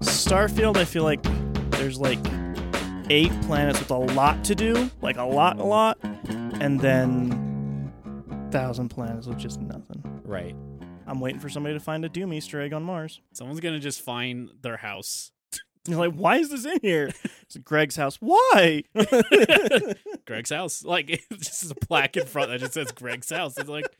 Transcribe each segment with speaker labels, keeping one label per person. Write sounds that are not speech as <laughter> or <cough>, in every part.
Speaker 1: Starfield, I feel like there's like eight planets with a lot to do, like a lot, a lot, and then thousand planets with just nothing.
Speaker 2: Right.
Speaker 1: I'm waiting for somebody to find a Doom Easter egg on Mars. <laughs>
Speaker 3: Someone's gonna just find their house.
Speaker 1: You're like, why is this in here? It's Greg's house. Why? <laughs>
Speaker 3: Greg's house. Like <laughs> it's just a plaque in front that just says Greg's house. It's like,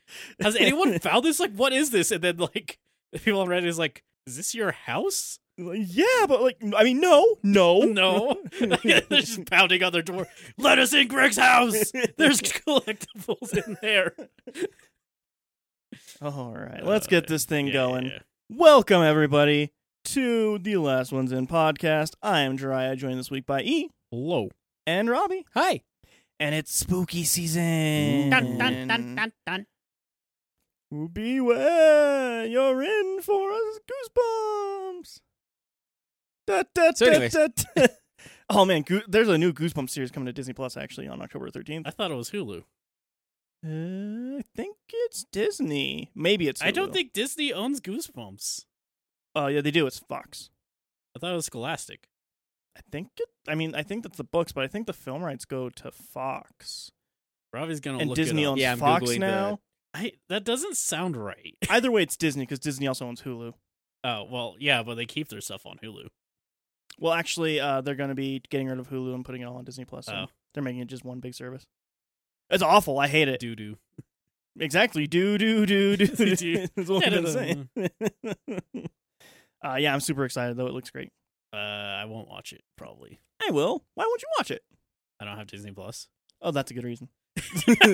Speaker 3: has
Speaker 1: <laughs>
Speaker 3: anyone found this? Like, what is this? And then like the people on Reddit is like, is this your house?
Speaker 1: yeah, but like, I mean, no, no,
Speaker 3: No. <laughs> Like, They're just pounding on their door. Let us in Greg's house.
Speaker 1: <laughs>
Speaker 3: There's collectibles in there.
Speaker 1: All right, let's get this thing
Speaker 3: Yeah,
Speaker 1: going.
Speaker 3: yeah.
Speaker 1: Welcome everybody to the Last Ones In podcast. I am Jiraiya, joined this week by E
Speaker 3: Low.
Speaker 1: and Robbie,
Speaker 2: Hi.
Speaker 1: and it's spooky season.
Speaker 3: Dun,
Speaker 1: dun, dun, dun, dun. Beware, you're in for us goosebumps. Da, da,
Speaker 2: So
Speaker 1: da,
Speaker 2: anyways.
Speaker 1: da, da. <laughs> Oh man, Goo- there's a new Goosebumps series coming to Disney Plus actually on October 13th.
Speaker 3: I thought it was Hulu.
Speaker 1: Uh, I think it's Disney. Maybe it's.
Speaker 3: I don't
Speaker 1: Hulu.
Speaker 3: think Disney owns Goosebumps.
Speaker 1: Oh yeah, they do. It's Fox.
Speaker 3: I thought it was Scholastic.
Speaker 1: I think it. I mean, I think that's the books, but I think the film rights go to Fox
Speaker 3: Robbie's gonna
Speaker 1: and
Speaker 3: look
Speaker 1: Disney
Speaker 3: it up.
Speaker 1: owns
Speaker 2: Yeah, I'm
Speaker 1: Fox
Speaker 2: Googling the-
Speaker 1: now.
Speaker 3: I, that doesn't sound right.
Speaker 1: Either way, it's Disney because Disney also owns Hulu.
Speaker 3: Oh well, yeah, but they keep their stuff on Hulu.
Speaker 1: Well, actually, uh, they're going to be getting rid of Hulu and putting it all on Disney Plus. So
Speaker 3: Oh.
Speaker 1: They're making it just one big service. It's awful. I hate it.
Speaker 3: Doo doo.
Speaker 1: Exactly. Do do do do. <laughs>
Speaker 3: Do.
Speaker 1: That's <laughs> what I'm saying. <laughs> uh, yeah, I'm super excited though. It looks great.
Speaker 3: Uh, I won't watch it probably.
Speaker 1: I will. Why won't you watch it?
Speaker 3: I don't have Disney Plus.
Speaker 1: Oh, that's a good reason. <laughs> that's,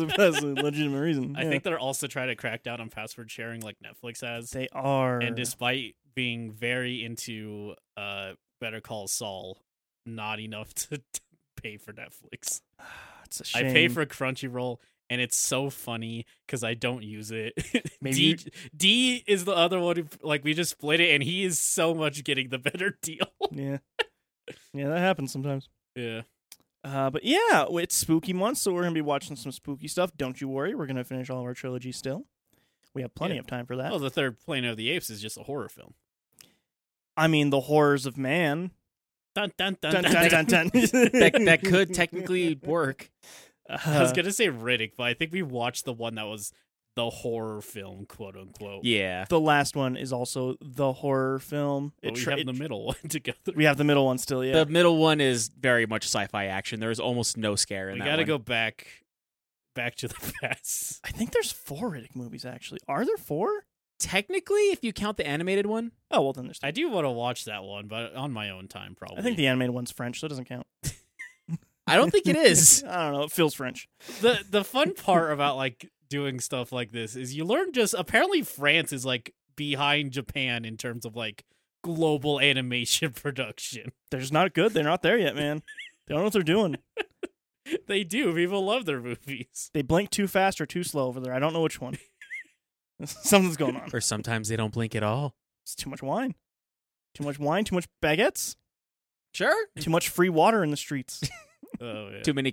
Speaker 1: a, that's a legitimate reason.
Speaker 3: I
Speaker 1: yeah.
Speaker 3: think they're also trying to crack down on password sharing like Netflix has.
Speaker 1: they are.
Speaker 3: And despite being very into uh Better Call Saul, not enough <laughs> to, to pay for Netflix.
Speaker 1: <sighs> it's a shame.
Speaker 3: I pay for Crunchyroll, and it's so funny because I don't use it. <laughs>
Speaker 1: Maybe
Speaker 3: D,
Speaker 1: you-
Speaker 3: D is the other one. Who, like we just split it, and he is so much getting the better <laughs> deal.
Speaker 1: Yeah. Yeah, that happens sometimes.
Speaker 3: yeah.
Speaker 1: Uh, but yeah, it's spooky month, so we're gonna be watching some spooky stuff. Don't you worry, we're gonna finish all of our trilogy still. We have plenty
Speaker 3: Yeah.
Speaker 1: of time for that.
Speaker 3: Well, the third Planet of the Apes is just a horror film.
Speaker 1: I mean, the horrors of man.
Speaker 3: Dun dun
Speaker 1: Dun,
Speaker 3: dun dun.
Speaker 1: dun, dun, dun.
Speaker 2: That, that could technically work.
Speaker 3: <laughs> I was
Speaker 1: <laughs> Uh,
Speaker 3: gonna say Riddick, but I think we watched the one that was the horror film, quote unquote.
Speaker 2: Yeah.
Speaker 1: the last one is also the horror film.
Speaker 3: But
Speaker 1: It
Speaker 3: we
Speaker 1: tra-
Speaker 3: have the
Speaker 1: it-
Speaker 3: middle one <laughs> together.
Speaker 1: we have the middle one still. Yeah,
Speaker 2: The middle one is very much sci-fi action. There is almost no scare in
Speaker 3: We
Speaker 2: that.
Speaker 3: gotta
Speaker 2: one.
Speaker 3: go back, back to the <laughs> past.
Speaker 1: I think there's four Riddick movies actually. Are there four?
Speaker 2: Technically, if you count the animated one,
Speaker 1: Oh well, then there's. Three.
Speaker 3: I do want to watch that one, but on my own time, probably.
Speaker 1: I think the animated one's French, so it doesn't count.
Speaker 2: I don't think it
Speaker 1: <laughs>
Speaker 2: is.
Speaker 1: I don't know. It feels French.
Speaker 3: <laughs> the the fun part about like doing stuff like this is you learn just apparently France is like behind Japan in terms of like global <laughs> animation production.
Speaker 1: They're just not good. They're not there yet, man. They don't know what they're doing.
Speaker 3: They do. People love their movies. <laughs>
Speaker 1: They blink too fast or too slow over there. I don't know which one. Something's going on.
Speaker 2: or sometimes they don't blink at all.
Speaker 1: It's too much wine. Too much wine, too much baguettes,
Speaker 2: Sure.
Speaker 1: too much free water in the
Speaker 3: <laughs>
Speaker 1: streets.
Speaker 3: Oh, yeah.
Speaker 2: Too many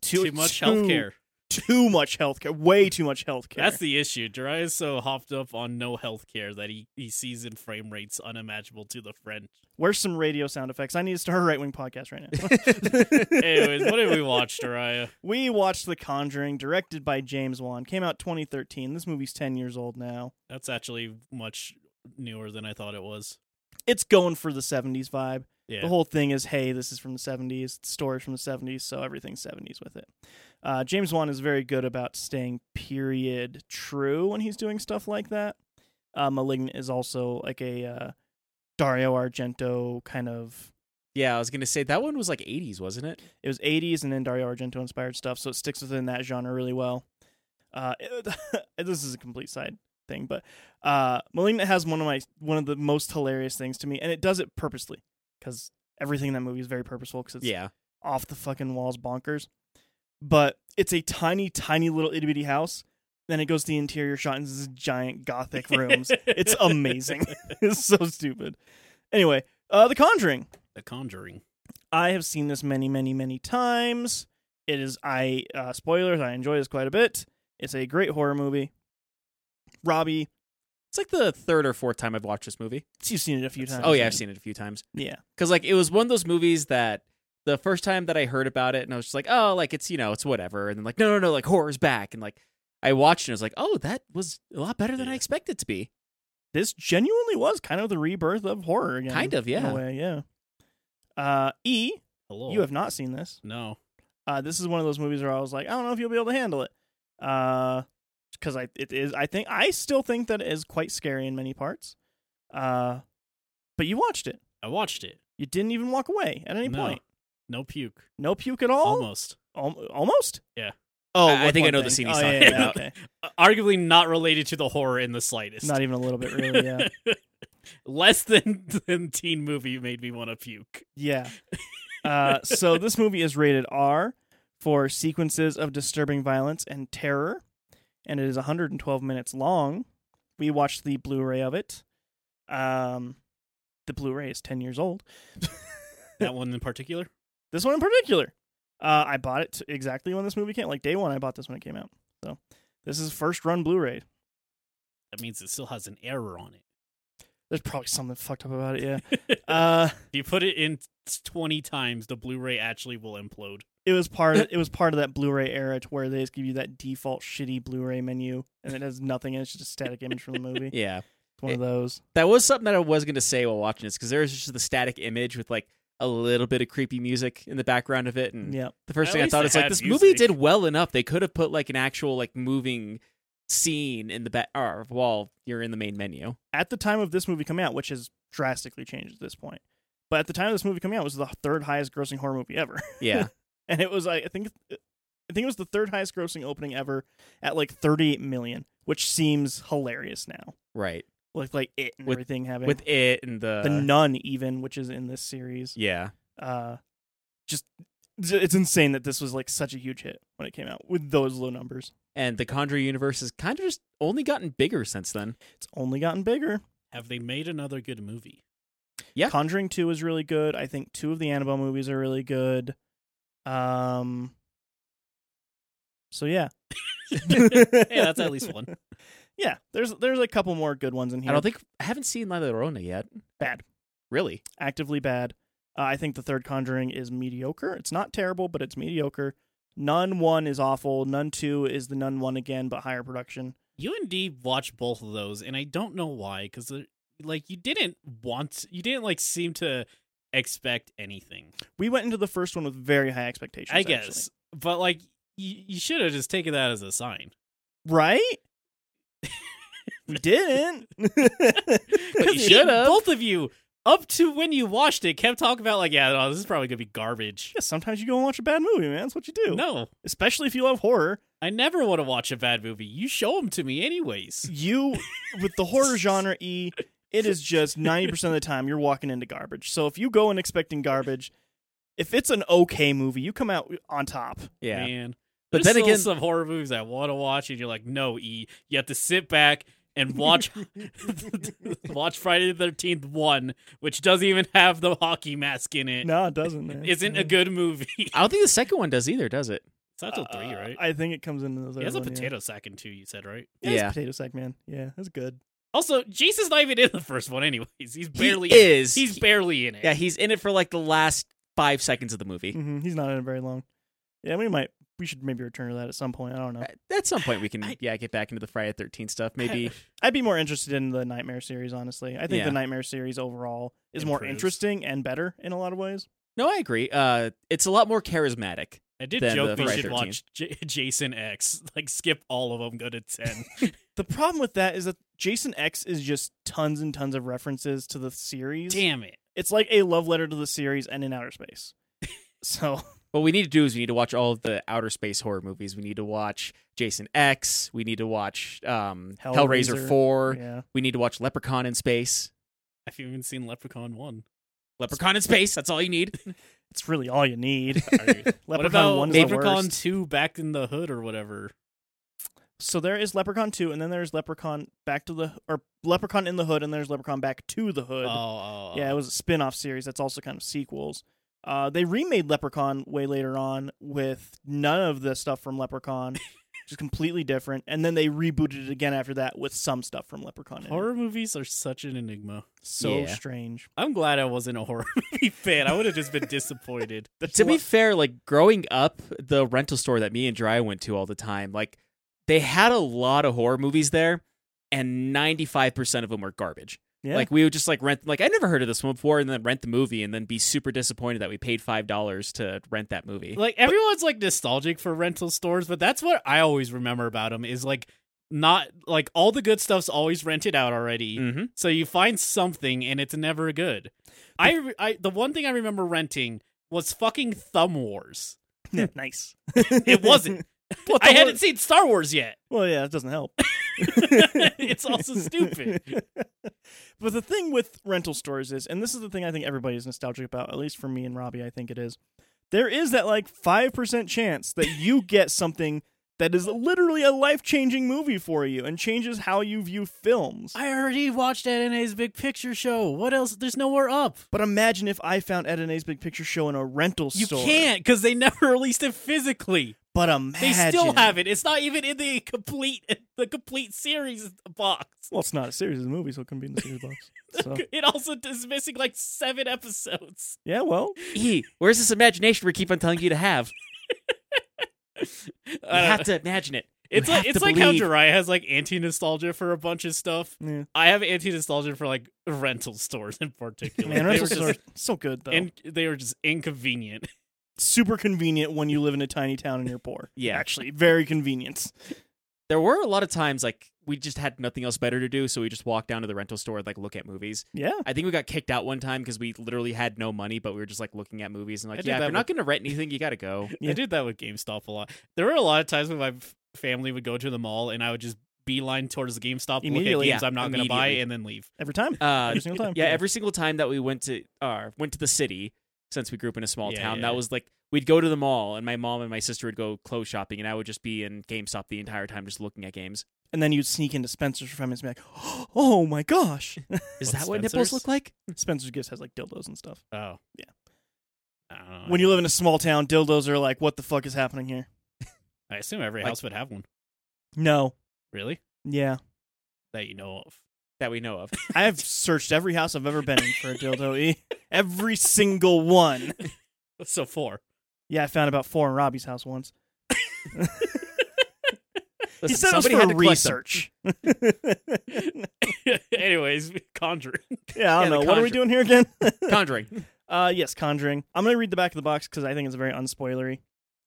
Speaker 3: <laughs> too, much healthcare.
Speaker 1: Too much healthcare. Way too much healthcare.
Speaker 3: That's the issue. Jiraiya is so hopped up on no healthcare that he, he sees in frame rates unimaginable to the French.
Speaker 1: Where's some radio sound effects? I need to start a right wing podcast right
Speaker 3: <laughs>
Speaker 1: now.
Speaker 3: Anyways, what did we watch, Jiraiya?
Speaker 1: we watched The Conjuring, directed by James Wan. Came out 2013. This movie's 10 years old now.
Speaker 3: That's actually much newer than I thought it was.
Speaker 1: It's going for the 70s vibe.
Speaker 3: Yeah.
Speaker 1: The whole thing is, hey, this is from the 70s. The story's from the 70s, so everything's 70s with it. Uh, James Wan is very good about staying period true when he's doing stuff like that. Uh, Malignant is also like a uh, Dario Argento kind of.
Speaker 2: <laughs> Yeah, I was gonna say that one was like 80s, wasn't it?
Speaker 1: It was 80s and then Dario Argento inspired stuff, so it sticks within that genre really well. Uh, <laughs> this is a complete side thing, but uh, Malignant has one of my one of the most hilarious things to me, and it does it purposely because everything in that movie is very purposeful because it's
Speaker 2: Yeah.
Speaker 1: off the fucking walls bonkers. But it's a tiny, tiny little itty bitty house. Then it goes to the interior shot and this giant
Speaker 2: <laughs>
Speaker 1: gothic rooms. it's amazing. <laughs> it's so stupid. Anyway, uh, The Conjuring.
Speaker 3: The Conjuring.
Speaker 1: I have seen this many, many, many times. It is I uh, spoilers. I enjoy this quite a bit. It's a great horror movie. Robbie,
Speaker 2: It's like the third or fourth time I've watched this movie.
Speaker 1: You've seen it a few times.
Speaker 2: Oh yeah, I've seen it a few times.
Speaker 1: Yeah.
Speaker 2: Cause like it was one of those movies that the first time that I heard about it and I was just like, oh, like it's you know it's whatever, and then like no no no like horror's back and like I watched and I was like, oh that was a lot better than I
Speaker 3: Yeah.
Speaker 2: expected it to be.
Speaker 1: This genuinely was kind of the rebirth of horror again.
Speaker 2: Kind of,
Speaker 1: In
Speaker 2: yeah.
Speaker 1: a way, yeah. Uh, e,
Speaker 3: Hello.
Speaker 1: you have not seen this.
Speaker 3: no.
Speaker 1: Uh, this is one of those movies where I was like, I don't know if you'll be able to handle it. Uh, because I it is I think I still think that it is quite scary in many parts. Uh, but you watched it.
Speaker 3: I watched it.
Speaker 1: You didn't even walk away at any
Speaker 3: No.
Speaker 1: point. Oh.
Speaker 3: No puke.
Speaker 1: No puke at all.
Speaker 3: Almost.
Speaker 1: Al- almost?
Speaker 2: Oh,
Speaker 3: I- I
Speaker 2: I
Speaker 3: think
Speaker 2: think
Speaker 3: I
Speaker 2: I know the scene he's talking
Speaker 1: yeah, yeah,
Speaker 2: about.
Speaker 1: okay.
Speaker 3: Uh, Arguably not related to the horror in the slightest.
Speaker 1: Not even a little bit, really.
Speaker 3: <laughs>
Speaker 1: Yeah.
Speaker 3: Less than, <laughs> than teen movie made me want to puke.
Speaker 1: Yeah. Uh, so this movie is rated R for sequences of disturbing violence and terror, and it is 112 minutes long. We watched the Blu-ray of it. Um, the Blu-ray is 10 years old.
Speaker 3: That one in particular.
Speaker 1: This one in particular, uh, I bought it exactly when this movie came. Like day one, I bought this when it came out. So this is first run Blu-ray.
Speaker 3: That means it still has an error on it.
Speaker 1: There's probably something fucked up about it. Yeah.
Speaker 3: <laughs>
Speaker 1: Uh,
Speaker 3: If you put it in twenty times, the Blu-ray actually will implode.
Speaker 1: it was part of it was part of that Blu-ray era to where they just give you that default shitty Blu-ray menu and it has nothing in it, it's just a static image from the movie. It's
Speaker 2: <laughs> Yeah,
Speaker 1: one of those.
Speaker 2: that was something that I was gonna say while watching this because there was just the static image with like a little bit of creepy music in the background of it, and
Speaker 1: Yep.
Speaker 2: the first
Speaker 3: At
Speaker 2: thing I
Speaker 3: least
Speaker 2: thought
Speaker 3: it
Speaker 2: is like
Speaker 3: had
Speaker 2: this
Speaker 3: music.
Speaker 2: movie did well enough. They could have put like an actual like moving scene in the back or while you're in the main menu.
Speaker 1: At the time of this movie coming out, which has drastically changed at this point. But at the time of this movie coming out, it was the third highest grossing horror movie ever. <laughs>
Speaker 2: Yeah. <laughs>
Speaker 1: And it was I I think uh, I think it was the third highest grossing opening ever at like 38 million, which seems hilarious now.
Speaker 2: right.
Speaker 1: Like like it and
Speaker 2: With-
Speaker 1: everything having
Speaker 2: With it and the,
Speaker 1: the nun even, which is in this series.
Speaker 2: Yeah.
Speaker 1: uh just it's insane that this was like such a huge hit when it came out with those low numbers
Speaker 2: And the Conjuring universe has kind of just only gotten bigger since then.
Speaker 1: it's only gotten bigger
Speaker 3: Have they made another good movie? <laughs>
Speaker 2: Yeah.
Speaker 1: conjuring 2 is really good i think two of the annabelle movies are really good um so
Speaker 2: <laughs>
Speaker 1: yeah
Speaker 3: Hey, that's at least one.
Speaker 1: <laughs> yeah there's there's a couple more good ones in here
Speaker 2: I don't think I haven't seen La Llorona yet.
Speaker 1: bad
Speaker 3: <laughs>
Speaker 2: Really?
Speaker 1: actively bad uh, i think the third conjuring is mediocre it's not terrible but it's mediocre Nun one is awful. Nun two is the Nun one again, but higher production.
Speaker 3: You and D watched both of those, and I don't know why, because like you didn't want, you didn't like seem to expect anything.
Speaker 1: We went into the first one with very high expectations.
Speaker 3: I
Speaker 1: actually.
Speaker 3: guess, but like you, you should have just taken that as a sign.
Speaker 1: Right?
Speaker 3: <laughs>
Speaker 1: we didn't.
Speaker 3: But
Speaker 2: you should've.
Speaker 3: Both of you, up to when you watched it, kept talking about like, yeah, no, this is probably gonna
Speaker 1: <laughs>
Speaker 3: be garbage.
Speaker 1: Yeah, sometimes you go and watch a bad movie, man. That's what you do.
Speaker 3: No,
Speaker 1: Especially if you love horror.
Speaker 3: I never want to watch a bad movie. You show them to me anyways.
Speaker 1: You, with the horror genre E, it is just 90% of the time you're walking into garbage. So if you go in expecting garbage, if it's an okay movie, you come out on top.
Speaker 2: Yeah. <laughs>
Speaker 3: Man.
Speaker 2: But
Speaker 3: There's
Speaker 2: then
Speaker 3: still
Speaker 2: again-
Speaker 3: some horror movies I want to watch, and you're like, no, E. You have to sit back and
Speaker 2: <laughs>
Speaker 3: watch <laughs> watch Friday the Thirteenth One, which doesn't even have the hockey mask in it.
Speaker 1: No, it doesn't. Man.
Speaker 3: isn't a good movie. <laughs> it's
Speaker 2: I don't think the second one does either, does it?
Speaker 3: not till three,
Speaker 2: Uh,
Speaker 3: right?
Speaker 1: I think it comes into those.
Speaker 3: He has a potato sack in two. You said right.
Speaker 1: Yeah, it's
Speaker 2: Yeah.
Speaker 1: potato sack, man. Yeah, that's good.
Speaker 3: Also, Jesus not even in the first one, anyways. He's barely
Speaker 2: he
Speaker 3: in it.
Speaker 2: is.
Speaker 3: He's
Speaker 2: He-
Speaker 3: barely in it.
Speaker 2: yeah, he's in it for like the last five seconds of the
Speaker 3: Mm-hmm.
Speaker 2: movie.
Speaker 1: hmm He's not in it very long. Yeah, we might. We should maybe return to that at some point. I don't know.
Speaker 2: Uh, At- At some point we can
Speaker 3: I-
Speaker 2: yeah, get back into the Friday
Speaker 3: <laughs>
Speaker 2: thirteen stuff. Maybe
Speaker 1: I'd be more interested in the Nightmare series, honestly. I think
Speaker 2: Yeah.
Speaker 1: the Nightmare series overall is more
Speaker 3: Improves.
Speaker 1: interesting and better in a lot of ways.
Speaker 2: No, I agree. Uh it's a lot more charismatic.
Speaker 3: I did
Speaker 2: Then
Speaker 3: joke
Speaker 2: the
Speaker 3: we
Speaker 2: Friday
Speaker 3: should
Speaker 2: 13th.
Speaker 3: watch J- Jason X. <laughs> Like, skip all of them, go to
Speaker 2: <laughs>
Speaker 3: 10.
Speaker 1: The problem with that is that Jason X is just tons and tons of references to the series.
Speaker 3: Damn it.
Speaker 1: It's like a love letter to the series and in outer space. <laughs> so
Speaker 2: What we need to do is we need to watch all of the outer space horror movies. We need to watch Jason X. We need to watch um,
Speaker 1: Hellraiser.
Speaker 2: Hellraiser. 4.
Speaker 1: yeah,
Speaker 2: We need to watch Leprechaun in Space.
Speaker 3: I've even seen Leprechaun
Speaker 2: <laughs>
Speaker 3: 1.
Speaker 2: Leprechaun
Speaker 1: <laughs>
Speaker 2: in Space. That's all you need.
Speaker 1: it's really all you need.
Speaker 3: Leprechaun <laughs> what
Speaker 1: Leprechaun
Speaker 3: about
Speaker 1: one is the
Speaker 3: Leprechaun
Speaker 1: worst.
Speaker 3: 2 Back in the Hood or whatever?
Speaker 1: So there is Leprechaun two, and then there's Leprechaun back to the or Leprechaun in the hood, and there's Leprechaun back to the hood.
Speaker 3: Oh, oh, oh.
Speaker 1: Yeah, it was a spin-off series that's also kind of sequels. <laughs> Uh, they remade Leprechaun way later on with none of the stuff from Leprechaun just completely different. And then they rebooted it again after that with some stuff from Leprechaun. in it.
Speaker 3: Horror movies are such an enigma.
Speaker 1: so
Speaker 2: Yeah.
Speaker 1: strange.
Speaker 3: I'm glad I wasn't a horror <laughs> movie fan. I would have just been
Speaker 1: <laughs>
Speaker 3: disappointed.
Speaker 2: to be fair, like growing up, the rental store that me and Dry went to all the time, like they had a lot of horror movies there, and ninety five percent of them were garbage.
Speaker 1: Yeah,
Speaker 2: Like we would just like rent, like I never heard of this one before, and then rent the movie, and then be super disappointed that we paid five dollars to rent that movie.
Speaker 3: like everyone's like nostalgic for rental stores, but that's what I always remember about them is like not like all the good stuff's always rented out already.
Speaker 1: Mm.
Speaker 2: mm-hmm.
Speaker 3: So you find something and it's never good. I, re- I the one thing I remember renting was fucking Thumb Wars.
Speaker 1: nice.
Speaker 3: It wasn't.
Speaker 1: <laughs> What the
Speaker 3: I hadn't
Speaker 1: wor-
Speaker 3: seen Star Wars yet.
Speaker 1: <laughs>
Speaker 3: <laughs>
Speaker 1: Well, yeah, it doesn't help. <laughs>
Speaker 3: it's also stupid.
Speaker 1: but the thing with rental stores is, and this is the thing I think everybody is nostalgic about, at least for me and Robbie, I think it is. There is that like 5% chance that
Speaker 3: <laughs>
Speaker 1: you get something that is literally a life changing movie for you and changes how you view films.
Speaker 3: I already watched NNA's Big Picture show. What else? There's nowhere up.
Speaker 1: But imagine if I found Ed and A's Big Picture show in a rental
Speaker 3: You
Speaker 1: store.
Speaker 3: can't because they <laughs> never released it physically.
Speaker 1: But imagine.
Speaker 3: They still have it. It's not even in the complete the complete series box.
Speaker 1: Well, it's not a series, it's a movie, so it couldn't be in the series
Speaker 3: <laughs>
Speaker 1: box. So
Speaker 3: It also is missing like seven episodes.
Speaker 1: yeah,
Speaker 3: <laughs>
Speaker 1: well,
Speaker 2: E, where's this imagination we keep on telling you to have? You
Speaker 3: I don't
Speaker 2: have
Speaker 3: know.
Speaker 2: to imagine it. You
Speaker 3: It's like
Speaker 2: have to
Speaker 3: it's like how
Speaker 2: believe.
Speaker 3: Jiraiya has like anti nostalgia for a bunch of stuff.
Speaker 1: yeah.
Speaker 3: I have anti nostalgia for like rental stores in particular.
Speaker 1: man,
Speaker 3: They
Speaker 1: rental
Speaker 3: were just-
Speaker 1: stores so good though.
Speaker 3: in- they were just inconvenient.
Speaker 1: super convenient when you live in a tiny town and you're poor.
Speaker 2: Yeah.
Speaker 1: Actually, very convenient.
Speaker 2: There were a lot of times like we just had nothing else better to do, so we just walked down to the rental store and like look at movies.
Speaker 1: Yeah.
Speaker 2: I think we got kicked out one time because we literally had no money, but we were just like looking at movies
Speaker 3: I
Speaker 2: and like,
Speaker 3: did
Speaker 2: yeah, if
Speaker 3: that
Speaker 2: you're not
Speaker 3: with-
Speaker 2: going to rent anything, you got
Speaker 3: <laughs>
Speaker 2: to go.
Speaker 1: Yeah.
Speaker 3: I did that with GameStop a lot. There were a lot of times when my f- family would go to the mall and I would just beeline towards the GameStop, look at games
Speaker 1: Immediately.
Speaker 2: Yeah,
Speaker 3: I'm not going to buy,
Speaker 2: immediately.
Speaker 3: and then leave.
Speaker 1: Every time.
Speaker 2: Uh,
Speaker 1: Every single time.
Speaker 2: yeah, every single time that we went to uh, went to the city, since we grew up in a small
Speaker 3: Yeah,
Speaker 2: town,
Speaker 3: yeah.
Speaker 2: that was like we'd go to the mall, and my mom and my sister would go clothes shopping, and I would just be in GameStop the entire time, just looking at games.
Speaker 1: and then you'd sneak into Spencer's for five minutes and be like, oh my gosh. <laughs>
Speaker 2: Is
Speaker 3: What's
Speaker 2: that what nipples
Speaker 3: Spencer's?
Speaker 2: look like?
Speaker 1: Spencer's Gifts has like dildos and stuff.
Speaker 3: Oh,
Speaker 1: Yeah.
Speaker 3: I don't
Speaker 2: Oh,
Speaker 3: know.
Speaker 1: When you live in a small town, dildos are like, what the fuck is happening here?
Speaker 3: I assume every
Speaker 2: like-
Speaker 3: house would have one.
Speaker 1: No.
Speaker 3: Really?
Speaker 1: Yeah.
Speaker 3: That you know of. <laughs>
Speaker 2: That we know of.
Speaker 1: I have searched every house I've ever been in for a dildo E. Every single one.
Speaker 3: So four. <laughs>
Speaker 1: Yeah, I found about four in Robbie's house once. <laughs>
Speaker 2: Listen,
Speaker 1: he said it was
Speaker 2: somebody
Speaker 1: for
Speaker 2: had to collect them.
Speaker 1: research. <laughs>
Speaker 3: Anyways, <laughs> Conjuring.
Speaker 1: yeah, I
Speaker 2: Yeah,
Speaker 1: don't
Speaker 2: the
Speaker 1: know. What are we
Speaker 2: Conjuring.
Speaker 1: doing here again? <laughs>
Speaker 2: <laughs> Conjuring.
Speaker 1: Uh, yes, Conjuring. I'm gonna read the back of the box because I think it's very unspoilery.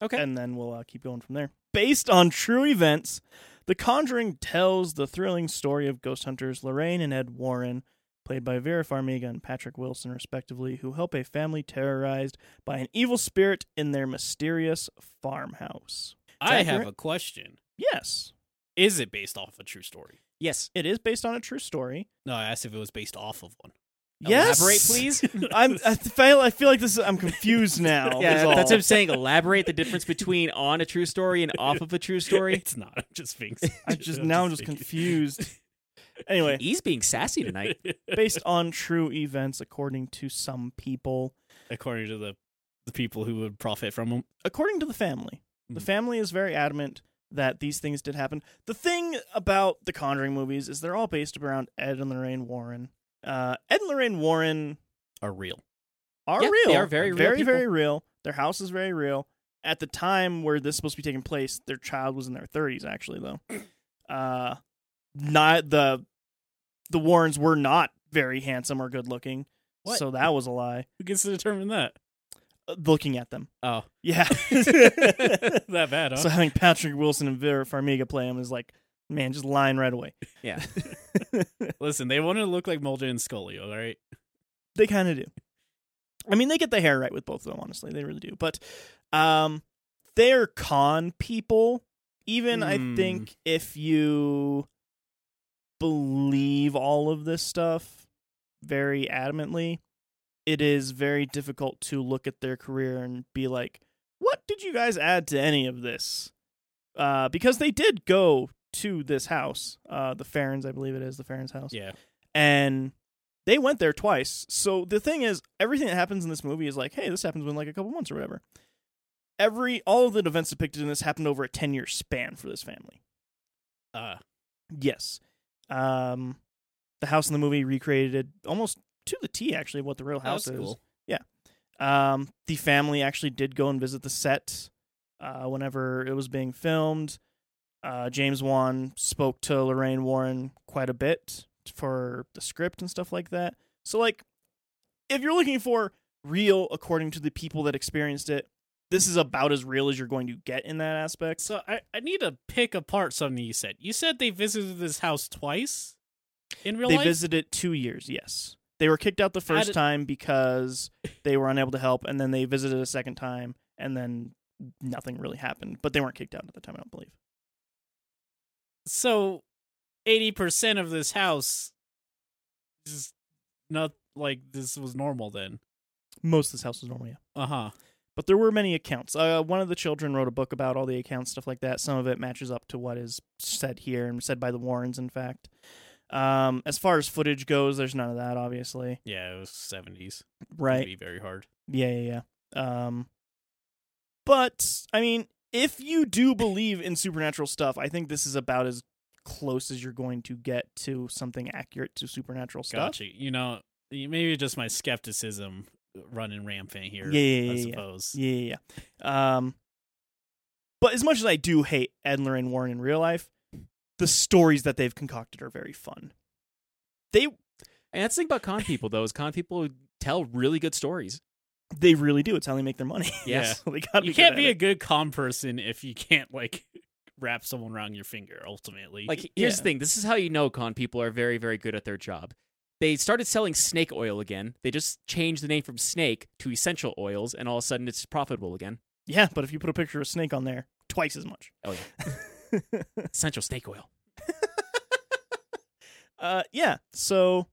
Speaker 2: Okay.
Speaker 1: And then we'll uh, keep going from there. Based on true events, The Conjuring tells the thrilling story of ghost hunters Lorraine and Ed Warren, played by Vera Farmiga and Patrick Wilson, respectively, who help a family terrorized by an evil spirit in their mysterious farmhouse.
Speaker 3: I have
Speaker 1: accurate?
Speaker 3: a question.
Speaker 1: Yes,
Speaker 3: Is it based off a true story?
Speaker 2: Yes.
Speaker 1: it is based on a true story.
Speaker 3: No, I asked if it was based off of <laughs> one.
Speaker 1: Yes.
Speaker 2: Elaborate, <laughs> please.
Speaker 1: <laughs> I'm, I feel I feel like this. Is, I'm confused
Speaker 2: <laughs>
Speaker 1: now. is
Speaker 2: yeah,
Speaker 1: all.
Speaker 2: that's what I'm saying. Elaborate the difference between on a true story and off of a <laughs> true story.
Speaker 3: It's not. I'm just <laughs> being.
Speaker 1: I
Speaker 2: <laughs>
Speaker 1: just now I'm just
Speaker 3: being- <laughs>
Speaker 1: confused. Anyway,
Speaker 2: He's being sassy <laughs> tonight.
Speaker 1: based on true events, according to some people,
Speaker 3: According to the the people who would profit from them.
Speaker 1: according to the family. The
Speaker 3: Mhm.
Speaker 2: Mm-hmm.
Speaker 1: family is very adamant that these things did happen. The thing about the Conjuring movies is they're all based around Ed and Lorraine Warren. Uh, Ed and Lorraine Warren
Speaker 3: are real.
Speaker 1: are
Speaker 2: Yeah,
Speaker 1: real.
Speaker 2: they are very real
Speaker 1: very,
Speaker 2: people.
Speaker 1: very real. Their house is very real. At the time where this is supposed to be taking place, their child was in their 30s, actually, though. Uh, not the the Warrens were not very handsome or good looking,
Speaker 3: What?
Speaker 1: so that was a lie.
Speaker 3: Who gets to determine that?
Speaker 1: Uh, looking at them,
Speaker 3: Oh,
Speaker 1: yeah. <laughs>
Speaker 3: that bad, huh?
Speaker 1: So having Patrick Wilson and Vera Farmiga play him is like, man, just lying right away.
Speaker 2: Yeah.
Speaker 3: Listen, they want to look like Mulder and Scully, all right?
Speaker 1: They kind of do. I mean, they get the hair right with both of them, honestly. They really do. But um, they're con people. Even
Speaker 3: Hmm.
Speaker 1: I think if you believe all of this stuff very adamantly, it is very difficult to look at their career and be like, what did you guys add to any of this? Uh, because they did go to this house, uh, the Farrens, I believe it is, the Farrens house
Speaker 3: Yeah.
Speaker 1: and they went there twice. So the thing is, everything that happens in this movie is like, hey, this happens within like a couple months or whatever. every all of the events depicted in this happened over a 10 year span for this family.
Speaker 3: Uh,
Speaker 1: Yes. Um the house in the movie recreated almost to the T actually what the real house
Speaker 3: that's
Speaker 1: is.
Speaker 3: cool.
Speaker 1: Um, the family actually did go and visit the set uh, whenever it was being filmed. Uh, James Wan spoke to Lorraine Warren quite a bit for the script and stuff like that. So, like, if you're looking for real according to the people that experienced it, this is about as real as you're going to get in that aspect.
Speaker 3: So I, I need to pick apart something you said. You said they visited this house twice in real
Speaker 1: they
Speaker 3: life.
Speaker 1: visited two years, yes. They were kicked out the first
Speaker 3: did-
Speaker 1: time because they were unable to help, and then they visited a second time, and then nothing really happened. But they weren't kicked out at the time, I don't believe.
Speaker 3: so eighty percent of this house is not like this was normal then.
Speaker 1: most of this house was normal, yeah.
Speaker 3: Uh huh.
Speaker 1: But there were many accounts. Uh, one of the children wrote a book about all the accounts, stuff like that. Some of it matches up to what is said here and said by the Warrens, in fact. Um, as far as footage goes, there's none of that, obviously.
Speaker 3: Yeah, it was seventies.
Speaker 1: Right.
Speaker 3: Be very hard.
Speaker 1: Yeah, yeah, yeah. Um, but I mean, if you do believe in supernatural stuff, I think this is about as close as you're going to get to something accurate to supernatural stuff.
Speaker 3: Gotcha. You know, y- maybe just my skepticism running rampant here.
Speaker 1: Yeah, yeah, yeah,
Speaker 3: I
Speaker 1: yeah.
Speaker 3: suppose.
Speaker 1: Yeah, yeah, yeah. Um, but as much as I do hate Ed and Lorraine Warren in real life, the stories that they've concocted are very fun. They
Speaker 2: And that's the thing about con people, though, is con people tell really good stories.
Speaker 1: they really do. It's how they make their money. <laughs>
Speaker 3: Yeah.
Speaker 1: So they gotta
Speaker 3: You
Speaker 1: be good
Speaker 3: can't
Speaker 1: at
Speaker 3: be a
Speaker 1: it.
Speaker 3: good calm person if you can't like <laughs> wrap someone around your finger. Ultimately,
Speaker 2: Like, here's
Speaker 1: Yeah.
Speaker 2: the thing this is how you know con people are very, very good at their job. They started selling snake oil again. They just changed the name from snake to essential oils, and all of a sudden it's profitable again.
Speaker 1: yeah. But if you put a picture of a snake on there, twice as much. <laughs>
Speaker 2: Oh, <laughs> yeah. essential snake oil.
Speaker 1: Uh, yeah. So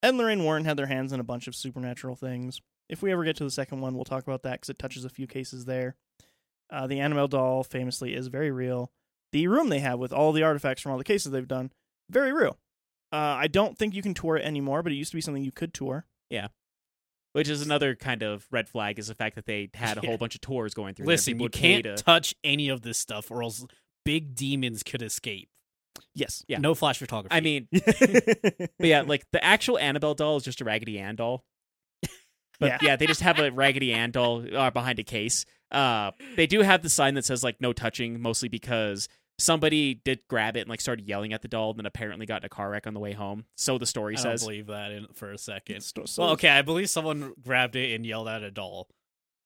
Speaker 1: Ed and Lorraine Warren had their hands in a bunch of supernatural things. If we ever get to the second one, we'll talk about that because it touches a few cases there. Uh, the Annabelle doll famously is very real. The room they have with all the artifacts from all the cases they've done, very real. Uh, I don't think you can tour it anymore, but it used to be something you could tour.
Speaker 2: Which is another kind of red flag is the fact that they had a
Speaker 3: <laughs> Yeah.
Speaker 2: whole bunch of tours going through. there.
Speaker 3: Listen,
Speaker 2: People
Speaker 3: you
Speaker 2: would pay
Speaker 3: can't
Speaker 2: to-
Speaker 3: touch any of this stuff, or else big demons could escape.
Speaker 1: Yes. <laughs>
Speaker 2: Yeah.
Speaker 3: No flash photography. <laughs>
Speaker 2: I <laughs> mean, but yeah, like the actual Annabelle doll is just a Raggedy Ann doll.
Speaker 1: Yeah.
Speaker 2: But yeah, they just have a Raggedy Ann doll uh, behind a case. Uh, they do have the sign that says like no touching, mostly because somebody did grab it and like started yelling at the doll, and then apparently got in a car wreck on the way home. So the story
Speaker 3: I don't
Speaker 2: says.
Speaker 3: believe that in, for a second.
Speaker 1: So- so-
Speaker 3: Well, okay, I believe someone grabbed it and yelled at a doll.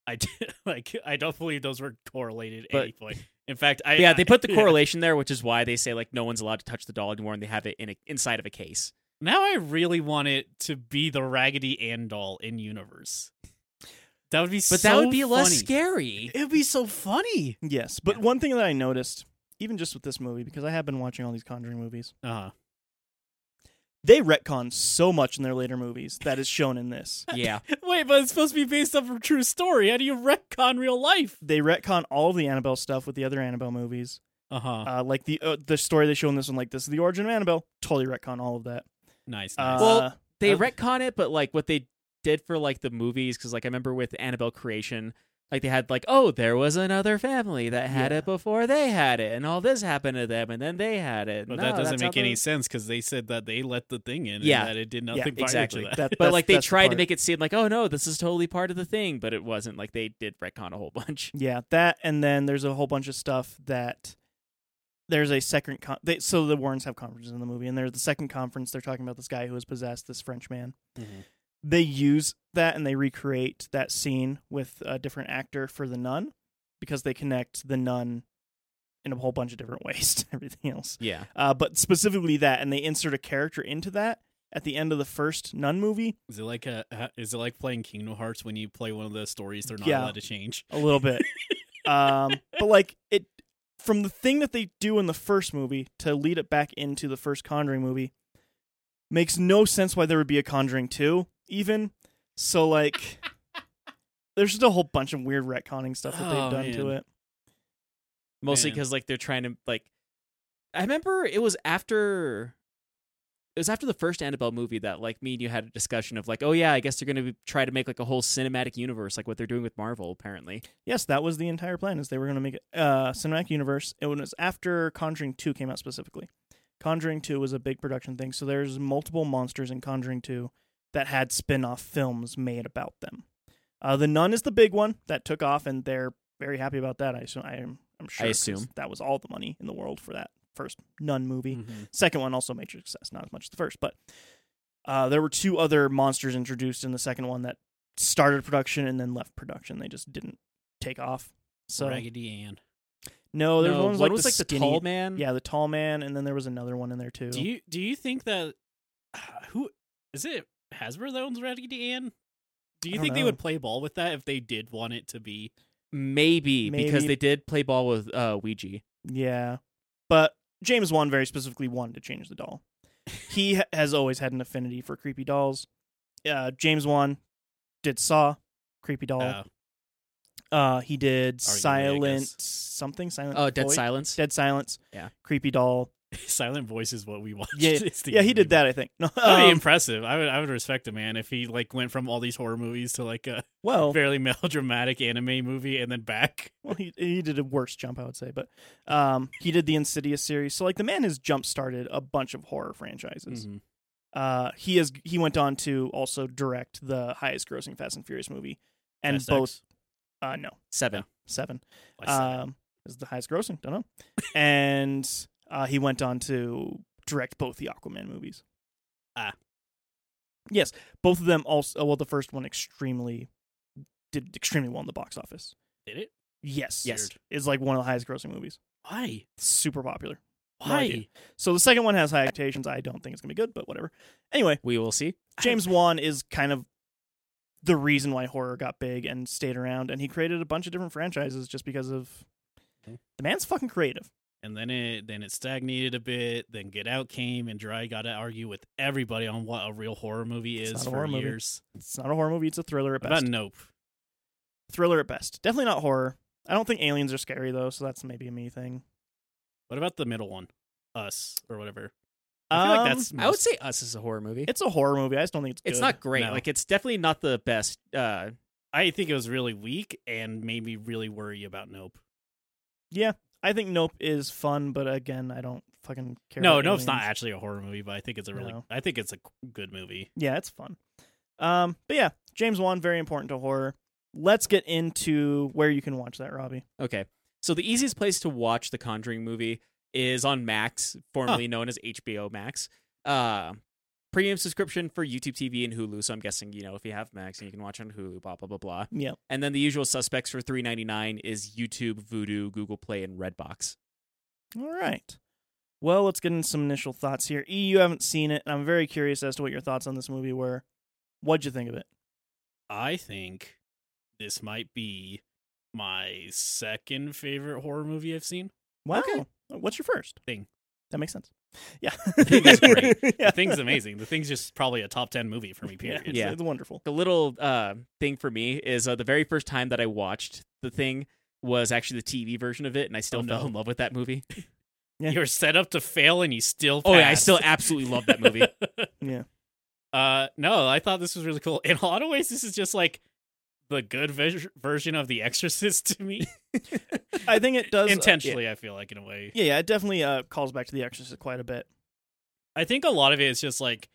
Speaker 3: I did, <laughs> like. I don't believe those were correlated at
Speaker 2: But-
Speaker 3: any point. In fact, I
Speaker 2: yeah, they put
Speaker 3: <laughs>
Speaker 2: the
Speaker 3: yeah.
Speaker 2: correlation there, which is why they say like no one's allowed to touch the doll anymore, and they have it in a, inside of a case.
Speaker 3: Now I really want it to be the Raggedy Ann doll in universe. That would be
Speaker 2: But
Speaker 3: so
Speaker 2: that would be less
Speaker 3: funny. <laughs>
Speaker 2: scary.
Speaker 3: It would be so funny.
Speaker 1: Yes. But one thing that I noticed, even just with this movie, because I have been watching all these Conjuring movies,
Speaker 3: Uh-huh.
Speaker 1: they retcon so much in their later movies that is shown in this.
Speaker 2: Yeah,
Speaker 3: Wait, but it's supposed to be based off a true story. How do you retcon real life?
Speaker 1: they retcon all of the Annabelle stuff with the other Annabelle movies.
Speaker 3: Uh-huh.
Speaker 1: Uh, like the uh, the story they show in this one, like this is the origin of Annabelle. Totally retcon all of that.
Speaker 3: nice.
Speaker 1: Uh,
Speaker 3: nice.
Speaker 2: Well, they
Speaker 3: Uh,
Speaker 2: retcon it, but like what they did for like the movies, because like I remember with Annabelle Creation, like they had like, oh, there was another family that had
Speaker 1: Yeah.
Speaker 2: it before they had it, and all this happened to them, and then they had it.
Speaker 3: But
Speaker 2: No,
Speaker 3: that doesn't
Speaker 2: that's how
Speaker 3: make any
Speaker 2: the-
Speaker 3: sense because they said that they let the thing in
Speaker 2: Yeah.
Speaker 3: and that it did nothing prior
Speaker 2: exactly. <laughs>
Speaker 3: to that.
Speaker 1: That- <laughs>
Speaker 2: <laughs> But
Speaker 1: that's-
Speaker 2: like they
Speaker 1: that's the
Speaker 2: tried to
Speaker 1: part.
Speaker 2: make it seem like, oh no, this is totally part of the thing, but it wasn't. Like they did retcon a whole <laughs> bunch.
Speaker 1: Yeah, that and then there's a whole bunch of stuff that there's a second con- they, so the Warrens have conferences in the movie, and there's the second conference they're talking about this guy who is possessed, this French man.
Speaker 2: Mm-hmm.
Speaker 3: Mhm.
Speaker 1: They use that and they recreate that scene with a different actor for the nun because they connect the nun in a whole bunch of different <laughs> ways to everything else.
Speaker 2: Yeah,
Speaker 1: uh, but specifically that, and they insert a character into that at the end of the first Nun movie
Speaker 3: Is it like a? ha- Is it like playing Kingdom Hearts when you play one of those stories they're not
Speaker 1: Yeah.
Speaker 3: allowed to change?
Speaker 1: a little
Speaker 3: <laughs>
Speaker 1: bit. um, but like it, from the thing that they do in the first movie to lead it back into the first Conjuring movie, makes no sense why there would be a Conjuring two even. So
Speaker 3: <laughs>
Speaker 1: like, there's just a whole bunch of weird retconning stuff that
Speaker 3: Oh,
Speaker 1: they've done to
Speaker 3: man.
Speaker 1: it.
Speaker 2: mostly
Speaker 3: Man.
Speaker 2: because like they're trying to like. I remember it was after. it was after the first Annabelle movie that like me and you had a discussion of like, oh yeah, I guess they're gonna be, try to make like a whole cinematic universe, like what they're doing with Marvel apparently.
Speaker 1: Yes, that was the entire plan. Is they were going to make a uh, cinematic universe. It was after Conjuring Two came out specifically. Conjuring Two was a big production thing, so there's multiple monsters in Conjuring Two that had spin-off films made about them. Uh, the Nun is the big one that took off, and they're very happy about that. I assume. I'm, I'm sure. 'cause
Speaker 2: assume.
Speaker 1: that was all the money in the world for that first Nun movie. Second one also major success, not as much as the first, but uh, there were two other monsters introduced in the second one that started production and then left production. They just didn't take off. So
Speaker 3: Raggedy Ann.
Speaker 1: no, there was
Speaker 2: No,
Speaker 1: ones
Speaker 2: one
Speaker 1: like
Speaker 2: was
Speaker 1: the
Speaker 2: like the
Speaker 1: skinny-
Speaker 2: tall man.
Speaker 1: Yeah, the tall man, and then there was another one in there too.
Speaker 3: Do you do you think that <sighs> who is it Hasbro that owns Raggedy Ann? Do
Speaker 1: I
Speaker 3: you
Speaker 1: don't
Speaker 3: think they
Speaker 1: know.
Speaker 3: would play ball with that if they did want it to be?
Speaker 2: Maybe, because
Speaker 1: Maybe.
Speaker 2: they did play ball with uh, Ouija.
Speaker 1: yeah, but James Wan very specifically wanted to change the doll. he ha- has always had an affinity for creepy dolls. Uh, James Wan did Saw, creepy doll.
Speaker 2: Oh.
Speaker 3: uh, <laughs>
Speaker 1: Uh, he did
Speaker 3: Are You
Speaker 1: Silent
Speaker 3: Vegas?
Speaker 1: something Silent.
Speaker 2: Oh, Dead
Speaker 1: Void?
Speaker 2: Silence.
Speaker 1: Dead Silence.
Speaker 2: Yeah.
Speaker 1: Creepy doll.
Speaker 3: silent voice is what we watched.
Speaker 1: Yeah,
Speaker 3: <laughs> It's the
Speaker 1: yeah, he
Speaker 3: only
Speaker 1: did that. I think. <laughs> No,
Speaker 3: That'd be
Speaker 1: um,
Speaker 3: impressive. I would I would respect a man if he like went from all these horror movies to like a
Speaker 1: well,
Speaker 3: <laughs> fairly melodramatic anime movie and then back. <laughs>
Speaker 1: well, he he did a worse jump, I would say, but um, he did the Insidious series. So like the man has jump started a bunch of horror franchises. Uh, he has he went on to also direct the highest grossing Fast and Furious movie, and
Speaker 3: Fast
Speaker 1: both.
Speaker 3: X.
Speaker 1: Uh, no,
Speaker 2: Seven.
Speaker 1: seven.
Speaker 3: Like,
Speaker 1: Um, is the highest grossing. Don't know. and uh, he went on to direct both the Aquaman movies.
Speaker 3: Ah.
Speaker 1: Yes, both of them also. Well, the first one extremely did extremely well in the box office.
Speaker 3: did it?
Speaker 1: Yes,
Speaker 2: Yes.
Speaker 1: is like one of the highest grossing movies.
Speaker 3: Why?
Speaker 1: Super popular. No
Speaker 3: Why?
Speaker 1: idea. So the second one has high expectations. I don't think it's gonna be good, but whatever. Anyway,
Speaker 2: We will see.
Speaker 1: James Wan is kind of the reason why horror got big and stayed around, and he created a bunch of different franchises just because of
Speaker 3: Okay.
Speaker 1: the man's fucking creative.
Speaker 3: and then it then it stagnated a bit. Then Get Out came, and Dry got to argue with everybody on what a real horror movie
Speaker 1: It's
Speaker 3: is
Speaker 1: not a
Speaker 3: for
Speaker 1: horror movie.
Speaker 3: years.
Speaker 1: It's not a horror movie; it's a thriller at
Speaker 3: What About
Speaker 1: best.
Speaker 3: Nope.
Speaker 1: Thriller at best. Definitely not horror. I don't think aliens are scary though, so that's maybe a me thing.
Speaker 3: What about the middle one, Us or whatever? I feel like
Speaker 1: Um,
Speaker 3: that's
Speaker 2: I would say Us is a horror movie.
Speaker 1: it's a horror movie. I just don't think it's.
Speaker 2: It's
Speaker 1: good.
Speaker 2: not great.
Speaker 3: No.
Speaker 2: Like it's definitely not the best. Uh,
Speaker 3: I think it was really weak and made me really worry about Nope.
Speaker 1: I think Nope is fun, but again, I don't fucking care.
Speaker 3: No,
Speaker 1: about
Speaker 3: Nope's not
Speaker 1: aliens.
Speaker 3: actually a horror movie, but I think it's a really
Speaker 1: No.
Speaker 3: I think it's a c- good movie.
Speaker 1: Yeah, it's fun. Um, but yeah, James Wan very important to horror. Let's get into where you can watch that, Robbie.
Speaker 2: okay. So the easiest place to watch the Conjuring movie is on Max, formerly known as HBO Max. Uh, premium subscription for YouTube TV and Hulu. So I'm guessing you know if you have Max and you can watch on Hulu. Blah blah blah blah.
Speaker 1: Yeah,
Speaker 2: And then the usual suspects for three ninety nine is YouTube, Vudu, Google Play, and Redbox.
Speaker 1: All right. Well, let's get into some initial thoughts here. E, you haven't seen it, and I'm very curious as to what your thoughts on this movie were. What'd you think of it?
Speaker 3: I think this might be my second favorite horror movie I've seen.
Speaker 1: Wow. Oh,
Speaker 2: Okay.
Speaker 1: What's your first
Speaker 3: Thing.
Speaker 1: That makes sense. Yeah.
Speaker 3: Thing is great.
Speaker 1: <laughs> yeah.
Speaker 3: The thing's amazing. The thing's just probably a top ten movie for me.
Speaker 1: Yeah,
Speaker 3: Period.
Speaker 1: it's,
Speaker 2: Yeah.
Speaker 1: it's wonderful.
Speaker 2: The little uh, thing for me is uh, the very first time that I watched the thing was actually the TV version of it, and I still
Speaker 3: Oh,
Speaker 2: fell
Speaker 3: no.
Speaker 2: in love with that
Speaker 3: <laughs>
Speaker 2: movie.
Speaker 1: Yeah.
Speaker 3: You were set up to fail and you still.
Speaker 2: Oh yeah, I
Speaker 3: passed.
Speaker 2: still absolutely love
Speaker 3: <laughs>
Speaker 2: that movie.
Speaker 1: Yeah.
Speaker 3: Uh, no, I thought this was really cool. In a lot of ways, this is just like the good vis- version of The Exorcist to me.
Speaker 1: <laughs> I think it uh, does.
Speaker 3: Intentionally, I feel like in a way.
Speaker 1: yeah, yeah, it definitely uh, calls back to The Exorcist quite a bit.
Speaker 3: I think a lot of it is just like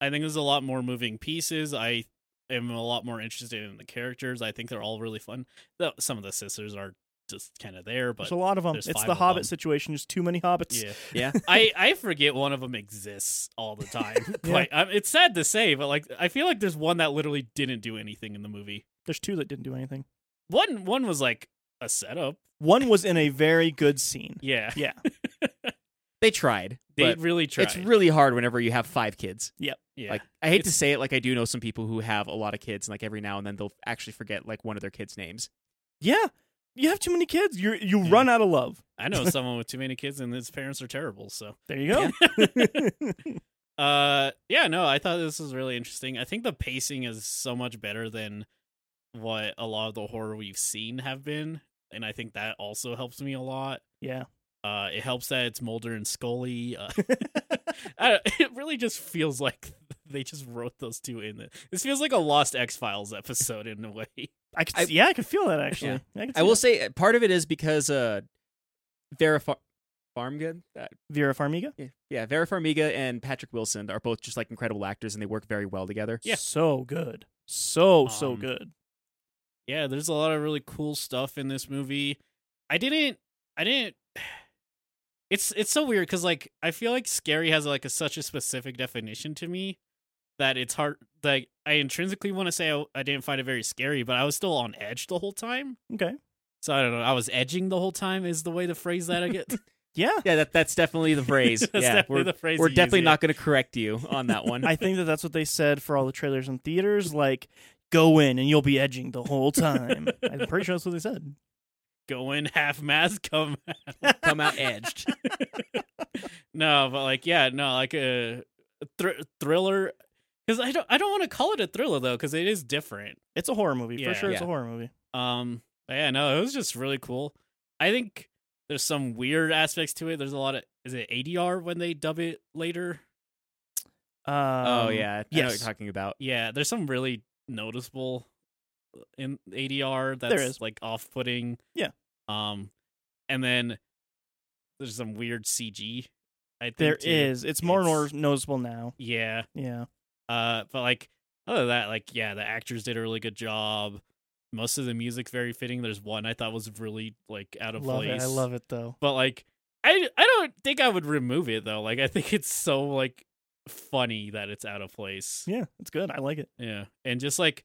Speaker 3: I think there's a lot more moving pieces. I am a lot more interested in the characters. I think they're all really fun. Though some of the sisters are just kind of there, but
Speaker 1: There's a lot of them.
Speaker 3: there's
Speaker 1: It's
Speaker 3: five
Speaker 1: the
Speaker 3: of
Speaker 1: Hobbit
Speaker 3: them.
Speaker 1: situation. There's too many Hobbits.
Speaker 3: yeah.
Speaker 2: Yeah.
Speaker 3: I, I forget one of them exists all the time.
Speaker 1: Yeah.
Speaker 3: Like I, it's sad to say, but like I feel like there's one that literally didn't do anything in the movie.
Speaker 1: There's two that didn't do anything.
Speaker 3: One one was like a setup.
Speaker 1: One was in a very good scene.
Speaker 3: Yeah, <laughs>
Speaker 1: Yeah.
Speaker 2: They tried.
Speaker 3: they
Speaker 2: but
Speaker 3: really tried.
Speaker 2: it's really hard whenever you have five kids.
Speaker 3: yeah.
Speaker 2: Like I hate to
Speaker 3: It's-
Speaker 2: say it, like I do know some people who have a lot of kids, and like every now and then they'll actually forget like one of their kids' names.
Speaker 1: Yeah. You have too many kids. You you
Speaker 3: Yeah.
Speaker 1: run out of love.
Speaker 3: I
Speaker 2: <laughs>
Speaker 3: know someone with too many kids and his parents are terrible. So
Speaker 1: There you go.
Speaker 3: uh yeah no i thought this was really interesting i think the pacing is so much better than what a lot of the horror we've seen have been and i think that also helps me a lot
Speaker 1: <laughs> yeah.
Speaker 3: Uh, it helps that it's Mulder and Scully. Uh, <laughs> I don't- it really just feels like they just wrote those two in. The, this feels like a Lost X Files episode in a way.
Speaker 1: I could,
Speaker 2: I-
Speaker 1: yeah, I could feel that actually. I, could
Speaker 2: I
Speaker 1: see
Speaker 2: will
Speaker 1: that.
Speaker 2: say uh, part of it is because uh, Vera Far- Farmiga, Uh,
Speaker 1: Vera Farmiga.
Speaker 2: yeah, yeah, Vera Farmiga and Patrick Wilson are both just like incredible actors, and they work very well together.
Speaker 3: Yeah.
Speaker 1: so good, so so
Speaker 3: Um,
Speaker 1: good.
Speaker 3: yeah there's a lot of really cool stuff in this movie i didn't i didn't <sighs> it's it's so weird because like i feel like scary has like a, such a specific definition to me that it's hard like i intrinsically want to say I, I didn't find it very scary but i was still on edge the whole time
Speaker 1: Okay,
Speaker 3: so i don't know i was edging the whole time is the way the phrase that
Speaker 2: <laughs>
Speaker 3: i get
Speaker 1: yeah,
Speaker 2: yeah, that <laughs> that's definitely the phrase.
Speaker 3: <laughs> That's
Speaker 2: yeah,
Speaker 3: definitely
Speaker 2: we're,
Speaker 3: the phrase
Speaker 2: we're
Speaker 3: you use,
Speaker 2: definitely
Speaker 3: yeah.
Speaker 2: not going to correct you on that <laughs> one.
Speaker 1: I think that that's what they said for all the trailers and theaters. Like, go in and you'll be edging the whole time. I'm pretty sure that's what they said.
Speaker 3: go in half mask <laughs> come
Speaker 2: Come out edged.
Speaker 3: no, but like yeah, no, like a thr- thriller cuz I don't I don't want to call it a thriller though cuz it is different.
Speaker 1: It's a horror movie
Speaker 3: Yeah.
Speaker 1: for sure. It's a
Speaker 2: Yeah.
Speaker 1: horror movie.
Speaker 3: Um but yeah, no, it was just really cool. I think there's some weird aspects to it. There's a lot of is it ADR when they dub it later?
Speaker 2: oh
Speaker 3: Oh,
Speaker 1: Um,
Speaker 2: yeah, I know what
Speaker 1: yes.
Speaker 2: you're talking about.
Speaker 3: Yeah, there's some really noticeable uh, in ADR that's
Speaker 1: is.
Speaker 3: like off-putting.
Speaker 1: Yeah.
Speaker 3: Um and then there's some weird CG. I think
Speaker 1: There
Speaker 3: too.
Speaker 1: is. It's more
Speaker 3: It's-
Speaker 1: noticeable now.
Speaker 3: Yeah.
Speaker 1: Yeah.
Speaker 3: Uh, but like other than that, like yeah, the actors did a really good job. Most of the music very fitting. There's one I thought was really like out of
Speaker 1: Love
Speaker 3: place.
Speaker 1: it. I love it though.
Speaker 3: But like I I don't think I would remove it though. Like I think it's so like funny that it's out of place.
Speaker 1: Yeah, it's good. I like it.
Speaker 3: Yeah. And just like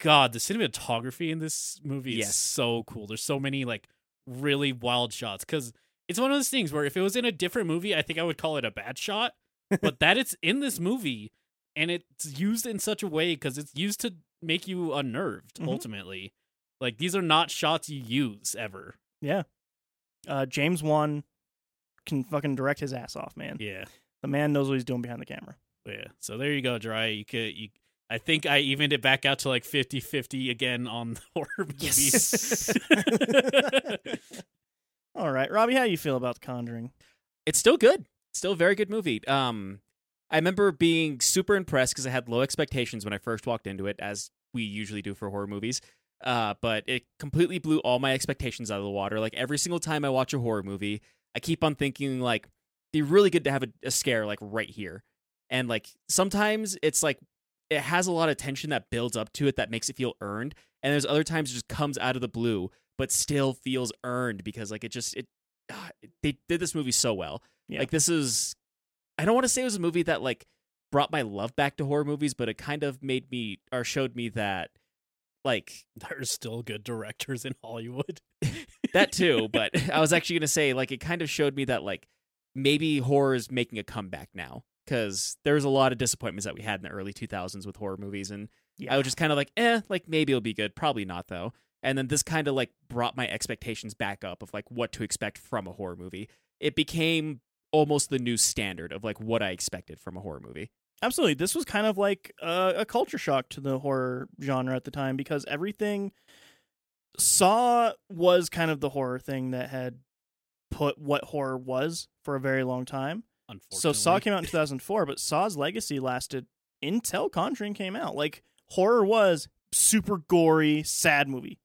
Speaker 3: God, the cinematography in this movie is
Speaker 2: Yes.
Speaker 3: so cool. There's so many like really wild shots because it's one of those things where if it was in a different movie, I think I would call it a bad shot. but that it's in this movie and it's used in such a way because it's used to make you unnerved
Speaker 1: Mhm.
Speaker 3: ultimately. Like these are not shots you use ever.
Speaker 1: Uh, James Wan can fucking direct his ass off, man.
Speaker 3: Yeah.
Speaker 1: The man knows what he's doing behind the camera.
Speaker 3: Yeah. So there you go, Dry. You could you I think I evened it back out to like 50-50 again on the <laughs> horror movies.
Speaker 1: <laughs> All right, Robbie, how you feel about Conjuring?
Speaker 2: it's still good. Still a very good movie. Um, I remember being super impressed because I had low expectations when I first walked into it, as we usually do for horror movies. Uh, but it completely blew all my expectations out of the water. Like every single time I watch a horror movie, I keep on thinking like, "It'd be really good to have a, a scare like right here," and like sometimes it's like it has a lot of tension that builds up to it that makes it feel earned, and there's other times it just comes out of the blue but still feels earned because like it just it ah, they did this movie so well.
Speaker 1: Yeah.
Speaker 2: Like this is I don't want to say it was a movie that like brought my love back to horror movies, but it kind of made me or showed me that like
Speaker 3: <laughs> There's still good directors in Hollywood.
Speaker 2: that too, but <laughs> I was actually going to say like it kind of showed me that like maybe horror is making a comeback now cuz there's a lot of disappointments that we had in the early 2000s with horror movies and I was just kind of like, eh, like maybe it'll be good, probably not though. And then this kind of like brought my expectations back up of like what to expect from a horror movie. It became almost the new standard of like what I expected from a horror movie.
Speaker 1: Absolutely. This was kind of like uh, a culture shock to the horror genre at the time because everything Saw was kind of the horror thing that had put what horror was for a very long time.
Speaker 3: Unfortunately.
Speaker 1: So Saw came out in 2004, but Saw's legacy lasted until Conjuring came out. Like horror was super gory, sad movie.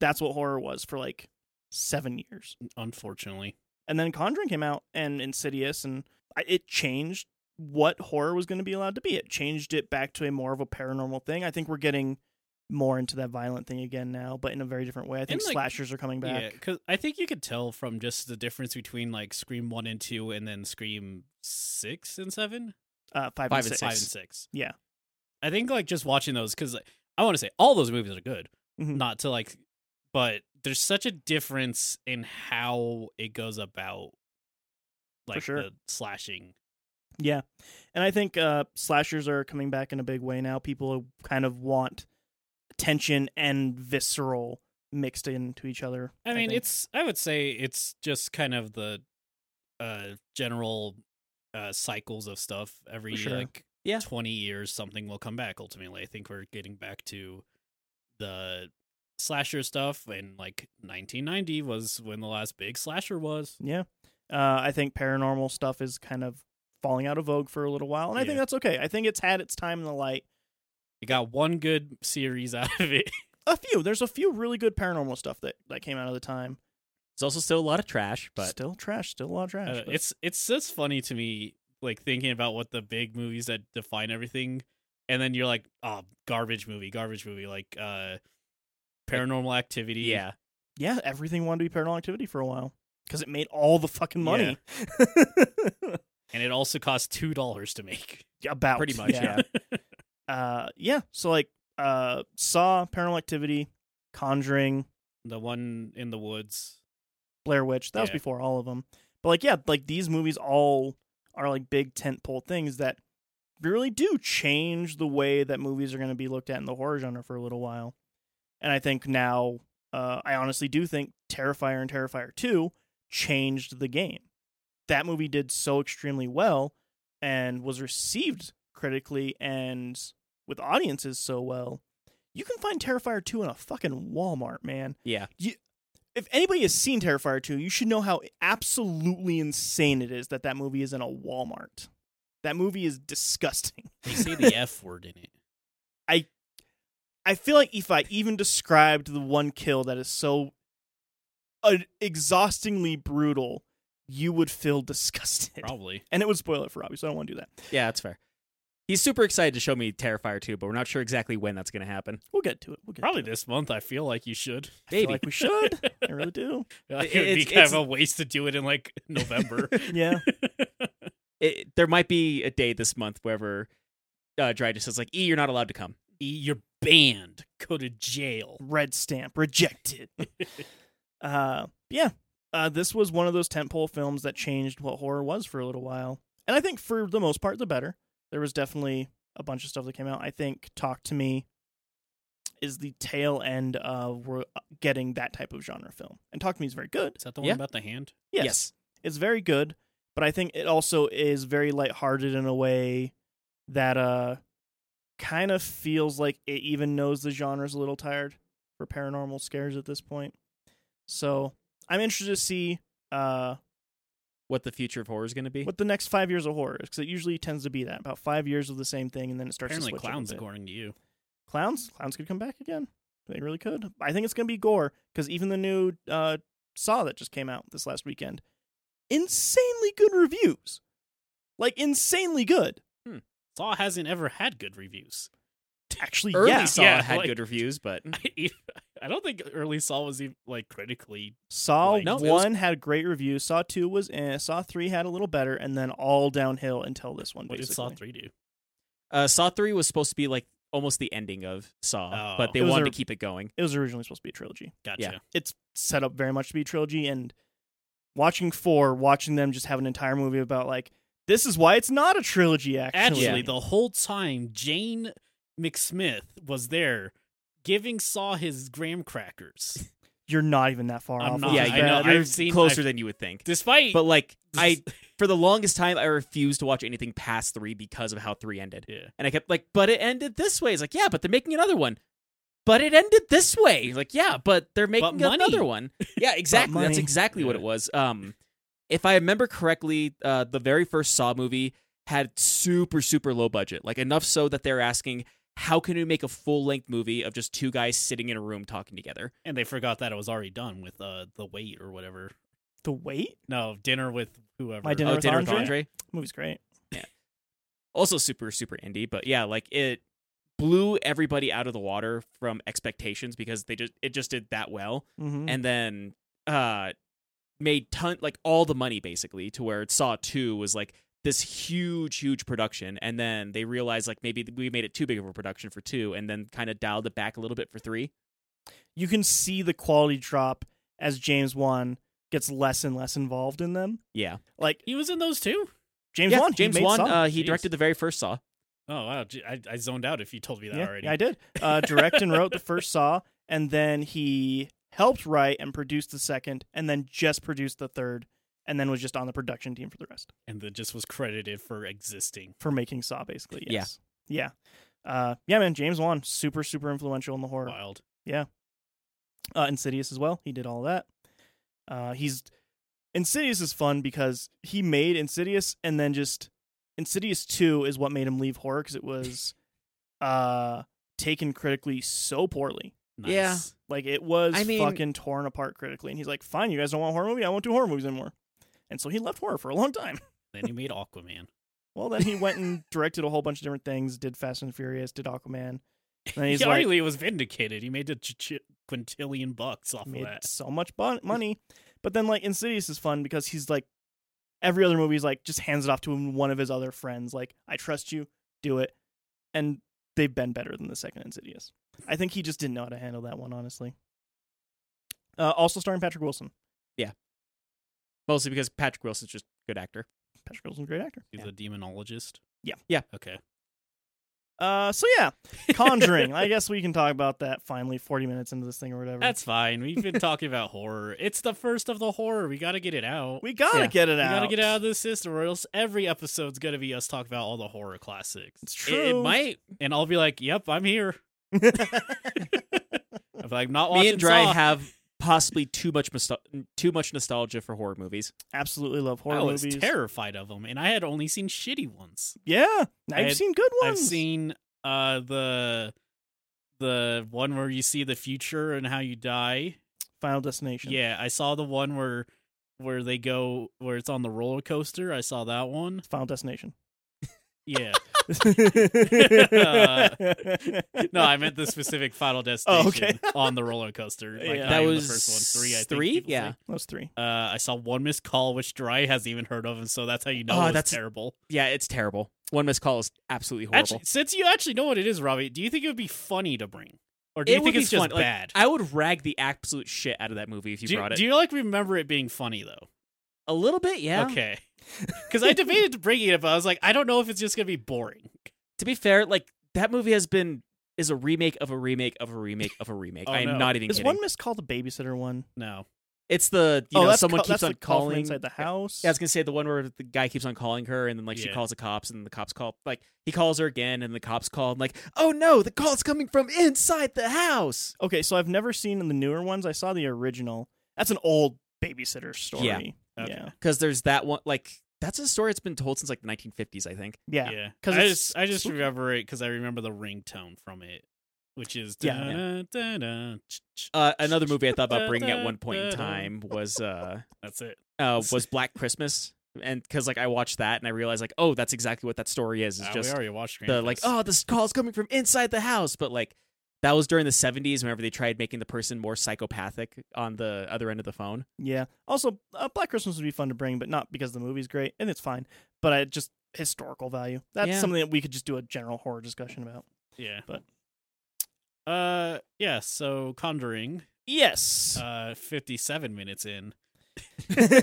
Speaker 1: That's what horror was for like 7 years.
Speaker 3: Unfortunately.
Speaker 1: And then Conjuring came out and Insidious, and I- it changed what horror was going to be allowed to be. It changed it back to a more of a paranormal thing. I think we're getting more into that violent thing again now, but in a very different way. I think
Speaker 3: like,
Speaker 1: slashers are coming
Speaker 3: Yeah,
Speaker 1: back.
Speaker 3: because I think you could tell from just the difference between like Scream one and two, and then Scream six and seven,
Speaker 1: Uh, five,
Speaker 2: Five
Speaker 1: and
Speaker 2: and
Speaker 1: six.
Speaker 3: five and six.
Speaker 1: Yeah.
Speaker 3: I think like just watching those because I want to say all those movies are good.
Speaker 1: Mhm.
Speaker 3: Not to like, but there's such a difference in how it goes about, like
Speaker 1: sure.
Speaker 3: the slashing.
Speaker 1: Yeah. And I think uh, slashers are coming back in a big way now. People kind of want tension and visceral mixed into each other.
Speaker 3: I mean,
Speaker 1: think.
Speaker 3: it's I would say it's just kind of the uh general uh cycles of stuff every
Speaker 1: For sure.
Speaker 3: like
Speaker 2: Yeah.
Speaker 3: 20 years something will come back ultimately. I think we're getting back to the slasher stuff and like 1990 was when the last big slasher was.
Speaker 1: Yeah. Uh, I think paranormal stuff is kind of falling out of vogue for a little while, and I think
Speaker 3: Yeah.
Speaker 1: that's okay. I think it's had its time in the light.
Speaker 3: You got one good series <laughs> out of it.
Speaker 1: A few, there's a few really good paranormal stuff that that came out of the time,
Speaker 2: There's also still a lot of trash,
Speaker 1: but
Speaker 2: but
Speaker 1: still trash, still a lot of trash.
Speaker 3: Uh,
Speaker 1: but-
Speaker 3: it's it's just funny to me, like thinking about what the big movies that define everything, and then you're like, oh, garbage movie, garbage movie, like uh, Paranormal Activity.
Speaker 2: yeah.
Speaker 1: yeah, everything wanted to be paranormal activity for a while because it made all the fucking money. <laughs>
Speaker 3: and it also cost two dollars to make.
Speaker 1: About
Speaker 2: Pretty much, yeah.
Speaker 1: <laughs> uh, yeah. So like, uh, Saw, Paranormal Activity, Conjuring,
Speaker 3: The one in the woods.
Speaker 1: Blair Witch. That was
Speaker 3: Yeah.
Speaker 1: before all of them. But like, yeah, like these movies all are like big tentpole things that really do change the way that movies are going to be looked at in the horror genre for a little while. And I think now, uh, I honestly do think Terrifier and Terrifier Two changed the game. That movie did so extremely well and was received critically and with audiences so well. You can find Terrifier 2 in a fucking Walmart, man
Speaker 2: Yeah.
Speaker 1: if anybody has seen Terrifier 2, you should know how absolutely insane it is that that movie is in a Walmart. That movie is disgusting.
Speaker 3: They say <laughs> the F word in it.
Speaker 1: I feel like if I even described the one kill that is so uh, exhaustingly brutal, you would feel disgusted.
Speaker 3: Probably.
Speaker 1: And it would spoil it for Robbie, so I don't want to do that.
Speaker 2: Yeah, that's fair. He's super excited to show me Terrifier 2, but we're not sure exactly when that's going to happen.
Speaker 1: We'll get to it. We'll get
Speaker 3: Probably
Speaker 1: to it.
Speaker 3: this month. I feel like you should.
Speaker 1: I feel
Speaker 2: Maybe.
Speaker 1: like we
Speaker 3: <laughs>
Speaker 1: should. I really do.
Speaker 3: Like, it would be
Speaker 2: It's-
Speaker 3: kind
Speaker 2: it's-
Speaker 3: of a waste to do it in <laughs> like November.
Speaker 1: Yeah.
Speaker 2: It, there might be a day this month wherever uh, Dry just says, like, E, you're not allowed to come.
Speaker 3: E, You're banned. Go to jail.
Speaker 1: red stamp rejected uh yeah uh this was one of those tentpole films that changed what horror was for a little while and i think for the most part the better there was definitely a bunch of stuff that came out i think talk to me is the tail end of we're getting that type of genre film and talk to me is very good
Speaker 3: Is that the one
Speaker 2: Yeah.
Speaker 3: about the hand?
Speaker 1: yes, it's very good but i think it also is very lighthearted in a way that uh kind of feels like it even knows the genre's a little tired for paranormal scares at this point. So I'm interested to see uh,
Speaker 2: What the future of horror is going to be.
Speaker 1: what the next five years of horror is because it usually tends to be that about five years of the same thing and then it starts.
Speaker 3: Apparently,
Speaker 1: to switch up a
Speaker 3: clowns,
Speaker 1: bit.
Speaker 3: according to you.
Speaker 1: Clowns, clowns could come back again. They really could. I think it's gonna be gore because even the new uh, Saw that just came out this last weekend, insanely good reviews, like insanely good.
Speaker 3: Saw hasn't ever had good reviews. <laughs>
Speaker 1: Actually,
Speaker 2: Early
Speaker 1: yeah,
Speaker 2: Saw
Speaker 3: yeah,
Speaker 2: had
Speaker 3: like-
Speaker 2: good
Speaker 3: <laughs>
Speaker 2: reviews, but
Speaker 3: I don't think early Saw was even like critically.
Speaker 1: Saw
Speaker 3: Like-
Speaker 2: No, it was-
Speaker 1: one had great reviews. Saw two was eh. Saw three had a little better, and then all downhill until this one.
Speaker 3: What
Speaker 1: Basically,
Speaker 3: did Saw three do?
Speaker 2: uh, Saw 3 was supposed to be like almost the ending of Saw,
Speaker 3: Oh.
Speaker 2: but they
Speaker 1: It was
Speaker 2: wanted
Speaker 1: a-
Speaker 2: to keep it going.
Speaker 1: it was originally supposed to be a trilogy. <laughs>
Speaker 3: Gotcha.
Speaker 2: Yeah.
Speaker 1: It's set up very much to be a trilogy, and watching four, watching them just have an entire movie about like this is why it's not a trilogy. Actually,
Speaker 3: Actually,
Speaker 2: Yeah.
Speaker 3: the whole time Jane McSmith was there giving Saw his graham
Speaker 1: <laughs>
Speaker 3: crackers.
Speaker 1: you're not even that far
Speaker 3: I'm
Speaker 1: off.
Speaker 3: not.
Speaker 1: which
Speaker 2: yeah,
Speaker 1: is
Speaker 2: you
Speaker 3: I know.
Speaker 1: bad.
Speaker 2: you're
Speaker 3: I've seen-
Speaker 2: closer
Speaker 3: I've-
Speaker 2: than you would think.
Speaker 3: Despite
Speaker 2: But like, I
Speaker 3: <laughs> this-
Speaker 2: for the longest time I refused to watch anything past three because of how three ended.
Speaker 3: Yeah.
Speaker 2: And I kept like, but it ended this way. It's like, yeah, but they're making another one. But it ended this way. Like, yeah, but they're making
Speaker 3: money.
Speaker 1: <laughs>
Speaker 2: another one. Yeah, exactly. That's
Speaker 1: money.
Speaker 2: exactly what it
Speaker 3: Yeah.
Speaker 2: was. Um, if I remember correctly, uh, the very first Saw movie had super super low budget, like enough so that they're asking, how can we make a full length movie of just two guys sitting in a room talking together?
Speaker 3: and they forgot that it was already done with uh the wait or whatever.
Speaker 1: the wait
Speaker 3: No, dinner with whoever.
Speaker 1: My Dinner
Speaker 2: oh,
Speaker 1: with
Speaker 2: dinner with
Speaker 1: Andre?
Speaker 2: Andre.
Speaker 1: movie's great.
Speaker 2: also super super indie but yeah like it blew everybody out of the water from expectations because they just it just did that well
Speaker 1: Mm-hmm.
Speaker 3: Mm.
Speaker 2: and then uh made ton like all the money basically to where it saw 2 was like this huge huge production and then they realized like maybe we made it too big of a production for 2 and then kind of dialed it back a little bit for 3
Speaker 1: you can see the quality drop as James Wan gets less and less involved in them.
Speaker 2: yeah
Speaker 1: Like
Speaker 3: He was in those too.
Speaker 1: James
Speaker 2: yeah,
Speaker 1: Wan,
Speaker 2: James
Speaker 1: he made
Speaker 2: Wan
Speaker 1: Saw.
Speaker 2: uh, he
Speaker 3: Jeez.
Speaker 2: directed the very first saw
Speaker 3: Oh wow, gee, I, I zoned out if you told me that
Speaker 1: yeah,
Speaker 3: already.
Speaker 1: yeah, I did. <laughs> Uh, direct and wrote the first Saw, and then he helped write and produce the second, and then just produced the third, and then was just on the production team for the rest
Speaker 3: and then just was credited for existing.
Speaker 1: for making Saw, basically.
Speaker 2: Yeah.
Speaker 1: Yes. Yeah. Yeah. Uh, yeah, man. James Wan, super, super influential in the horror.
Speaker 3: Wild.
Speaker 1: Uh, Insidious as well. He did all that. Uh, he's Insidious is fun because he made Insidious and then just Insidious 2 is what made him leave horror cuz it
Speaker 2: <laughs>
Speaker 1: was uh taken critically so poorly.
Speaker 2: Yeah.
Speaker 3: Nice.
Speaker 1: Like it was
Speaker 2: I mean-
Speaker 1: fucking torn apart critically and he's like, "Fine, you guys don't want horror movie. I won't do horror movies anymore." And so he left horror for a long time. <laughs>
Speaker 3: Then he made Aquaman.
Speaker 1: Well, then he went
Speaker 2: <laughs>
Speaker 1: and directed a whole bunch of different things, did Fast and Furious, did Aquaman. And then
Speaker 2: <laughs>
Speaker 1: he's
Speaker 3: he
Speaker 1: like,
Speaker 3: already was vindicated. He made a ch- ch- quintillion bucks off
Speaker 1: made
Speaker 3: of that.
Speaker 1: so much bon- money. But then like Insidious is fun because he's like every other movie is like just hands it off to him, one of his other friends. Like I trust you, do it, and they've been better than the second Insidious. I think he just didn't know how to handle that one, honestly. Uh, also starring Patrick Wilson.
Speaker 2: mostly because Patrick Wilson's just a good actor. <laughs>
Speaker 1: Patrick Wilson's a great actor.
Speaker 3: He's a demonologist.
Speaker 1: Yeah.
Speaker 2: Yeah.
Speaker 3: Okay.
Speaker 1: Uh, so
Speaker 3: <laughs>
Speaker 1: yeah, Conjuring. I guess we can talk about that finally. Forty minutes into this thing or whatever.
Speaker 3: That's fine. We've been talking about horror. It's the first of the horror. We got to get it out.
Speaker 1: we gotta
Speaker 2: Yeah.
Speaker 1: get it
Speaker 3: We
Speaker 1: out.
Speaker 3: gotta get out of this system, or else every episode's gonna be us talking about all the horror classics.
Speaker 1: It's
Speaker 2: It- It,
Speaker 1: true.
Speaker 2: might.
Speaker 3: And I'll be like, "Yep,
Speaker 1: <laughs>
Speaker 3: I'm here." <laughs> If I'm not watching
Speaker 2: Me and Dry
Speaker 3: Saw,
Speaker 2: have possibly too much musto- too much nostalgia for horror movies.
Speaker 1: Absolutely love horror
Speaker 3: I was
Speaker 1: movies.
Speaker 3: terrified of them, and I had only seen shitty ones.
Speaker 1: yeah, now
Speaker 3: I
Speaker 1: you've
Speaker 3: had-
Speaker 1: seen good
Speaker 3: I've
Speaker 1: ones.
Speaker 3: seen uh the the one where you see the future and how you die.
Speaker 1: Final Destination.
Speaker 3: Yeah, I saw the one where where they go where it's on the roller coaster. I saw that one.
Speaker 1: Final Destination. <laughs>
Speaker 3: Yeah.
Speaker 1: no,
Speaker 3: no, I meant the specific Final Destination
Speaker 1: Oh, okay.
Speaker 3: on the roller coaster. Like,
Speaker 1: Yeah.
Speaker 3: not
Speaker 2: That
Speaker 3: even
Speaker 2: was
Speaker 3: the first one. Three, I think.
Speaker 2: three?
Speaker 3: people
Speaker 2: Yeah.
Speaker 3: say.
Speaker 1: Those three.
Speaker 3: Uh, I saw one missed call, which Dry hasn't even heard of, and so that's how you know
Speaker 2: Oh,
Speaker 3: it was
Speaker 2: that's
Speaker 3: terrible.
Speaker 2: Yeah, it's terrible. One missed call is absolutely horrible.
Speaker 3: Actually, since you actually know what it is, Robbie, do you think it would be funny to bring, or do you
Speaker 2: It would
Speaker 3: think
Speaker 2: be
Speaker 3: it's just
Speaker 2: fun, like,
Speaker 3: bad?
Speaker 2: I would rag the absolute shit out of that movie if you
Speaker 3: do,
Speaker 2: brought it.
Speaker 3: do you like remember it being funny though?
Speaker 2: a little bit, yeah.
Speaker 1: <laughs>
Speaker 3: Okay, because I debated bringing it up, but I was like, I don't know if it's just gonna be boring.
Speaker 2: To be fair, like that movie has been is a remake of a remake of a remake of a remake.
Speaker 3: Oh,
Speaker 2: I'm
Speaker 3: no.
Speaker 2: not even
Speaker 1: Is
Speaker 2: kidding.
Speaker 1: one missed call the babysitter one?
Speaker 3: No,
Speaker 2: It's the you
Speaker 1: oh,
Speaker 2: know
Speaker 1: that's
Speaker 2: someone
Speaker 1: ca-
Speaker 2: keeps
Speaker 1: that's
Speaker 2: on
Speaker 1: the call from
Speaker 2: calling
Speaker 1: inside the house.
Speaker 2: Yeah, I was gonna say the one where the guy keeps on calling her, and then like she
Speaker 3: Yeah.
Speaker 2: calls the cops, and the cops call. Like he calls her again, and the cops call, and like, oh no, the call's coming from inside the house.
Speaker 1: okay, so I've never seen in the newer ones. I saw the original. That's an old babysitter story.
Speaker 2: Yeah.
Speaker 3: Okay.
Speaker 1: Yeah.
Speaker 2: Because there's that one. Like that's a story that's been told since like the 1950s, I think.
Speaker 1: Yeah.
Speaker 3: yeah,
Speaker 1: 'cause
Speaker 3: I
Speaker 1: it's
Speaker 3: just I just
Speaker 1: spooky.
Speaker 3: remember it because I remember the ringtone from it, which is
Speaker 1: Yeah.
Speaker 3: dun, dun, dun, ch- ch-
Speaker 2: Uh, another movie I thought about bringing at one point in time was uh,
Speaker 3: that's it.
Speaker 2: uh was Black Christmas, and because like I watched that and I realized like, oh, that's exactly what that story is. It's
Speaker 3: Ah, we
Speaker 2: just
Speaker 3: already watched
Speaker 2: the like,
Speaker 3: Krampus.
Speaker 2: oh, this call's coming from inside the house, but like. That was during the 70s whenever they tried making the person more psychopathic on the other end of the phone.
Speaker 1: Yeah. Also, uh, Black Christmas would be fun to bring, but not because the movie's great, and it's fine. But I just historical value. That's
Speaker 2: Yeah.
Speaker 1: something that we could just do a general horror discussion about.
Speaker 3: yeah,
Speaker 1: oh, but-
Speaker 3: uh, yeah. So Conjuring,
Speaker 1: Yes.
Speaker 3: uh, fifty-seven
Speaker 1: <laughs>
Speaker 3: minutes in. I
Speaker 1: I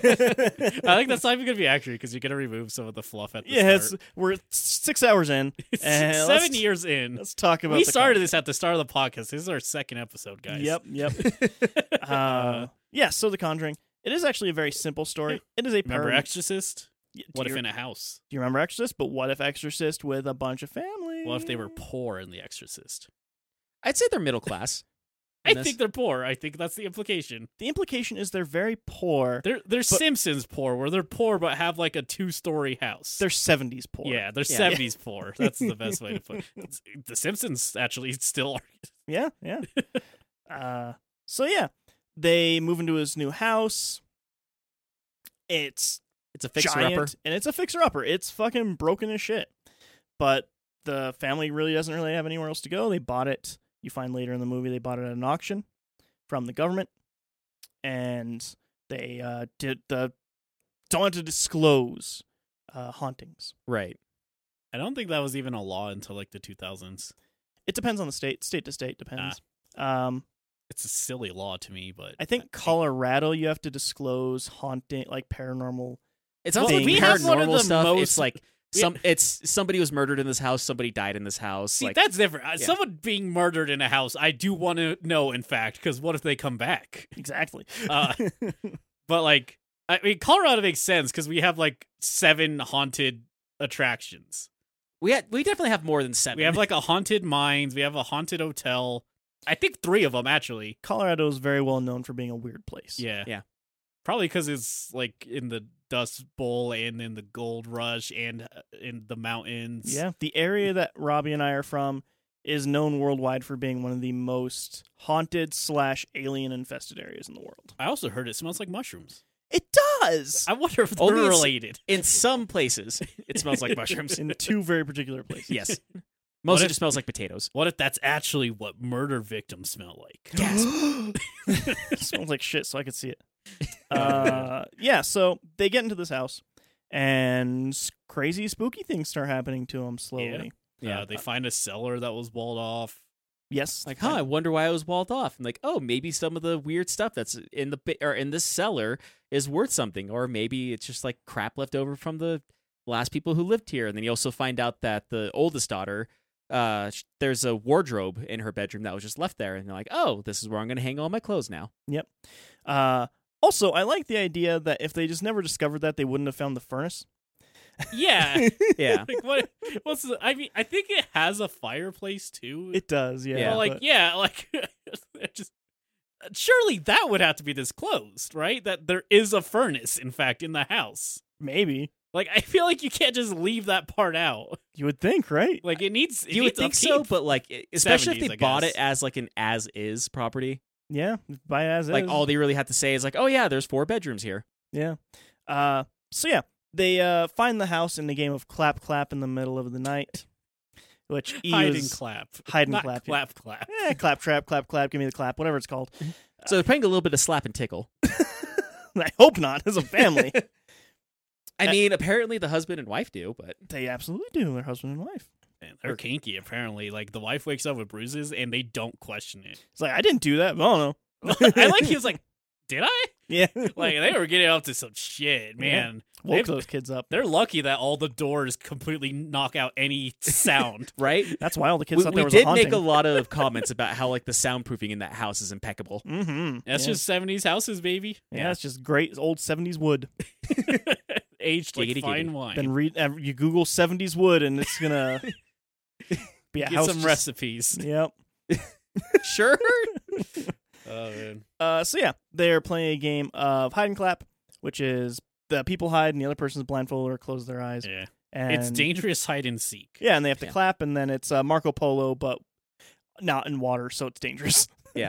Speaker 3: think that's not even gonna be accurate because you're gonna remove some of the fluff at the
Speaker 1: Yeah, it's, <laughs>
Speaker 3: start.
Speaker 1: we're six hours
Speaker 2: <laughs>
Speaker 1: in.
Speaker 3: It's
Speaker 1: and Uh, let's-
Speaker 3: seven years in.
Speaker 1: Let's talk about.
Speaker 3: We
Speaker 1: the
Speaker 3: started this at the start of the podcast. This is our second episode, guys.
Speaker 1: Yep, yep. <laughs>
Speaker 3: Oh.
Speaker 1: uh, yeah, so The Conjuring. It is actually a very simple story. It is a
Speaker 3: <laughs> Remember
Speaker 1: paranormal.
Speaker 3: Exorcist?
Speaker 1: do,
Speaker 3: What
Speaker 1: you,
Speaker 3: if in a house?
Speaker 1: do you remember Exorcist? But what if Exorcist with a bunch of family?
Speaker 3: Well, if they were poor in The Exorcist?
Speaker 2: I'd say they're
Speaker 3: <laughs>
Speaker 2: middle class.
Speaker 3: I
Speaker 2: in this.
Speaker 3: think they're poor. I think that's the implication.
Speaker 1: The implication is they're very poor.
Speaker 3: They're they're Simpsons poor, where they're poor but have like a two story house.
Speaker 1: They're seventies poor.
Speaker 3: yeah, they're
Speaker 2: Yeah.
Speaker 3: seventies poor. That's the best way to put it. It's- The Simpsons actually <laughs> still are.
Speaker 1: yeah,
Speaker 3: <laughs>
Speaker 1: yeah. uh, so yeah, they move into his new house. It's
Speaker 2: It's a fixer upper.
Speaker 1: giant, and it's a fixer upper. It's fucking broken as shit. But the family really doesn't really have anywhere else to go. They bought it. You find later in the movie they bought it at an auction from the government, and they uh, did the don't have to disclose uh, hauntings.
Speaker 2: Right.
Speaker 3: I don't think that was even a law until like the two thousands.
Speaker 1: It depends on the state. State to state depends. Um,
Speaker 3: It's a silly law to me, but
Speaker 1: I think Colorado you have to disclose haunting like paranormal.
Speaker 2: It's not
Speaker 1: Well,
Speaker 2: like
Speaker 1: we
Speaker 3: have one of
Speaker 2: paranormal
Speaker 3: the
Speaker 2: stuff.
Speaker 3: most-
Speaker 2: It's like some. It's somebody was murdered in this house. Somebody died in this house.
Speaker 3: See,
Speaker 2: like
Speaker 3: that's different. Uh, Someone being murdered in a house, I do want to know, in fact, because what if they come back?
Speaker 1: Exactly.
Speaker 3: Uh, but like, I mean, Colorado makes sense because we have like seven haunted attractions.
Speaker 2: we had, we definitely have more than seven.
Speaker 3: We have like a haunted mines. We have a haunted hotel. I think three of them actually.
Speaker 1: Colorado is very well known for being a weird place.
Speaker 3: Yeah.
Speaker 2: Yeah.
Speaker 3: Probably because it's like in the Dust Bowl and in the Gold Rush and uh, in the mountains.
Speaker 1: Yeah, the area that Robbie and I are from is known worldwide for being one of the most haunted slash alien infested areas in the world.
Speaker 3: I also heard it smells like mushrooms.
Speaker 1: It does
Speaker 3: I wonder if they're
Speaker 2: Only it's-
Speaker 3: related.
Speaker 2: In some places, it
Speaker 3: <laughs>
Speaker 2: smells like mushrooms.
Speaker 1: in two very particular places.
Speaker 2: <laughs> Yes. Mostly
Speaker 3: if-
Speaker 2: just smells like potatoes.
Speaker 3: What if that's actually what murder victims smell like? Uh,
Speaker 2: <gasps>
Speaker 1: It smells like shit, so I could see
Speaker 2: <laughs>
Speaker 1: it. Uh, yeah, so they get into this house, and s- crazy, spooky things start happening to them slowly.
Speaker 3: Yeah.
Speaker 2: Yeah.
Speaker 3: Uh, they find a cellar that was walled off.
Speaker 1: Yes,
Speaker 2: like, huh, I wonder why I was walled off. And like, oh, maybe some of the weird stuff that's in the bi- or in this cellar is worth something, or maybe it's just like crap left over from the last people who lived here. And then you also find out that the oldest daughter, uh, sh- there's a wardrobe in her bedroom that was just left there, and they're like, oh, this is where I'm gonna hang all my clothes now.
Speaker 1: Uh, also, I like the idea that if they just never discovered that, they wouldn't have found the furnace.
Speaker 3: Yeah.
Speaker 2: <laughs> Yeah,
Speaker 3: like what what's the, I mean I think it has a fireplace too.
Speaker 1: It does, yeah.
Speaker 2: Yeah.
Speaker 3: Well, like
Speaker 1: but-
Speaker 3: yeah, like <laughs> it just surely that would have to be disclosed, right? That there is a furnace in fact in the house.
Speaker 1: maybe
Speaker 3: Like I feel like you can't just leave that part out.
Speaker 1: you would think, right?
Speaker 3: Like it needs it
Speaker 2: you would
Speaker 3: needs
Speaker 2: think so,
Speaker 3: upkeep.
Speaker 2: but like, it- especially
Speaker 3: 70s,
Speaker 2: if they
Speaker 3: I
Speaker 2: bought
Speaker 3: guess.
Speaker 2: it as like an as is property,
Speaker 1: Yeah, buy it as
Speaker 2: like
Speaker 1: is.
Speaker 2: all they really have to say is like, oh yeah, there's four bedrooms here.
Speaker 1: Yeah. Uh, so yeah, they uh, find the house in the game of clap clap in the middle of the night, which E
Speaker 3: hide and
Speaker 1: is-
Speaker 3: clap.
Speaker 1: hide and
Speaker 3: Not
Speaker 1: clap, yeah.
Speaker 3: Clap clap.
Speaker 1: Eh, clap trap clap clap. Give me the clap, whatever it's called. <laughs>
Speaker 2: So they're playing a little bit of slap and tickle.
Speaker 1: I hope not. As a family,
Speaker 2: I
Speaker 1: Uh,
Speaker 2: mean, apparently the husband and wife do, but
Speaker 1: they absolutely do. Their husband and wife.
Speaker 3: And they're kinky apparently. Like the wife wakes up with bruises and they don't question
Speaker 2: <laughs>
Speaker 3: it. <laughs>
Speaker 1: It's like I didn't do that. But I don't know.
Speaker 3: I like he was like, "Did I?"
Speaker 1: yeah, <laughs>
Speaker 3: Like they were getting up to some shit, man.
Speaker 1: woke
Speaker 3: they-
Speaker 1: those kids up.
Speaker 3: They're lucky that all the doors completely knock out any
Speaker 1: <laughs>
Speaker 3: sound.
Speaker 2: right?
Speaker 1: That's why all the kids
Speaker 2: We,
Speaker 1: thought
Speaker 2: we
Speaker 1: there was
Speaker 2: did
Speaker 1: a haunting.
Speaker 2: make a lot of comments about how like the soundproofing in that house is impeccable.
Speaker 1: mm-hmm.
Speaker 3: That's
Speaker 1: yeah.
Speaker 3: just seventies houses, baby.
Speaker 1: yeah, it's just great old '70s wood.
Speaker 3: Aged like
Speaker 2: Giggity,
Speaker 3: fine
Speaker 2: giggity.
Speaker 3: wine.
Speaker 1: Then read uh, you Google '70s wood, and it's gonna be a
Speaker 3: Get
Speaker 1: house.
Speaker 3: some
Speaker 1: just-
Speaker 3: recipes.
Speaker 1: <laughs>
Speaker 3: <laughs>
Speaker 1: Yep.
Speaker 2: sure.
Speaker 3: Oh man.
Speaker 1: <laughs> Uh, so yeah, they're playing a game of hide and clap, which is the people hide and the other person's blindfolded or close their eyes.
Speaker 3: Yeah.
Speaker 1: And
Speaker 3: It's dangerous hide and seek.
Speaker 1: Yeah, and they have to
Speaker 2: Yeah.
Speaker 1: clap, and then it's uh, Marco Polo, but not in water, so it's dangerous. <laughs>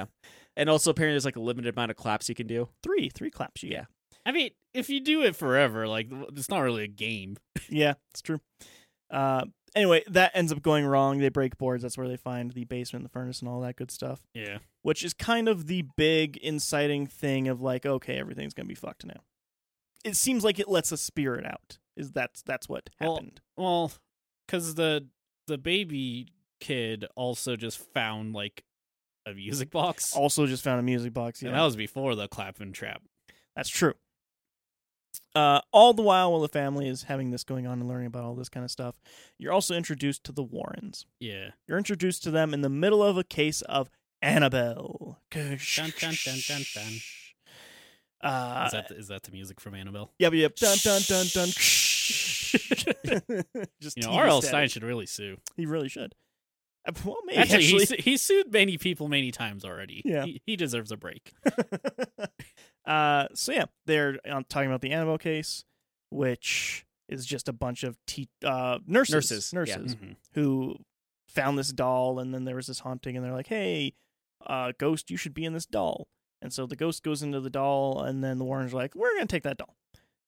Speaker 2: And also apparently there's like a limited amount of claps you can do.
Speaker 1: Three, three claps.
Speaker 3: <laughs>
Speaker 1: You get.
Speaker 3: I mean, if you do it forever, like it's not really a game.
Speaker 1: yeah, it's true. Uh, anyway, that ends up going wrong. They break boards. That's where they find the basement, the furnace, and all that good stuff,
Speaker 3: Yeah.
Speaker 1: which is kind of the big inciting thing of like, okay, everything's gonna be fucked now. It seems like it lets a spirit out. Is that's that's what
Speaker 3: Well,
Speaker 1: happened?
Speaker 3: Well, because the the baby kid also just found like a music box.
Speaker 1: also just found a music box. Oh, Yeah,
Speaker 3: And that was before the clap and trap.
Speaker 1: that's true. Uh, all the while, while the family is having this going on and learning about all this kind of stuff, you're also introduced to the Warrens.
Speaker 3: Yeah.
Speaker 1: You're introduced to them in the middle of a case of Annabelle. Dun,
Speaker 3: dun, dun, dun, dun.
Speaker 1: <laughs> Uh,
Speaker 3: Is that the, is that the music from Annabelle?
Speaker 1: yep, yep. Dun, dun, dun, dun. just
Speaker 3: <laughs>
Speaker 1: <laughs>
Speaker 3: You know,
Speaker 1: TV
Speaker 3: R.L.
Speaker 1: static.
Speaker 3: Stein should really sue.
Speaker 1: He really should. Uh, <laughs> Well, maybe
Speaker 3: Actually,
Speaker 1: actually.
Speaker 3: He, su- he sued many people many times already.
Speaker 1: Yeah.
Speaker 3: He, he deserves a break.
Speaker 1: uh, so yeah, they're uh, talking about the Annabelle case, which is just a bunch of te- uh, nurses,
Speaker 2: Nurses, yeah. mm-hmm.
Speaker 1: who found this doll, and then there was this haunting, and they're like, "Hey, uh, ghost, you should be in this doll." And so the ghost goes into the doll, and then the Warrens are like, "We're gonna take that doll.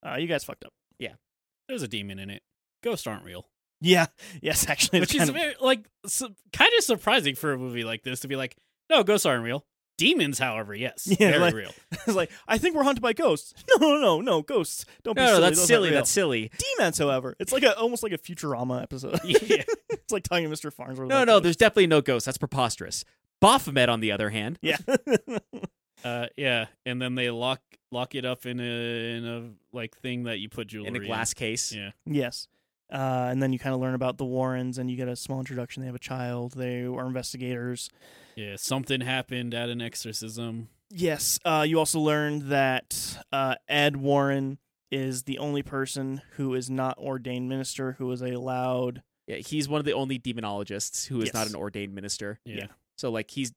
Speaker 1: Uh, you guys fucked up." <laughs>
Speaker 3: There's a demon in it. Ghosts aren't real,
Speaker 1: Yeah. Yes, actually, it's
Speaker 3: which
Speaker 1: kind
Speaker 3: is
Speaker 1: of-
Speaker 3: very, like su- kind of surprising for a movie like this to be like, no, ghosts aren't real. Demons, however, yes,
Speaker 1: Yeah,
Speaker 3: very
Speaker 1: like-
Speaker 3: real.
Speaker 1: <laughs> it's like I think we're haunted by ghosts. <laughs> No, no, no, no, ghosts. Don't be
Speaker 2: No,
Speaker 1: silly.
Speaker 2: that's
Speaker 1: Those aren't
Speaker 2: silly.
Speaker 1: real.
Speaker 2: That's silly.
Speaker 1: demons, however. It's like a almost like a Futurama episode.
Speaker 3: Yeah.
Speaker 1: it's like talking to Mr. Farnsworth.
Speaker 2: No,
Speaker 1: about
Speaker 2: no,
Speaker 1: ghosts.
Speaker 2: there's definitely no ghosts. That's preposterous. Baphomet, on the other hand,
Speaker 1: Yeah. <laughs>
Speaker 3: Uh, yeah, and then they lock lock it up in a in a like thing that you put jewelry
Speaker 2: in a glass case.
Speaker 3: Yeah.
Speaker 1: yes. Uh, and then you kind of learn about the Warrens, and you get a small introduction. They have a child. They are investigators.
Speaker 3: Yeah, something happened at an exorcism.
Speaker 1: Yes. Uh, you also learn that uh, Ed Warren is the only person who is not ordained minister who is allowed.
Speaker 2: Yeah, he's one of the only demonologists who is
Speaker 1: Yes.
Speaker 2: not an ordained minister.
Speaker 3: Yeah.
Speaker 2: So like he's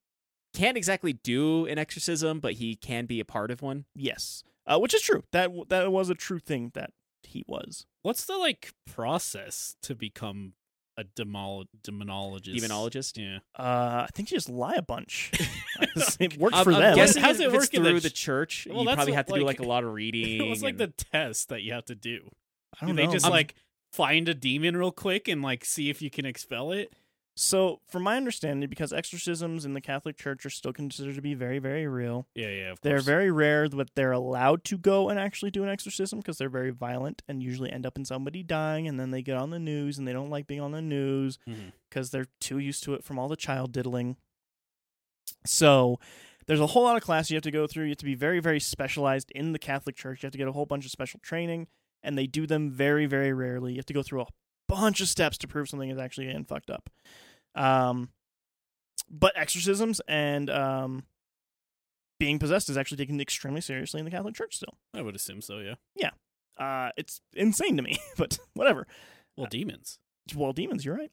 Speaker 2: can't exactly do an exorcism, but he can be a part of one.
Speaker 1: Yes, uh, which is true. That w- that was a true thing that he was.
Speaker 3: What's the like process to become a demol- demonologist?
Speaker 2: Demonologist.
Speaker 3: Yeah.
Speaker 1: Uh, I think you just lie a bunch. <laughs> it worked
Speaker 2: I'm-
Speaker 1: for
Speaker 2: I'm
Speaker 1: them.
Speaker 2: guessing
Speaker 3: How's
Speaker 2: if
Speaker 3: it
Speaker 2: it's
Speaker 3: work in the
Speaker 2: through the,
Speaker 3: ch-
Speaker 2: church,
Speaker 3: Well,
Speaker 2: you
Speaker 3: that's
Speaker 2: probably
Speaker 3: what,
Speaker 2: have to do
Speaker 3: like-
Speaker 2: like a lot of reading.
Speaker 3: It was like
Speaker 2: and-
Speaker 3: the test that you have to do.
Speaker 1: I
Speaker 3: Do
Speaker 1: don't
Speaker 3: they
Speaker 1: know.
Speaker 3: just
Speaker 1: I'm-
Speaker 3: like find a demon real quick and like see if you can expel it?
Speaker 1: so, from my understanding, because exorcisms in the Catholic Church are still considered to be very, very real.
Speaker 3: Yeah, yeah. Of
Speaker 1: They're very rare that they're allowed to go and actually do an exorcism because they're very violent and usually end up in somebody dying, and then they get on the news and they don't like being on the news
Speaker 3: Mhm.
Speaker 1: because they're too used to it from all the child diddling. So there's a whole lot of classes you have to go through. You have to be very, very specialized in the Catholic Church. You have to get a whole bunch of special training, and they do them very, very rarely. You have to go through a bunch of steps to prove something is actually getting fucked up. Um, but exorcisms and um, being possessed is actually taken extremely seriously in the Catholic Church still.
Speaker 3: I would assume so. Yeah.
Speaker 1: Uh, it's insane to me, <laughs> but whatever.
Speaker 3: Well, demons.
Speaker 1: Well, demons, you're right.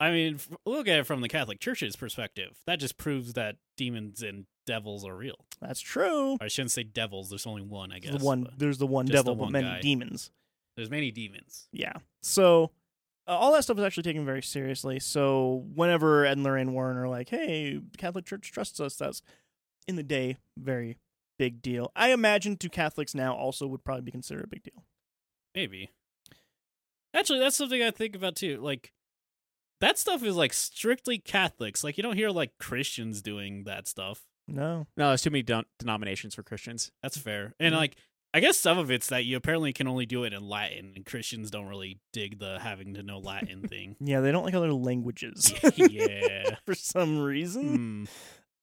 Speaker 3: I mean, f- look at it from the Catholic Church's perspective. That just proves that demons and devils are real.
Speaker 1: That's true.
Speaker 3: I shouldn't say devils. There's only one, I guess.
Speaker 1: the one,
Speaker 3: but
Speaker 1: there's the one
Speaker 3: just the
Speaker 1: devil,
Speaker 3: one
Speaker 1: but many
Speaker 3: guy.
Speaker 1: demons.
Speaker 3: There's many demons.
Speaker 1: Yeah. So uh, all that stuff is actually taken very seriously. So whenever Ed and Lorraine Warren are like, "Hey, the Catholic Church trusts us," that's in the day very big deal. I imagine to Catholics now also would probably be considered a big deal.
Speaker 3: Maybe. Actually, that's something I think about too. Like, that stuff is like strictly Catholics. Like, you don't hear like Christians doing that stuff.
Speaker 1: No.
Speaker 2: no, there's too many den- denominations for Christians.
Speaker 3: That's fair. And
Speaker 1: Mhm.
Speaker 3: like, I guess some of it's that you apparently can only do it in Latin, and Christians don't really dig the having to know
Speaker 1: <laughs>
Speaker 3: Latin thing.
Speaker 1: Yeah, they don't like other languages <laughs>
Speaker 3: yeah.
Speaker 1: for some reason.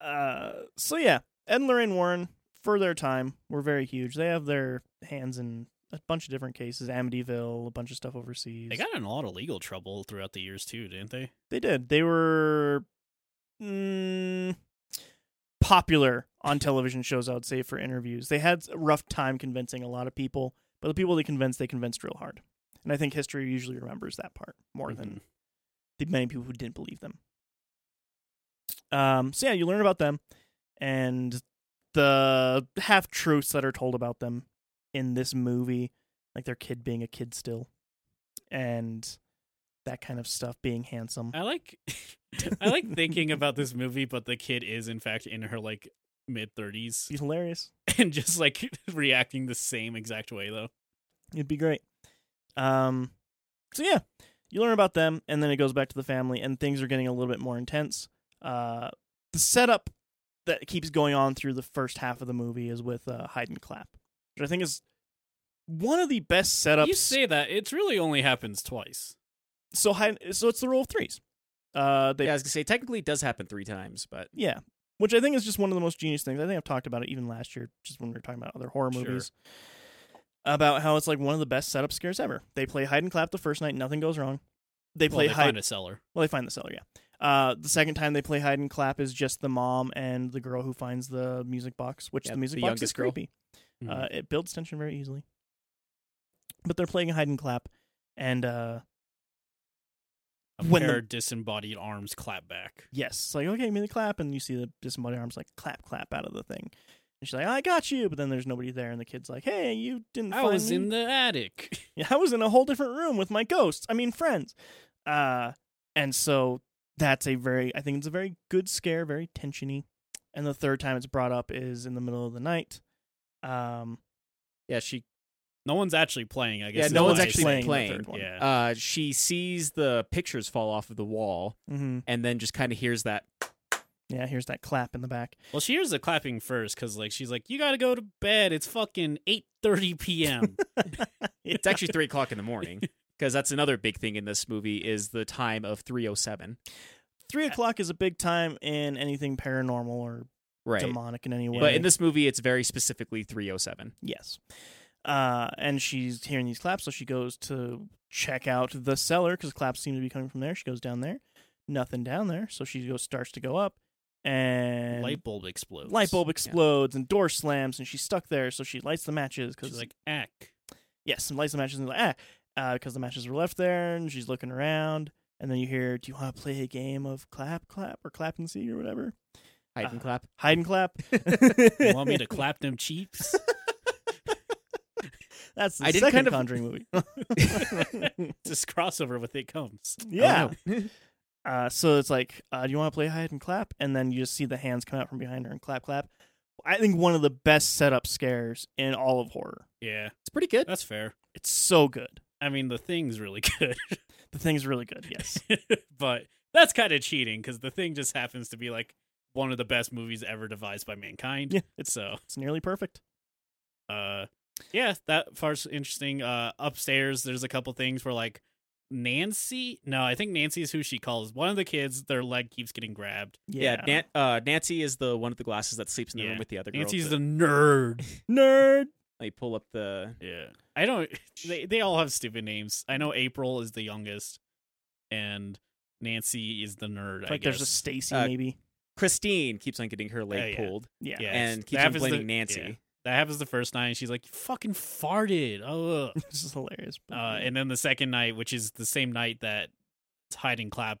Speaker 3: Hmm.
Speaker 1: Uh, so yeah, Ed and Lorraine Warren for their time were very huge. They have their hands in a bunch of different cases, Amityville, a bunch of stuff overseas.
Speaker 3: They got in a lot of legal trouble throughout the years too, didn't they?
Speaker 1: They did. They were mm, popular on television shows, I would say, for interviews. They had a rough time convincing a lot of people, but the people they convinced, they convinced real hard. And I think history usually remembers that part more
Speaker 3: Mm-hmm.
Speaker 1: than the many people who didn't believe them. Um, so, yeah, you learn about them and the half truths that are told about them in this movie, like their kid being a kid still, and that kind of stuff, being handsome.
Speaker 3: Mm-hmm. I like <laughs>
Speaker 1: <laughs>
Speaker 3: I like thinking about this movie, but the kid is in fact in her like mid thirties
Speaker 1: It'd be hilarious.
Speaker 3: <laughs> and just like reacting the same exact way though.
Speaker 1: It'd be great. Um, so yeah, you learn about them, and then it goes back to the family, and things are getting a little bit more intense. Uh, the setup that keeps going on through the first half of the movie is with uh, hide and clap, which I think is one of the best setups.
Speaker 3: You say that it's really only happens twice.
Speaker 1: so hide, so it's the rule of threes. Uh, they
Speaker 2: yeah, I was gonna say technically it does happen three times, but
Speaker 1: Yeah. Which I think is just one of the most genius things. I think I've talked about it even last year, just when we were talking about other horror
Speaker 3: Sure.
Speaker 1: movies. About how it's like one of the best setup scares ever. They play hide and clap the first night, nothing goes wrong. They
Speaker 3: Well,
Speaker 1: play
Speaker 3: they
Speaker 1: hide.
Speaker 3: find a cellar.
Speaker 1: well, they find the cellar, yeah. Uh, the second time they play hide and clap is just the mom and the girl who finds the music box, which
Speaker 2: Yeah,
Speaker 1: the music
Speaker 2: the
Speaker 1: box is
Speaker 2: youngest girl.
Speaker 1: creepy. Uh,
Speaker 3: Mhm.
Speaker 1: it builds tension very easily. But they're playing hide and clap, and uh,
Speaker 3: a
Speaker 1: when the-
Speaker 3: pair of disembodied arms clap back.
Speaker 1: Yes. It's like, okay, give me the clap. And you see the disembodied arm's like, clap, clap out of the thing. And she's like, I got you. But then there's nobody there. And the kid's like, hey, you didn't
Speaker 3: I
Speaker 1: find
Speaker 3: was
Speaker 1: me.
Speaker 3: in the attic. <laughs>
Speaker 1: <laughs> Yeah, I was in a whole different room with my ghosts. I mean, friends. Uh, and so that's a very, I think it's a very good scare, very tensiony. And the third time it's brought up is in the middle of the night. Um,
Speaker 2: yeah, she
Speaker 3: No one's actually playing, I guess.
Speaker 2: Yeah,
Speaker 3: is
Speaker 2: no
Speaker 3: what
Speaker 2: one's
Speaker 3: I
Speaker 2: actually
Speaker 3: said.
Speaker 1: the
Speaker 2: playing.
Speaker 1: third one.
Speaker 3: Yeah.
Speaker 2: uh she sees the pictures fall off of the wall
Speaker 1: hmm
Speaker 2: and then just kind of hears <laughs> that
Speaker 1: Yeah, here's that clap in the back.
Speaker 3: Well, she hears the clapping first because, like, she's like, "You gotta go to bed. It's fucking eight thirty p.m."
Speaker 2: <laughs> it's actually three o'clock in the morning because that's another big thing in this movie is the time of 307
Speaker 1: Three o'clock is a big time in anything paranormal or
Speaker 2: right
Speaker 1: demonic in any way.
Speaker 2: but in this movie it's very specifically 307
Speaker 1: Yes. Uh, and she's hearing these claps, so she goes to check out the cellar because claps seem to be coming from there. She goes down there, nothing down there, so she goes starts to go up, and
Speaker 3: light bulb explodes.
Speaker 1: light bulb explodes and door slams, and she's stuck there. So she lights the matches
Speaker 3: She's
Speaker 1: because
Speaker 3: like, "Ack."
Speaker 1: yes, and lights the matches and like ah, because the matches were left there, and she's looking around, and then you hear, "Do you want to play a game of clap, clap, or clap and seek or whatever?"
Speaker 2: Hide and clap.
Speaker 1: Hide and clap.
Speaker 3: <laughs> You want me to clap them cheeks?
Speaker 1: <laughs>
Speaker 3: <laughs>
Speaker 1: That's the
Speaker 2: I did
Speaker 1: second
Speaker 2: kind of-
Speaker 1: Conjuring movie.
Speaker 3: <laughs>
Speaker 1: <laughs>
Speaker 3: Just crossover with it comes.
Speaker 1: yeah.
Speaker 2: Oh, no.
Speaker 1: <laughs> Uh, so it's like, uh, do you want to play hide and clap? And then you just see the hands come out from behind her and clap, clap. I think one of the best setup scares in all of horror.
Speaker 3: Yeah,
Speaker 2: it's pretty good.
Speaker 3: that's fair.
Speaker 1: It's so good.
Speaker 3: I mean, the thing's really <laughs> good,
Speaker 1: The thing's really good. <laughs> Yes.
Speaker 3: but that's kind of cheating because the thing just happens to be like one of the best movies ever devised by mankind.
Speaker 1: yeah. It's
Speaker 3: So,
Speaker 1: it's nearly perfect.
Speaker 3: uh, yeah, that part's interesting. Uh, upstairs, there's a couple things where like Nancy. No, I think Nancy is who she calls. One of the kids, their leg keeps getting grabbed.
Speaker 2: Yeah, Nan- uh, Nancy is the one with the glasses that sleeps in the
Speaker 3: Yeah.
Speaker 2: room with the other girls.
Speaker 3: Nancy's the
Speaker 2: that-
Speaker 3: nerd.
Speaker 1: <laughs> Nerd.
Speaker 2: They pull up the.
Speaker 3: Yeah. I don't <laughs> they they all have stupid names. I know April is the youngest and Nancy is the nerd, I
Speaker 1: like
Speaker 3: guess.
Speaker 1: there's a Stacy
Speaker 2: Uh,
Speaker 1: maybe.
Speaker 2: Christine keeps on getting her leg
Speaker 3: Oh, yeah.
Speaker 2: pulled
Speaker 1: Yeah. <laughs>
Speaker 3: yeah.
Speaker 2: and
Speaker 3: Yes.
Speaker 2: keeps
Speaker 3: That
Speaker 2: on
Speaker 3: was
Speaker 2: blaming
Speaker 3: the-
Speaker 2: Nancy.
Speaker 3: yeah. that happens the first night and she's like, You fucking farted. Oh ugh."
Speaker 1: This is hilarious. but-
Speaker 3: uh and then the second night, which is the same night that hide and clap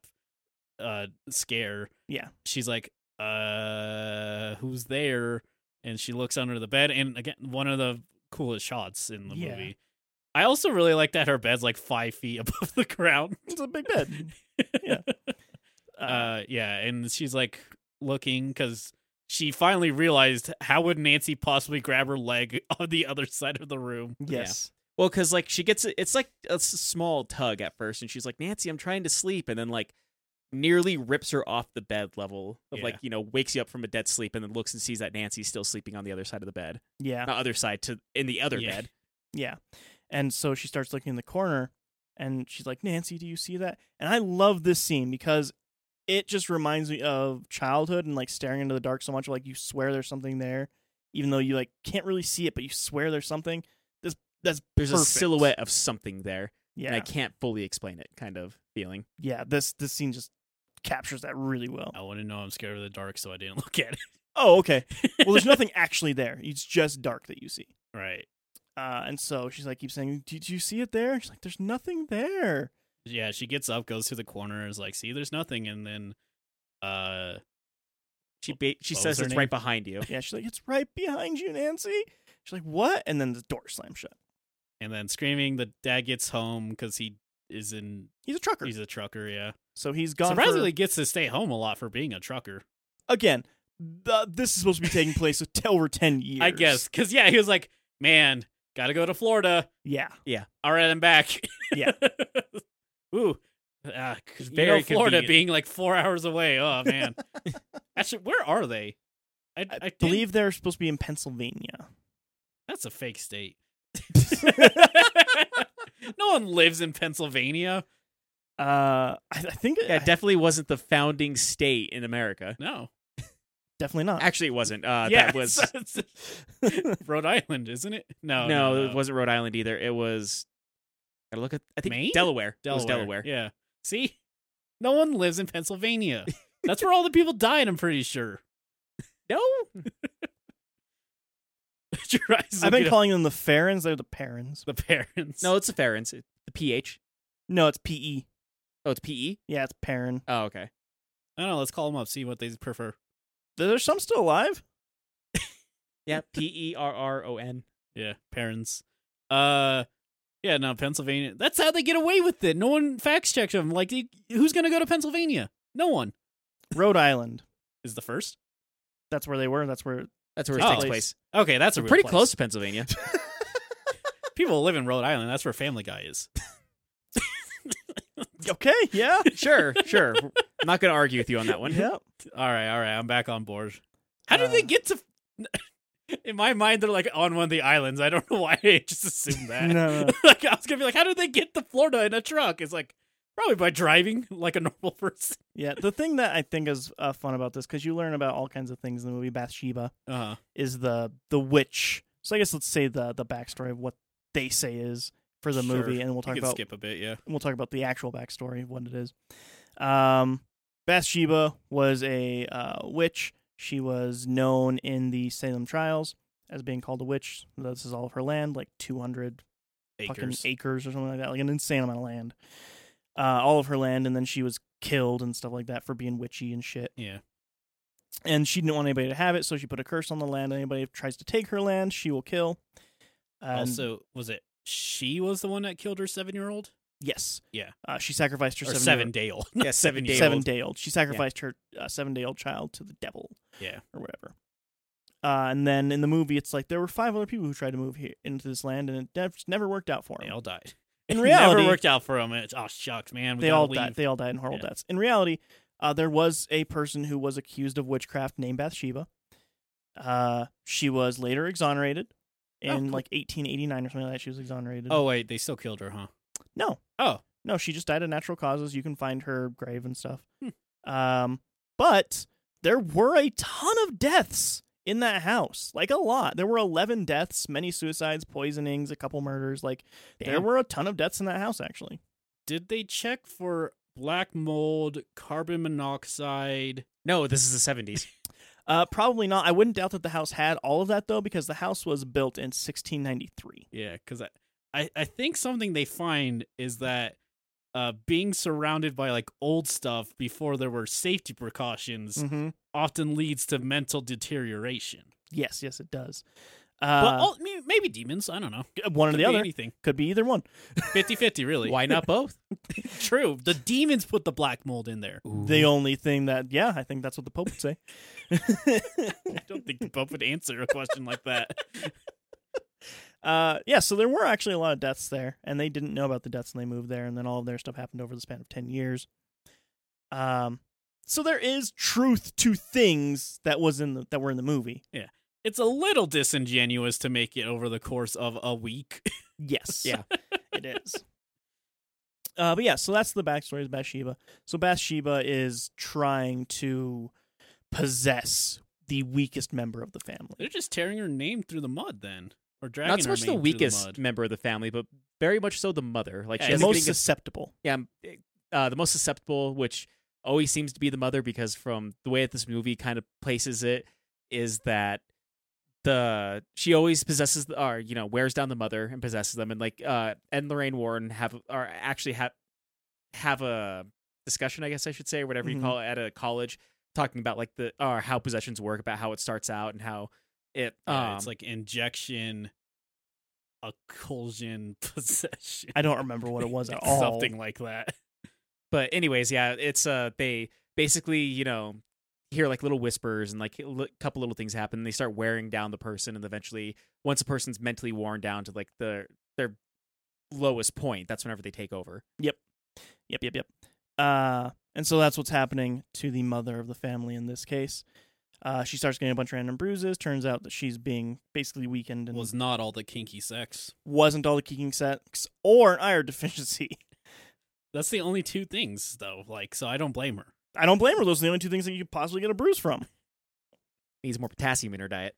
Speaker 3: uh scare.
Speaker 1: Yeah.
Speaker 3: She's like, uh who's there? And she looks under the bed and again one of the coolest shots in the
Speaker 1: Yeah.
Speaker 3: movie. I also really like that her bed's like five feet <laughs> above the ground.
Speaker 1: it's a big bed. Yeah. Uh,
Speaker 3: <laughs> uh yeah and she's like looking because she finally realized how would nancy possibly grab her leg <laughs> on the other side of the room
Speaker 1: <laughs> yes.
Speaker 2: Well, because like she gets it, it's like a s- small tug at first, and she's like, "Nancy, I'm trying to sleep," and then like nearly rips her off the bed level of like
Speaker 3: Yeah.
Speaker 2: you know wakes you up from a dead sleep, and then looks and sees that Nancy's still sleeping on the other side of the bed,
Speaker 1: Yeah.
Speaker 2: not other side to in the other
Speaker 3: Uh, Yeah. <laughs>
Speaker 2: bed.
Speaker 1: Yeah. And so she starts looking in the corner and she's like, Nancy, do you see that? And I love this scene because it just reminds me of childhood and like staring into the dark so much. Like you swear there's something there, even though you like can't really see it, but you swear there's something. This that's
Speaker 2: There's a
Speaker 1: perfect.
Speaker 2: silhouette of something there, and
Speaker 1: Yeah,
Speaker 2: I can't fully explain it. Kind of feeling.
Speaker 1: yeah. This this scene just captures that really well.
Speaker 3: i want to know i'm scared of the dark so i didn't <laughs> look at it
Speaker 1: Oh, okay. Well, there's nothing actually there. It's just dark that you see.
Speaker 3: right
Speaker 1: Uh, and so she's like, keeps saying, "Did you see it there?" And she's like, "There's nothing there."
Speaker 3: yeah she gets up goes to the corner and is like see there's nothing and then uh
Speaker 2: She ba- she
Speaker 3: What was
Speaker 2: says
Speaker 3: her
Speaker 2: it's
Speaker 3: name?
Speaker 2: right behind
Speaker 3: <laughs>
Speaker 2: you.
Speaker 1: Yeah, she's like, it's right behind you, Nancy. She's like, what? And then the door slams shut.
Speaker 3: and then screaming the dad gets home because he is in
Speaker 1: He's a trucker,
Speaker 3: he's a trucker yeah
Speaker 1: so he's gone.
Speaker 3: surprisingly
Speaker 1: for,
Speaker 3: gets to stay home a lot for being a trucker
Speaker 1: again, the, this is supposed to be taking place with t- over ten years.
Speaker 3: <laughs> i guess because yeah he was like man gotta go to florida
Speaker 1: Yeah,
Speaker 3: all right, I'm back.
Speaker 1: Yeah.
Speaker 3: <laughs> Ooh. Uh,
Speaker 2: very
Speaker 3: very Florida
Speaker 2: convenient.
Speaker 3: being like four hours away. Oh
Speaker 1: <laughs>
Speaker 3: man. Actually, where are they? I, I,
Speaker 1: I,
Speaker 3: didn't-
Speaker 1: believe they're supposed to be in Pennsylvania.
Speaker 3: that's a fake
Speaker 2: <laughs>
Speaker 3: state. no one lives in Pennsylvania.
Speaker 1: Uh, I, I think
Speaker 2: Yeah,
Speaker 1: I-
Speaker 2: it definitely wasn't the founding state in America.
Speaker 3: No.
Speaker 1: definitely not.
Speaker 2: Actually, it wasn't. Uh,
Speaker 3: yeah,
Speaker 2: that was
Speaker 3: it's- it's- <laughs> Rhode Island, isn't it? No.
Speaker 2: no, it wasn't Rhode Island either. It was. Gotta look at. I think
Speaker 3: Maine?
Speaker 2: Delaware. It was Delaware.
Speaker 3: Yeah. See, no one lives in
Speaker 2: <laughs>
Speaker 3: Pennsylvania. that's where all the people died. I'm pretty sure. <laughs>
Speaker 2: No,
Speaker 3: Your eyes
Speaker 1: I've been
Speaker 3: looking at
Speaker 1: calling them the Farrens. They're the Parents.
Speaker 3: the parents.
Speaker 2: no, it's the Ferens. It- The PH.
Speaker 1: No, it's PE.
Speaker 2: Oh, it's PE.
Speaker 1: Yeah, it's Perrin.
Speaker 2: Oh, okay.
Speaker 3: I don't know. Let's call them up. See what they prefer.
Speaker 1: There- There's some still alive.
Speaker 2: Yeah, P E R R O N.
Speaker 3: Yeah, parents. Uh, yeah, no, Pennsylvania. That's how they get away with it. No one facts checks them. Like, you- who's gonna go to Pennsylvania? No one
Speaker 1: Rhode Island.
Speaker 3: is the first.
Speaker 1: That's where they were. That's
Speaker 3: <laughs>
Speaker 1: where.
Speaker 2: That's where it
Speaker 3: Oh.
Speaker 2: takes place.
Speaker 3: Okay, that's a
Speaker 2: We're
Speaker 3: weird
Speaker 2: pretty
Speaker 3: place.
Speaker 2: close to Pennsylvania.
Speaker 3: People live in Rhode Island. That's where Family Guy is. <laughs>
Speaker 1: Okay. Yeah.
Speaker 2: sure, sure. I'm not going to argue with you on that one.
Speaker 3: <laughs>
Speaker 2: <laughs>
Speaker 1: yeah.
Speaker 3: All right, all right. I'm back on board. How did
Speaker 1: Uh,
Speaker 3: they get to? <laughs> In my mind, they're like on one of the islands. I don't know <laughs> why I just assumed that.
Speaker 1: No, no.
Speaker 3: <laughs> like I was gonna be like, how did they get to Florida in a truck? It's like probably by driving <laughs> like a normal person.
Speaker 1: Yeah. The thing that I think is uh, fun about this, because you learn about all kinds of things in the movie Bathsheba,
Speaker 3: Uh huh.
Speaker 1: is the the witch. So I guess let's say the the backstory of what they say is for the
Speaker 3: Sure.
Speaker 1: movie, and we'll
Speaker 3: You
Speaker 1: talk
Speaker 3: can
Speaker 1: about
Speaker 3: skip a bit, yeah.
Speaker 1: we'll talk about the actual backstory of what it is. Um, Bathsheba was a uh, witch. She was known in the Salem trials as being called a witch. This is all of her land, like 200
Speaker 3: Acres.
Speaker 1: fucking acres or something like that, like an insane amount of land. Uh, all of her land, and then she was killed and stuff like that for being witchy and shit.
Speaker 3: Yeah.
Speaker 1: and she didn't want anybody to have it, so she put a curse on the land. Anybody who tries to take her land, she will kill. And
Speaker 3: also, was it she was the one that killed her seven year old
Speaker 1: yes,
Speaker 3: Yeah.
Speaker 1: uh, she sacrificed her
Speaker 3: or
Speaker 1: seven,
Speaker 3: seven day old?
Speaker 2: Yeah, seven day
Speaker 1: seven
Speaker 2: old.
Speaker 1: day old. She sacrificed her uh, seven day old child to the devil.
Speaker 3: Yeah.
Speaker 1: or whatever. Uh, and then in the movie, it's like there were five other people who tried to move here into this land, and it nev- never worked out for
Speaker 3: <laughs> They
Speaker 1: them.
Speaker 3: all died.
Speaker 1: In
Speaker 3: It
Speaker 1: reality-
Speaker 3: never worked out for them. It's oh shucks, man. We
Speaker 1: they
Speaker 3: gotta
Speaker 1: all
Speaker 3: leave.
Speaker 1: died. They all died in horrible
Speaker 3: Yeah.
Speaker 1: deaths. In reality, uh, there was a person who was accused of witchcraft named Bathsheba. Uh, she was later exonerated in
Speaker 3: Oh, cool.
Speaker 1: like 1889 or something like that. She was exonerated.
Speaker 3: Oh wait, they still killed her, huh?
Speaker 1: no.
Speaker 3: Oh.
Speaker 1: no, she just died of natural causes. You can find her grave and stuff.
Speaker 3: Hmm.
Speaker 1: Um, but there were a ton of deaths in that house, like a lot. There were 11 deaths, many suicides, poisonings, a couple murders. Like there
Speaker 2: Damn.
Speaker 1: were a ton of deaths in that house actually.
Speaker 3: Did they check for black mold, carbon monoxide?
Speaker 2: No, this is the seventies.
Speaker 1: Uh, probably not. I wouldn't doubt that the house had all of that though, because the house was built in 1693.
Speaker 3: Yeah, because I, I, I think something they find is that uh, being surrounded by like old stuff before there were safety precautions
Speaker 1: Mm-hmm.
Speaker 3: often leads to mental deterioration.
Speaker 1: Yes, yes, it does.
Speaker 3: but
Speaker 1: Uh,
Speaker 3: all, may- maybe demons. I don't know.
Speaker 1: one or
Speaker 3: Could
Speaker 1: the
Speaker 3: be
Speaker 1: other
Speaker 3: anything.
Speaker 1: could be either one. <laughs>
Speaker 3: 50-50, really.
Speaker 2: Why not both?
Speaker 3: True. The demons put the black mold
Speaker 1: <laughs>
Speaker 3: in there.
Speaker 1: The only thing that, yeah, I think that's what the Pope would say. <laughs>
Speaker 3: I don't think the Pope would answer a question like that.
Speaker 1: Uh, yeah, so there were actually a lot of deaths there, and they didn't know about the deaths, and they moved there, and then all of their stuff happened over the span of ten years. Um, so there is truth to things that was in the that were in the movie.
Speaker 3: It's a little disingenuous to make it over the course of a week.
Speaker 1: Yes,
Speaker 2: Yeah.
Speaker 1: it is. <laughs> Uh, but yeah, so that's the backstory of Bathsheba. So Bathsheba is trying to possess the weakest member of the family.
Speaker 3: They're just tearing her name through the mud then. Or dragging
Speaker 2: Not so
Speaker 3: her
Speaker 2: much
Speaker 3: name
Speaker 2: the
Speaker 3: through
Speaker 2: weakest
Speaker 3: mud.
Speaker 2: member of the family, but very much so the mother. Like
Speaker 3: Yeah,
Speaker 2: she
Speaker 1: The
Speaker 2: has
Speaker 3: it's
Speaker 2: a
Speaker 1: most
Speaker 2: thing of-
Speaker 1: susceptible.
Speaker 2: yeah, uh, the most susceptible, which always seems to be the mother, because from the way that this movie kind of places it, is that the she always possesses the, or you know wears down the mother and possesses them, and like uh, and Lorraine Warren have or actually have have a discussion, I guess I should say, or whatever
Speaker 1: Mhm.
Speaker 3: Mm-hmm.
Speaker 2: you call it, at a college, talking about like the or how possessions work, about how it starts out and how it um,
Speaker 3: Yeah, it's like injection, occulsion, <laughs> possession.
Speaker 1: I don't remember what it was at
Speaker 3: It's
Speaker 1: all.
Speaker 3: <laughs> Something like that.
Speaker 2: but anyways yeah it's uh they basically you know hear like little whispers and like a li- couple little things happen and they start wearing down the person and eventually once a person's mentally worn down to like the their lowest point that's whenever they take over
Speaker 1: Yep, yep, yep. Uh, and so that's what's happening to the mother of the family in this case. Uh, she starts getting a bunch of random bruises. Turns out that she's being basically weakened and
Speaker 3: was not all the kinky sex.
Speaker 1: wasn't all the kicking sex or an iron <laughs> deficiency.
Speaker 3: That's the only two things though. Like, so I don't blame her.
Speaker 1: I don't blame her. Those are the only two things that you could possibly get a bruise from.
Speaker 2: needs more potassium in her diet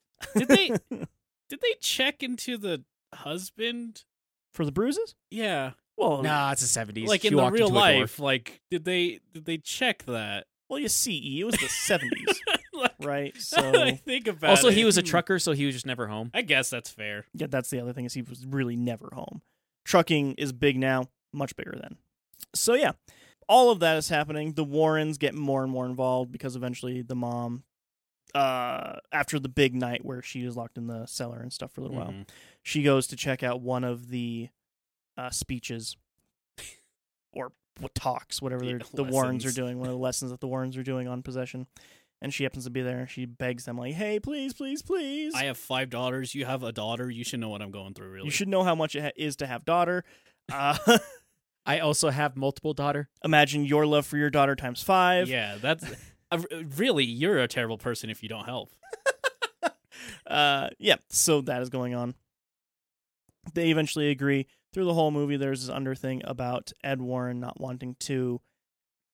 Speaker 1: <laughs>
Speaker 3: Did they did they check into the husband?
Speaker 1: For the bruises?
Speaker 3: Yeah.
Speaker 1: Well,
Speaker 2: nah it's the 70s
Speaker 3: like
Speaker 2: She
Speaker 3: in the
Speaker 2: walked
Speaker 3: real
Speaker 2: into a door.
Speaker 3: life, like did they did they check that? <laughs>
Speaker 1: well, you see, it was the 70s,
Speaker 3: Like,
Speaker 1: right?
Speaker 3: now that <laughs> I
Speaker 1: So,
Speaker 3: think about
Speaker 2: also
Speaker 3: it, <laughs>
Speaker 2: he was a
Speaker 3: hmm,
Speaker 2: trucker so he was just never home
Speaker 3: I guess that's fair.
Speaker 1: yeah, that's the other thing is he was really never home. Trucking is big now, much bigger then. So yeah, all of that is happening. The Warrens get more and more involved because eventually the mom, uh, after the big night where she was locked in the cellar and stuff for a little while,
Speaker 3: Mhm.
Speaker 1: she goes to check out one of the uh, speeches or w- talks, whatever
Speaker 3: The
Speaker 1: they're the Warrens are
Speaker 3: lessons. <laughs>
Speaker 1: doing, one of the lessons that the Warrens are doing on possession. And she happens to be there. and She begs them like, "Hey, please, please, please."
Speaker 3: I have five daughters. You have a daughter. You should know what I'm going through. Really,
Speaker 1: You should know how much it ha- is to have daughter. Uh, <laughs>
Speaker 2: i also have multiple daughter
Speaker 1: imagine your love for your daughter times five.
Speaker 3: Yeah, that's uh, really you're a terrible person if you don't help.
Speaker 1: Uh, yeah. So that is going on. They eventually agree. Through the whole movie, there's this under thing about Ed Warren not wanting to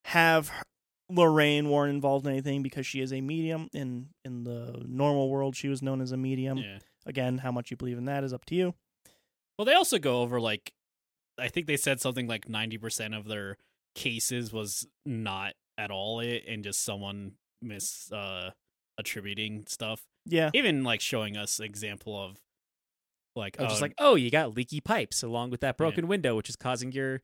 Speaker 1: have her- Lorraine Warren involved in anything because she is a medium. In in the normal world, she was known as a medium.
Speaker 3: yeah.
Speaker 1: Again, how much you believe in that is up to you.
Speaker 3: Well, they also go over like I think they said something like 90% of their cases was not at all it and just someone mis uh attributing stuff.
Speaker 1: Yeah.
Speaker 3: Even like showing us example of like
Speaker 2: i was
Speaker 3: oh,
Speaker 2: just like oh you got leaky pipes along with that broken window <clears throat> which is causing your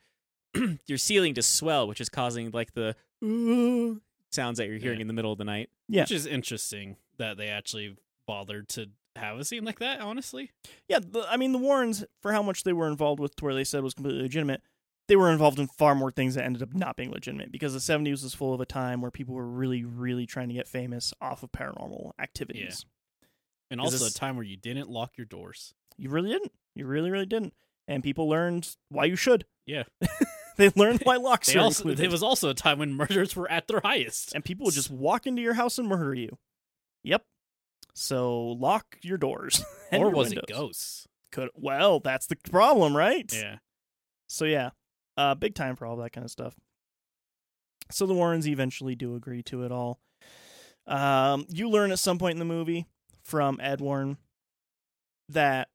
Speaker 2: your ceiling to swell which is causing like the ooh sounds that you're hearing
Speaker 3: Yeah.
Speaker 2: in the middle of the night.
Speaker 1: Yeah.
Speaker 3: which is interesting that they actually bothered to have a scene like that. Honestly,
Speaker 1: Yeah, the, I mean the Warrens, for how much they were involved with, to where they said was completely legitimate, they were involved in far more things that ended up not being legitimate because the '70s was full of a time where people were really, really trying to get famous off of paranormal activities.
Speaker 3: and
Speaker 2: Is
Speaker 3: also
Speaker 2: this-
Speaker 3: a time where you didn't lock your doors.
Speaker 1: You really didn't. You really, really didn't. And people learned why you should.
Speaker 3: Yeah.
Speaker 1: <laughs> they learned why locks
Speaker 3: They
Speaker 1: are
Speaker 3: also
Speaker 1: included.
Speaker 3: it was also a time when murders were at their highest.
Speaker 1: and people would just walk into your house and murder you. Yep. So lock your doors. <laughs> and
Speaker 3: or
Speaker 1: your
Speaker 3: was
Speaker 1: windows.
Speaker 3: it ghosts?
Speaker 1: Could well, that's the problem, right?
Speaker 3: Yeah,
Speaker 1: So yeah, uh, big time for all that kind of stuff. So the Warrens eventually do agree to it all. Um, you learn at some point in the movie from Ed Warren that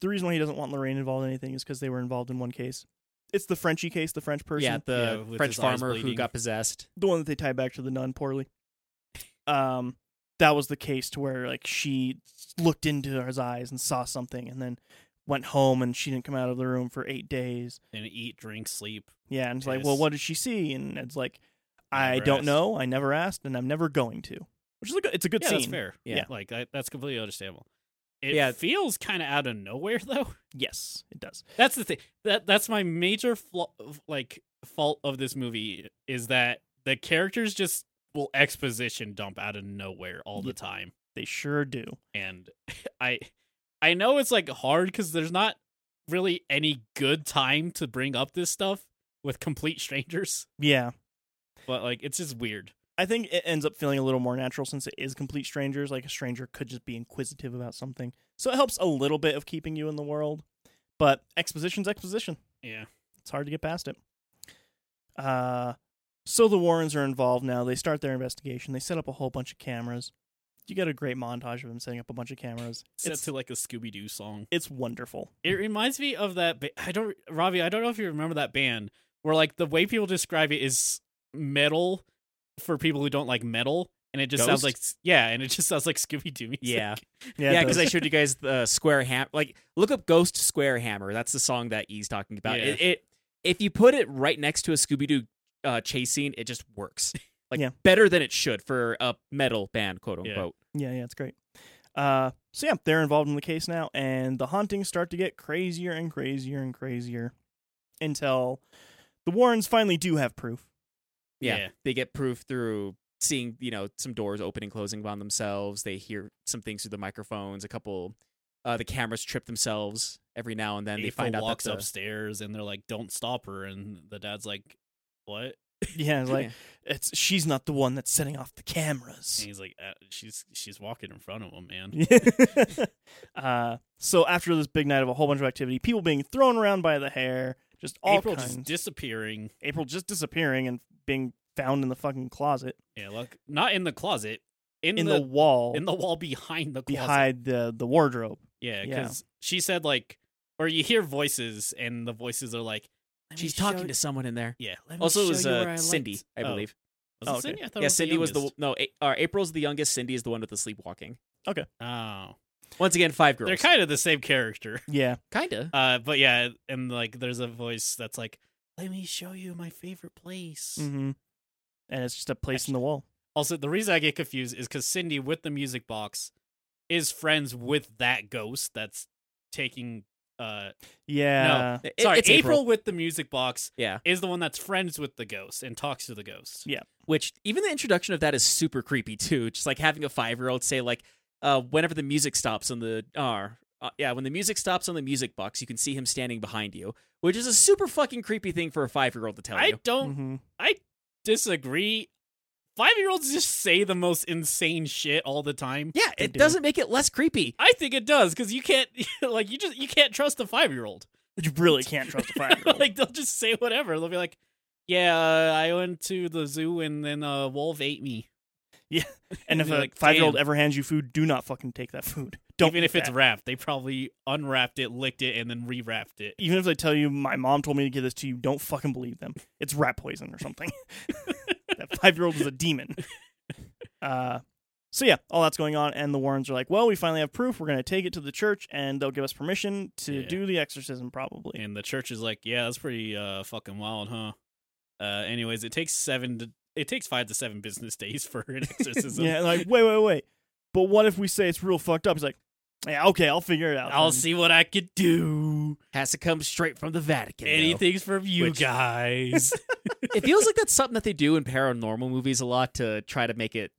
Speaker 1: the reason why he doesn't want Lorraine involved in anything is because they were involved in one case. It's the Frenchie case, the French person,
Speaker 2: Yeah,
Speaker 3: Yeah,
Speaker 2: the
Speaker 3: with
Speaker 2: French
Speaker 3: his eyes
Speaker 2: farmer who
Speaker 3: bleeding.
Speaker 2: got possessed.
Speaker 1: the one that they tie back to the nun poorly. Um, that was the case to where like she looked into his eyes and saw something, and then went home and she didn't come out of the room for eight days.
Speaker 3: and eat, drink, sleep.
Speaker 1: Yeah, and it's like, well,
Speaker 3: Yes.
Speaker 1: what did she see? And it's like, I
Speaker 3: Never
Speaker 1: don't
Speaker 3: asked.
Speaker 1: know. I never asked, and I'm never going to. Which is a good, it's a good
Speaker 3: yeah,
Speaker 1: scene.
Speaker 3: that's fair.
Speaker 2: Yeah.
Speaker 1: Yeah.
Speaker 3: like I, that's completely understandable. It
Speaker 2: Yeah.
Speaker 3: feels kind of out of nowhere though. <laughs>
Speaker 1: Yes, it does.
Speaker 3: That's the thing. That that's my major flaw, like fault of this movie is that the characters just will exposition dump out of nowhere all the
Speaker 1: Yeah.
Speaker 3: time,
Speaker 1: They sure do.
Speaker 3: and <laughs> I I know it's like hard because there's not really any good time to bring up this stuff with complete strangers,
Speaker 1: Yeah,
Speaker 3: but like it's just weird.
Speaker 1: I think it ends up feeling a little more natural since it is complete strangers. Like a stranger could just be inquisitive about something, so it helps a little bit of keeping you in the world. But exposition's exposition.
Speaker 3: Yeah,
Speaker 1: It's hard to get past it. Uh, so the Warrens are involved now. They start their investigation. They set up a whole bunch of cameras. You get a great montage of them setting up a bunch of cameras.
Speaker 3: set
Speaker 1: It's-
Speaker 3: to like a Scooby Doo song.
Speaker 1: It's wonderful.
Speaker 3: It reminds me of that. Ba- I don't, Ravi. I don't know if you remember that band where like the way people describe it is metal for people who don't like metal, and it just sounds
Speaker 2: Ghost?
Speaker 3: like yeah, and it just <laughs> sounds like Scooby Doo music.
Speaker 2: Yeah. Yeah, because
Speaker 3: <laughs>
Speaker 2: I showed you guys the Square Hammer. Like, look up Ghost Square Hammer. That's the song that E's talking about.
Speaker 3: Yeah.
Speaker 2: It, it if you put it right next to a Scooby Doo uh, chase scene, it just works. Like
Speaker 1: Yeah.
Speaker 2: better than it should for a metal band, quote
Speaker 3: Yeah.
Speaker 2: unquote.
Speaker 1: yeah, yeah, it's great. Uh, so yeah, they're involved in the case now, and the hauntings start to get crazier and crazier and crazier until the Warrens finally do have
Speaker 3: <laughs>
Speaker 1: proof.
Speaker 2: Yeah.
Speaker 3: Yeah.
Speaker 2: they get proof through seeing you know some doors opening, closing on themselves. They hear some things through the microphones. A couple, uh, the cameras trip themselves every now and then.
Speaker 3: And
Speaker 2: they find out
Speaker 3: walks
Speaker 2: that's a-
Speaker 3: upstairs, and they're like, "Don't stop her," and the dad's like, "What?"
Speaker 1: Yeah, it's like
Speaker 2: Yeah.
Speaker 1: it's she's not the one that's setting off the
Speaker 3: And
Speaker 1: cameras.
Speaker 3: he's like, uh, "She's she's walking in front of him, man."
Speaker 1: <laughs> uh, so after this big night of a whole bunch of activity, people being thrown around by the hair, just all
Speaker 3: April
Speaker 1: kinds.
Speaker 3: just disappearing.
Speaker 1: April just disappearing and being found in the fucking closet
Speaker 3: Yeah, look, not in the closet, in,
Speaker 1: in, the,
Speaker 3: the,
Speaker 1: wall
Speaker 3: in the wall behind the closet.
Speaker 1: behind the the wardrobe.
Speaker 3: Yeah,
Speaker 1: Yeah.
Speaker 3: because she said like, or you hear voices, and the voices are like, "Let me
Speaker 2: She's
Speaker 3: show
Speaker 2: talking
Speaker 3: you-
Speaker 2: to someone in there.
Speaker 3: Yeah. Let me
Speaker 2: Also, it
Speaker 3: show
Speaker 2: was
Speaker 3: you
Speaker 2: uh,
Speaker 3: where I
Speaker 2: Cindy,
Speaker 3: liked-
Speaker 2: I
Speaker 3: Oh,
Speaker 2: believe.
Speaker 3: was it
Speaker 1: Oh, okay.
Speaker 3: Cindy? I thought it
Speaker 2: yeah,
Speaker 3: was the
Speaker 2: Cindy was the
Speaker 3: youngest.
Speaker 2: no. A- uh, April's the youngest. Cindy is the one with the sleepwalking.
Speaker 3: Oh,
Speaker 2: Once again, five girls.
Speaker 3: they're kind of the same character. <laughs>
Speaker 1: Yeah,
Speaker 2: kinda.
Speaker 3: Uh, but yeah, and like, there's a voice that's like, "Let me show you my favorite place."
Speaker 1: mm-hmm. and it's just a place in the wall.
Speaker 3: Also, the reason I get confused is because Cindy with the music box is friends with that ghost that's taking. Uh,
Speaker 1: Yeah,
Speaker 2: It-
Speaker 3: sorry,
Speaker 2: it's April.
Speaker 3: with the music box
Speaker 2: Yeah,
Speaker 3: is the one that's friends with the ghost and talks to the ghost.
Speaker 2: which even the introduction of that is super creepy too. Just like having a five year old say like, uh, whenever the music stops on the uh, uh, yeah, when the music stops on the music box, you can see him standing behind you, which is a super fucking creepy thing for a five year old to tell
Speaker 3: I
Speaker 2: you.
Speaker 3: don't
Speaker 1: hmm
Speaker 3: disagree. Five year olds just say the most insane shit all the time.
Speaker 2: Yeah,
Speaker 1: They
Speaker 2: it
Speaker 1: do.
Speaker 2: doesn't make it less creepy.
Speaker 3: I think it does because you can't <laughs> like you just you can't trust a five year <laughs> old.
Speaker 1: you really can't <laughs> trust a five year old.
Speaker 3: like they'll just say whatever. They'll be like, "Yeah, uh, I went to the zoo and then a wolf ate me."
Speaker 1: Yeah. and if
Speaker 3: You're
Speaker 1: a
Speaker 3: like,
Speaker 1: five year old
Speaker 3: "Damn."
Speaker 1: ever hands you food, do not fucking take that food. <laughs> Don't
Speaker 3: even
Speaker 1: eat
Speaker 3: if it's
Speaker 1: that.
Speaker 3: wrapped, they probably unwrapped it, licked it, and then rewrapped it.
Speaker 1: even if they tell you my mom told me to give this to you, don't fucking believe them. It's rat poison or something. <laughs> that five year old is a
Speaker 3: <laughs>
Speaker 1: demon. Uh, so yeah, all that's going on, and the Warrens are like, "Well, we finally have proof. We're going to take it to the church, and they'll give us permission to
Speaker 3: Yeah.
Speaker 1: do the exorcism, probably."
Speaker 3: And the church is like, "Yeah, that's pretty uh, fucking wild, huh?" Uh, anyways, it takes seven to it takes five to seven business days <laughs> for an exorcism.
Speaker 1: Yeah, like wait, wait, wait. But what if we say it's real fucked up? He's like, yeah, okay, I'll figure it out.
Speaker 3: I'll
Speaker 1: then."
Speaker 3: see what I could do.
Speaker 2: Has to come straight from the Vatican. though.
Speaker 3: Anything's from you
Speaker 1: <laughs>
Speaker 2: Which-
Speaker 3: guys.
Speaker 2: <laughs> it feels like that's something that they do in paranormal movies a lot to try to make it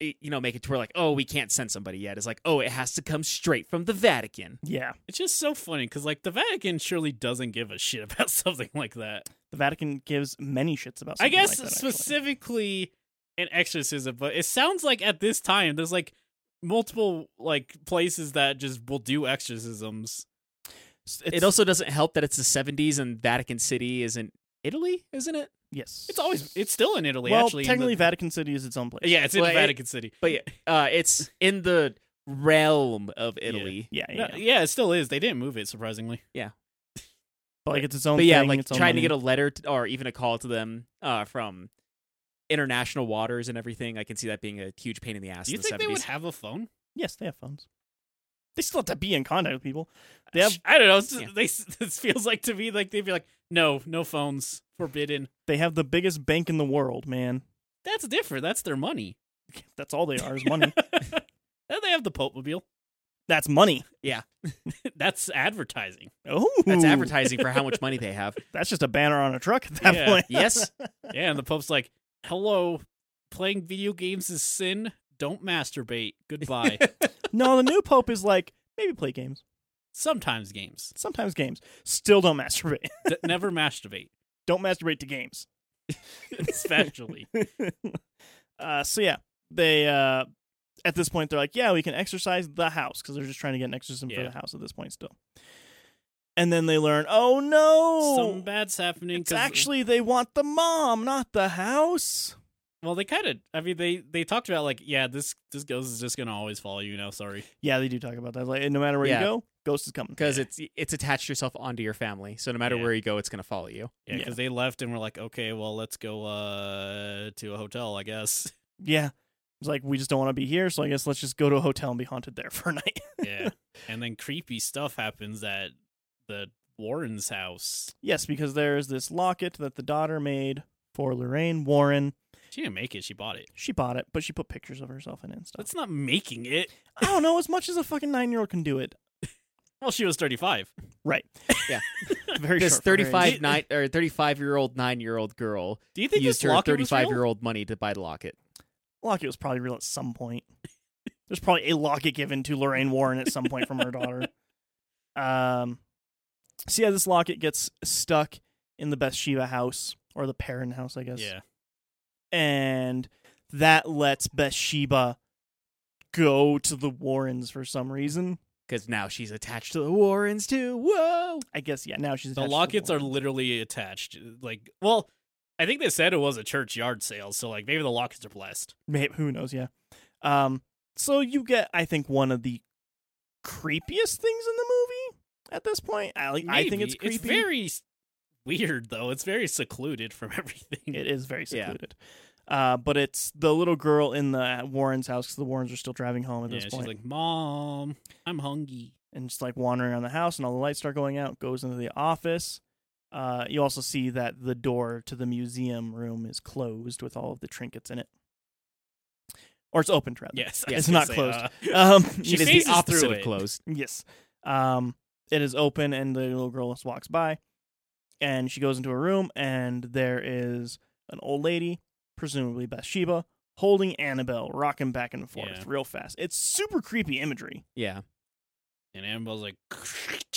Speaker 2: it- you know make it to where like oh we can't send somebody yet it's like oh it has to come straight from the vatican
Speaker 1: Yeah,
Speaker 3: it's just so funny because like the Vatican surely doesn't give a shit about <laughs> something like that.
Speaker 1: the Vatican gives many shits about.
Speaker 3: I
Speaker 1: something
Speaker 3: guess
Speaker 1: like that, actually.
Speaker 3: specifically an exorcism, but it sounds like at this time there's like multiple like places that just will do exorcisms.
Speaker 1: It's-
Speaker 2: it also doesn't help that it's the 70s and vatican city is in italy isn't it
Speaker 1: yes,
Speaker 3: It's always it's still in Italy
Speaker 1: well,
Speaker 3: actually. in
Speaker 1: technically,
Speaker 3: the-
Speaker 1: Vatican City is its own place.
Speaker 3: yeah, it's in
Speaker 2: Well, it-
Speaker 3: Vatican City.
Speaker 2: but yeah, uh it's in the realm of italy
Speaker 1: yeah, yeah.
Speaker 3: No,
Speaker 1: yeah.
Speaker 3: Yeah. it still is. They didn't move it surprisingly.
Speaker 1: But like it's its own.
Speaker 2: but yeah
Speaker 1: thing,
Speaker 2: like
Speaker 1: its own
Speaker 2: trying to
Speaker 1: money.
Speaker 2: get a letter to, or even a call to them uh from international waters and everything i can see that being a huge pain in the ass
Speaker 3: Do you
Speaker 2: in
Speaker 3: think
Speaker 2: the 70s
Speaker 3: they would have a phone?
Speaker 1: Yes, they have phones. They still have to be in contact with people. They have
Speaker 3: I don't know. It's-
Speaker 2: Yeah.
Speaker 3: They <laughs> this feels like to me like they'd be like, no, no phones, forbidden.
Speaker 1: they have the biggest bank in the world, man. <laughs>
Speaker 3: That's different. That's their money.
Speaker 1: That's all they are is
Speaker 3: <laughs>
Speaker 1: money.
Speaker 3: And Oh, they have the Pope mobile.
Speaker 1: That's money.
Speaker 3: <laughs> That's advertising.
Speaker 1: Oh,
Speaker 2: that's advertising for how much money they
Speaker 1: <laughs>
Speaker 2: have
Speaker 1: That's just a banner on a truck at that
Speaker 3: Yeah.
Speaker 1: point. <laughs>
Speaker 2: yes
Speaker 3: Yeah, and the Pope's like, "Hello, playing video games is sin. Don't masturbate.
Speaker 1: <laughs>
Speaker 3: Goodbye."
Speaker 1: no, the new pope is like maybe play games,
Speaker 3: Sometimes games
Speaker 1: sometimes games. Still don't <laughs> masturbate.
Speaker 3: D- never masturbate, <laughs>
Speaker 1: don't masturbate to games.
Speaker 3: especially.
Speaker 1: uh, so yeah, they uh, at this point they're like, yeah, we can exercise the house because they're just trying to get an exorcism for
Speaker 3: Yeah.
Speaker 1: the house at this point still. And then they learn, <laughs> oh no,
Speaker 3: Some bad's happening.
Speaker 1: it's
Speaker 3: 'cause-
Speaker 1: actually they want the mom, not the house.
Speaker 3: well, they kind of. I mean, they they talked about like, yeah, this this ghost is just gonna always follow you now. Sorry.
Speaker 1: Yeah, they do talk about that. Like, no matter where
Speaker 2: Yeah.
Speaker 1: you go, ghost is coming.
Speaker 2: because it's it's attached yourself onto your family. So no matter
Speaker 3: Yeah.
Speaker 2: where you go, it's gonna follow you.
Speaker 3: Yeah,
Speaker 1: Yeah.
Speaker 3: because they left and were like, okay, well, let's go uh to a hotel,
Speaker 1: <laughs>
Speaker 3: I guess.
Speaker 1: Yeah, it's like we just don't want to be here, so I guess let's just go to a hotel and be haunted there for a <laughs> night.
Speaker 3: Yeah, and then creepy stuff happens at the Warren's house.
Speaker 1: yes, because there is this locket that the daughter made for Lorraine Warren.
Speaker 3: She didn't make it. She bought it.
Speaker 1: She bought it, but she put pictures of herself in it and stuff.
Speaker 3: That's not making it.
Speaker 1: I don't know as much as a fucking nine year old can do it.
Speaker 3: Well, she was thirty five.
Speaker 1: Right.
Speaker 2: Yeah.
Speaker 1: Very
Speaker 2: this
Speaker 1: short for her age.
Speaker 2: 35 nine or 35 year old nine year old girl
Speaker 3: Do you think
Speaker 2: used
Speaker 3: this
Speaker 2: her
Speaker 3: locket
Speaker 2: 35
Speaker 3: was real?
Speaker 2: year old money to buy the locket.
Speaker 1: Locket was probably real at some point. There's probably a locket given to Lorraine Warren at some point from her
Speaker 3: <laughs>
Speaker 1: daughter. Um, so yeah, this locket gets stuck in the Bathsheba house or the parent house, I guess.
Speaker 3: Yeah.
Speaker 1: and that lets Bathsheba go to the Warrens for some reason.
Speaker 2: Because now she's attached to the Warrens too. Whoa!
Speaker 1: I guess yeah. Now she's
Speaker 3: The
Speaker 1: attached to
Speaker 3: lockets are
Speaker 1: Warrens.
Speaker 3: literally attached. Like, well, I think they said it was a church yard sale, so like maybe the lockets are blessed.
Speaker 1: Maybe, who knows? Yeah. Um. So you get, I think, one of the creepiest things in the movie at this point. I like. I think
Speaker 3: Maybe.
Speaker 1: it's creepy.
Speaker 3: It's very s- weird though. It's very secluded from <laughs> everything.
Speaker 1: It is very
Speaker 2: Yeah.
Speaker 1: secluded. Uh, but it's the little girl in the Warrens' house because the Warrens are still driving home at
Speaker 3: yeah,
Speaker 1: this
Speaker 3: she's
Speaker 1: point,
Speaker 3: like, "Mom, I'm hungry."
Speaker 1: and just like wandering around the house, and all the lights start going out. Goes into the office. Uh, you also see that the door to the museum room is closed with all of the trinkets in it, or it's opened rather.
Speaker 3: <laughs> Yes,
Speaker 2: Yeah,
Speaker 3: I
Speaker 1: it's
Speaker 3: was gonna
Speaker 1: not
Speaker 3: say,
Speaker 1: closed.
Speaker 3: uh,
Speaker 1: Um,
Speaker 3: <laughs> She
Speaker 2: it is
Speaker 3: phases
Speaker 2: the
Speaker 3: through
Speaker 2: opposite of
Speaker 3: it.
Speaker 2: closed.
Speaker 1: Yes. Um, it is open, and the little girl just walks by, and she goes into a room, and there is an old lady, presumably Bathsheba, holding Annabelle, rocking back and forth
Speaker 3: Yeah.
Speaker 1: real fast. It's super creepy imagery.
Speaker 2: Yeah.
Speaker 3: and Annabelle's like, <laughs>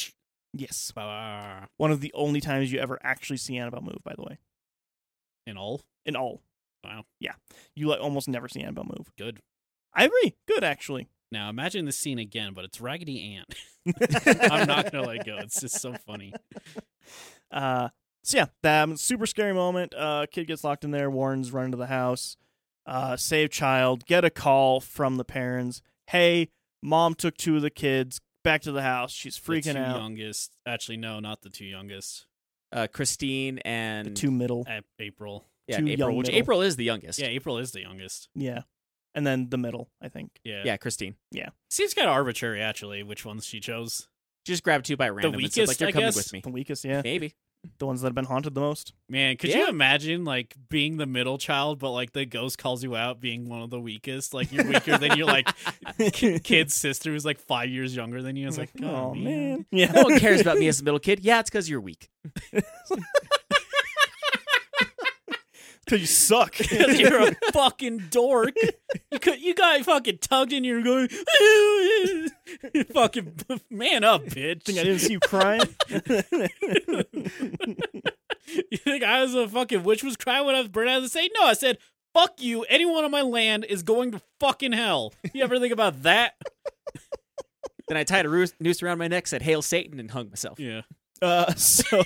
Speaker 1: Yes.
Speaker 3: "Bah,"
Speaker 1: One of the only times you ever actually see Annabelle move, by the way,
Speaker 3: and all
Speaker 1: in all.
Speaker 3: Wow.
Speaker 1: Yeah. You like almost never see Annabelle move.
Speaker 3: good.
Speaker 1: I agree. Good, actually.
Speaker 3: Now imagine this scene again, but it's Raggedy Ann. <laughs> <laughs> I'm not gonna let it go. It's just so funny.
Speaker 1: Uh, so yeah, that um, super scary moment. Uh, kid gets locked in there. Warrens run into the house, uh, save child, get a call from the parents. Hey, mom took two of the kids back to the house. She's
Speaker 3: the
Speaker 1: freaking
Speaker 3: two
Speaker 1: out.
Speaker 3: Youngest, actually, no, not the two youngest.
Speaker 2: Uh, Christine and
Speaker 1: The two middle,
Speaker 3: A- April.
Speaker 2: yeah,
Speaker 1: two
Speaker 2: April,
Speaker 1: young
Speaker 2: which
Speaker 1: middle.
Speaker 2: April is the youngest.
Speaker 3: Yeah, April is the youngest.
Speaker 1: yeah, and then the middle. I think
Speaker 3: Yeah.
Speaker 2: Yeah, Christine.
Speaker 3: Seems kind of arbitrary, actually, which ones she chose.
Speaker 2: She Just grabbed two by random. and said,
Speaker 3: weakest,
Speaker 2: like you're
Speaker 3: I
Speaker 2: coming
Speaker 3: guess? <laughs>
Speaker 2: with me.
Speaker 1: the weakest. Yeah,
Speaker 2: Maybe.
Speaker 1: the ones that have been haunted the most.
Speaker 3: Man, could
Speaker 2: Yeah.
Speaker 3: you imagine like being the middle child, but like the ghost calls you out being one of the weakest? Like you're weaker than
Speaker 1: <laughs>
Speaker 3: your like kid's sister who's like five years younger than you. It's like,
Speaker 1: oh man, <laughs> yeah.
Speaker 2: <laughs> No one
Speaker 3: <laughs>
Speaker 2: cares about me as a middle kid. Yeah, it's because you're weak.
Speaker 1: because you suck.
Speaker 3: Because you're a fucking dork. You, could, you got fucking tugged
Speaker 1: <laughs>
Speaker 3: in. You're going, <laughs> fucking man up,
Speaker 1: <laughs>
Speaker 3: bitch.
Speaker 1: Think I didn't see you crying.
Speaker 3: You think I was a fucking witch was crying when I was burnt out of the say? No, I said, fuck you. Anyone on my land is going to fucking hell. You ever think
Speaker 1: <laughs>
Speaker 3: about that?
Speaker 2: Then I tied a roo- noose around my neck, said "Hail Satan," and hung myself.
Speaker 3: Yeah.
Speaker 1: Uh, <laughs> so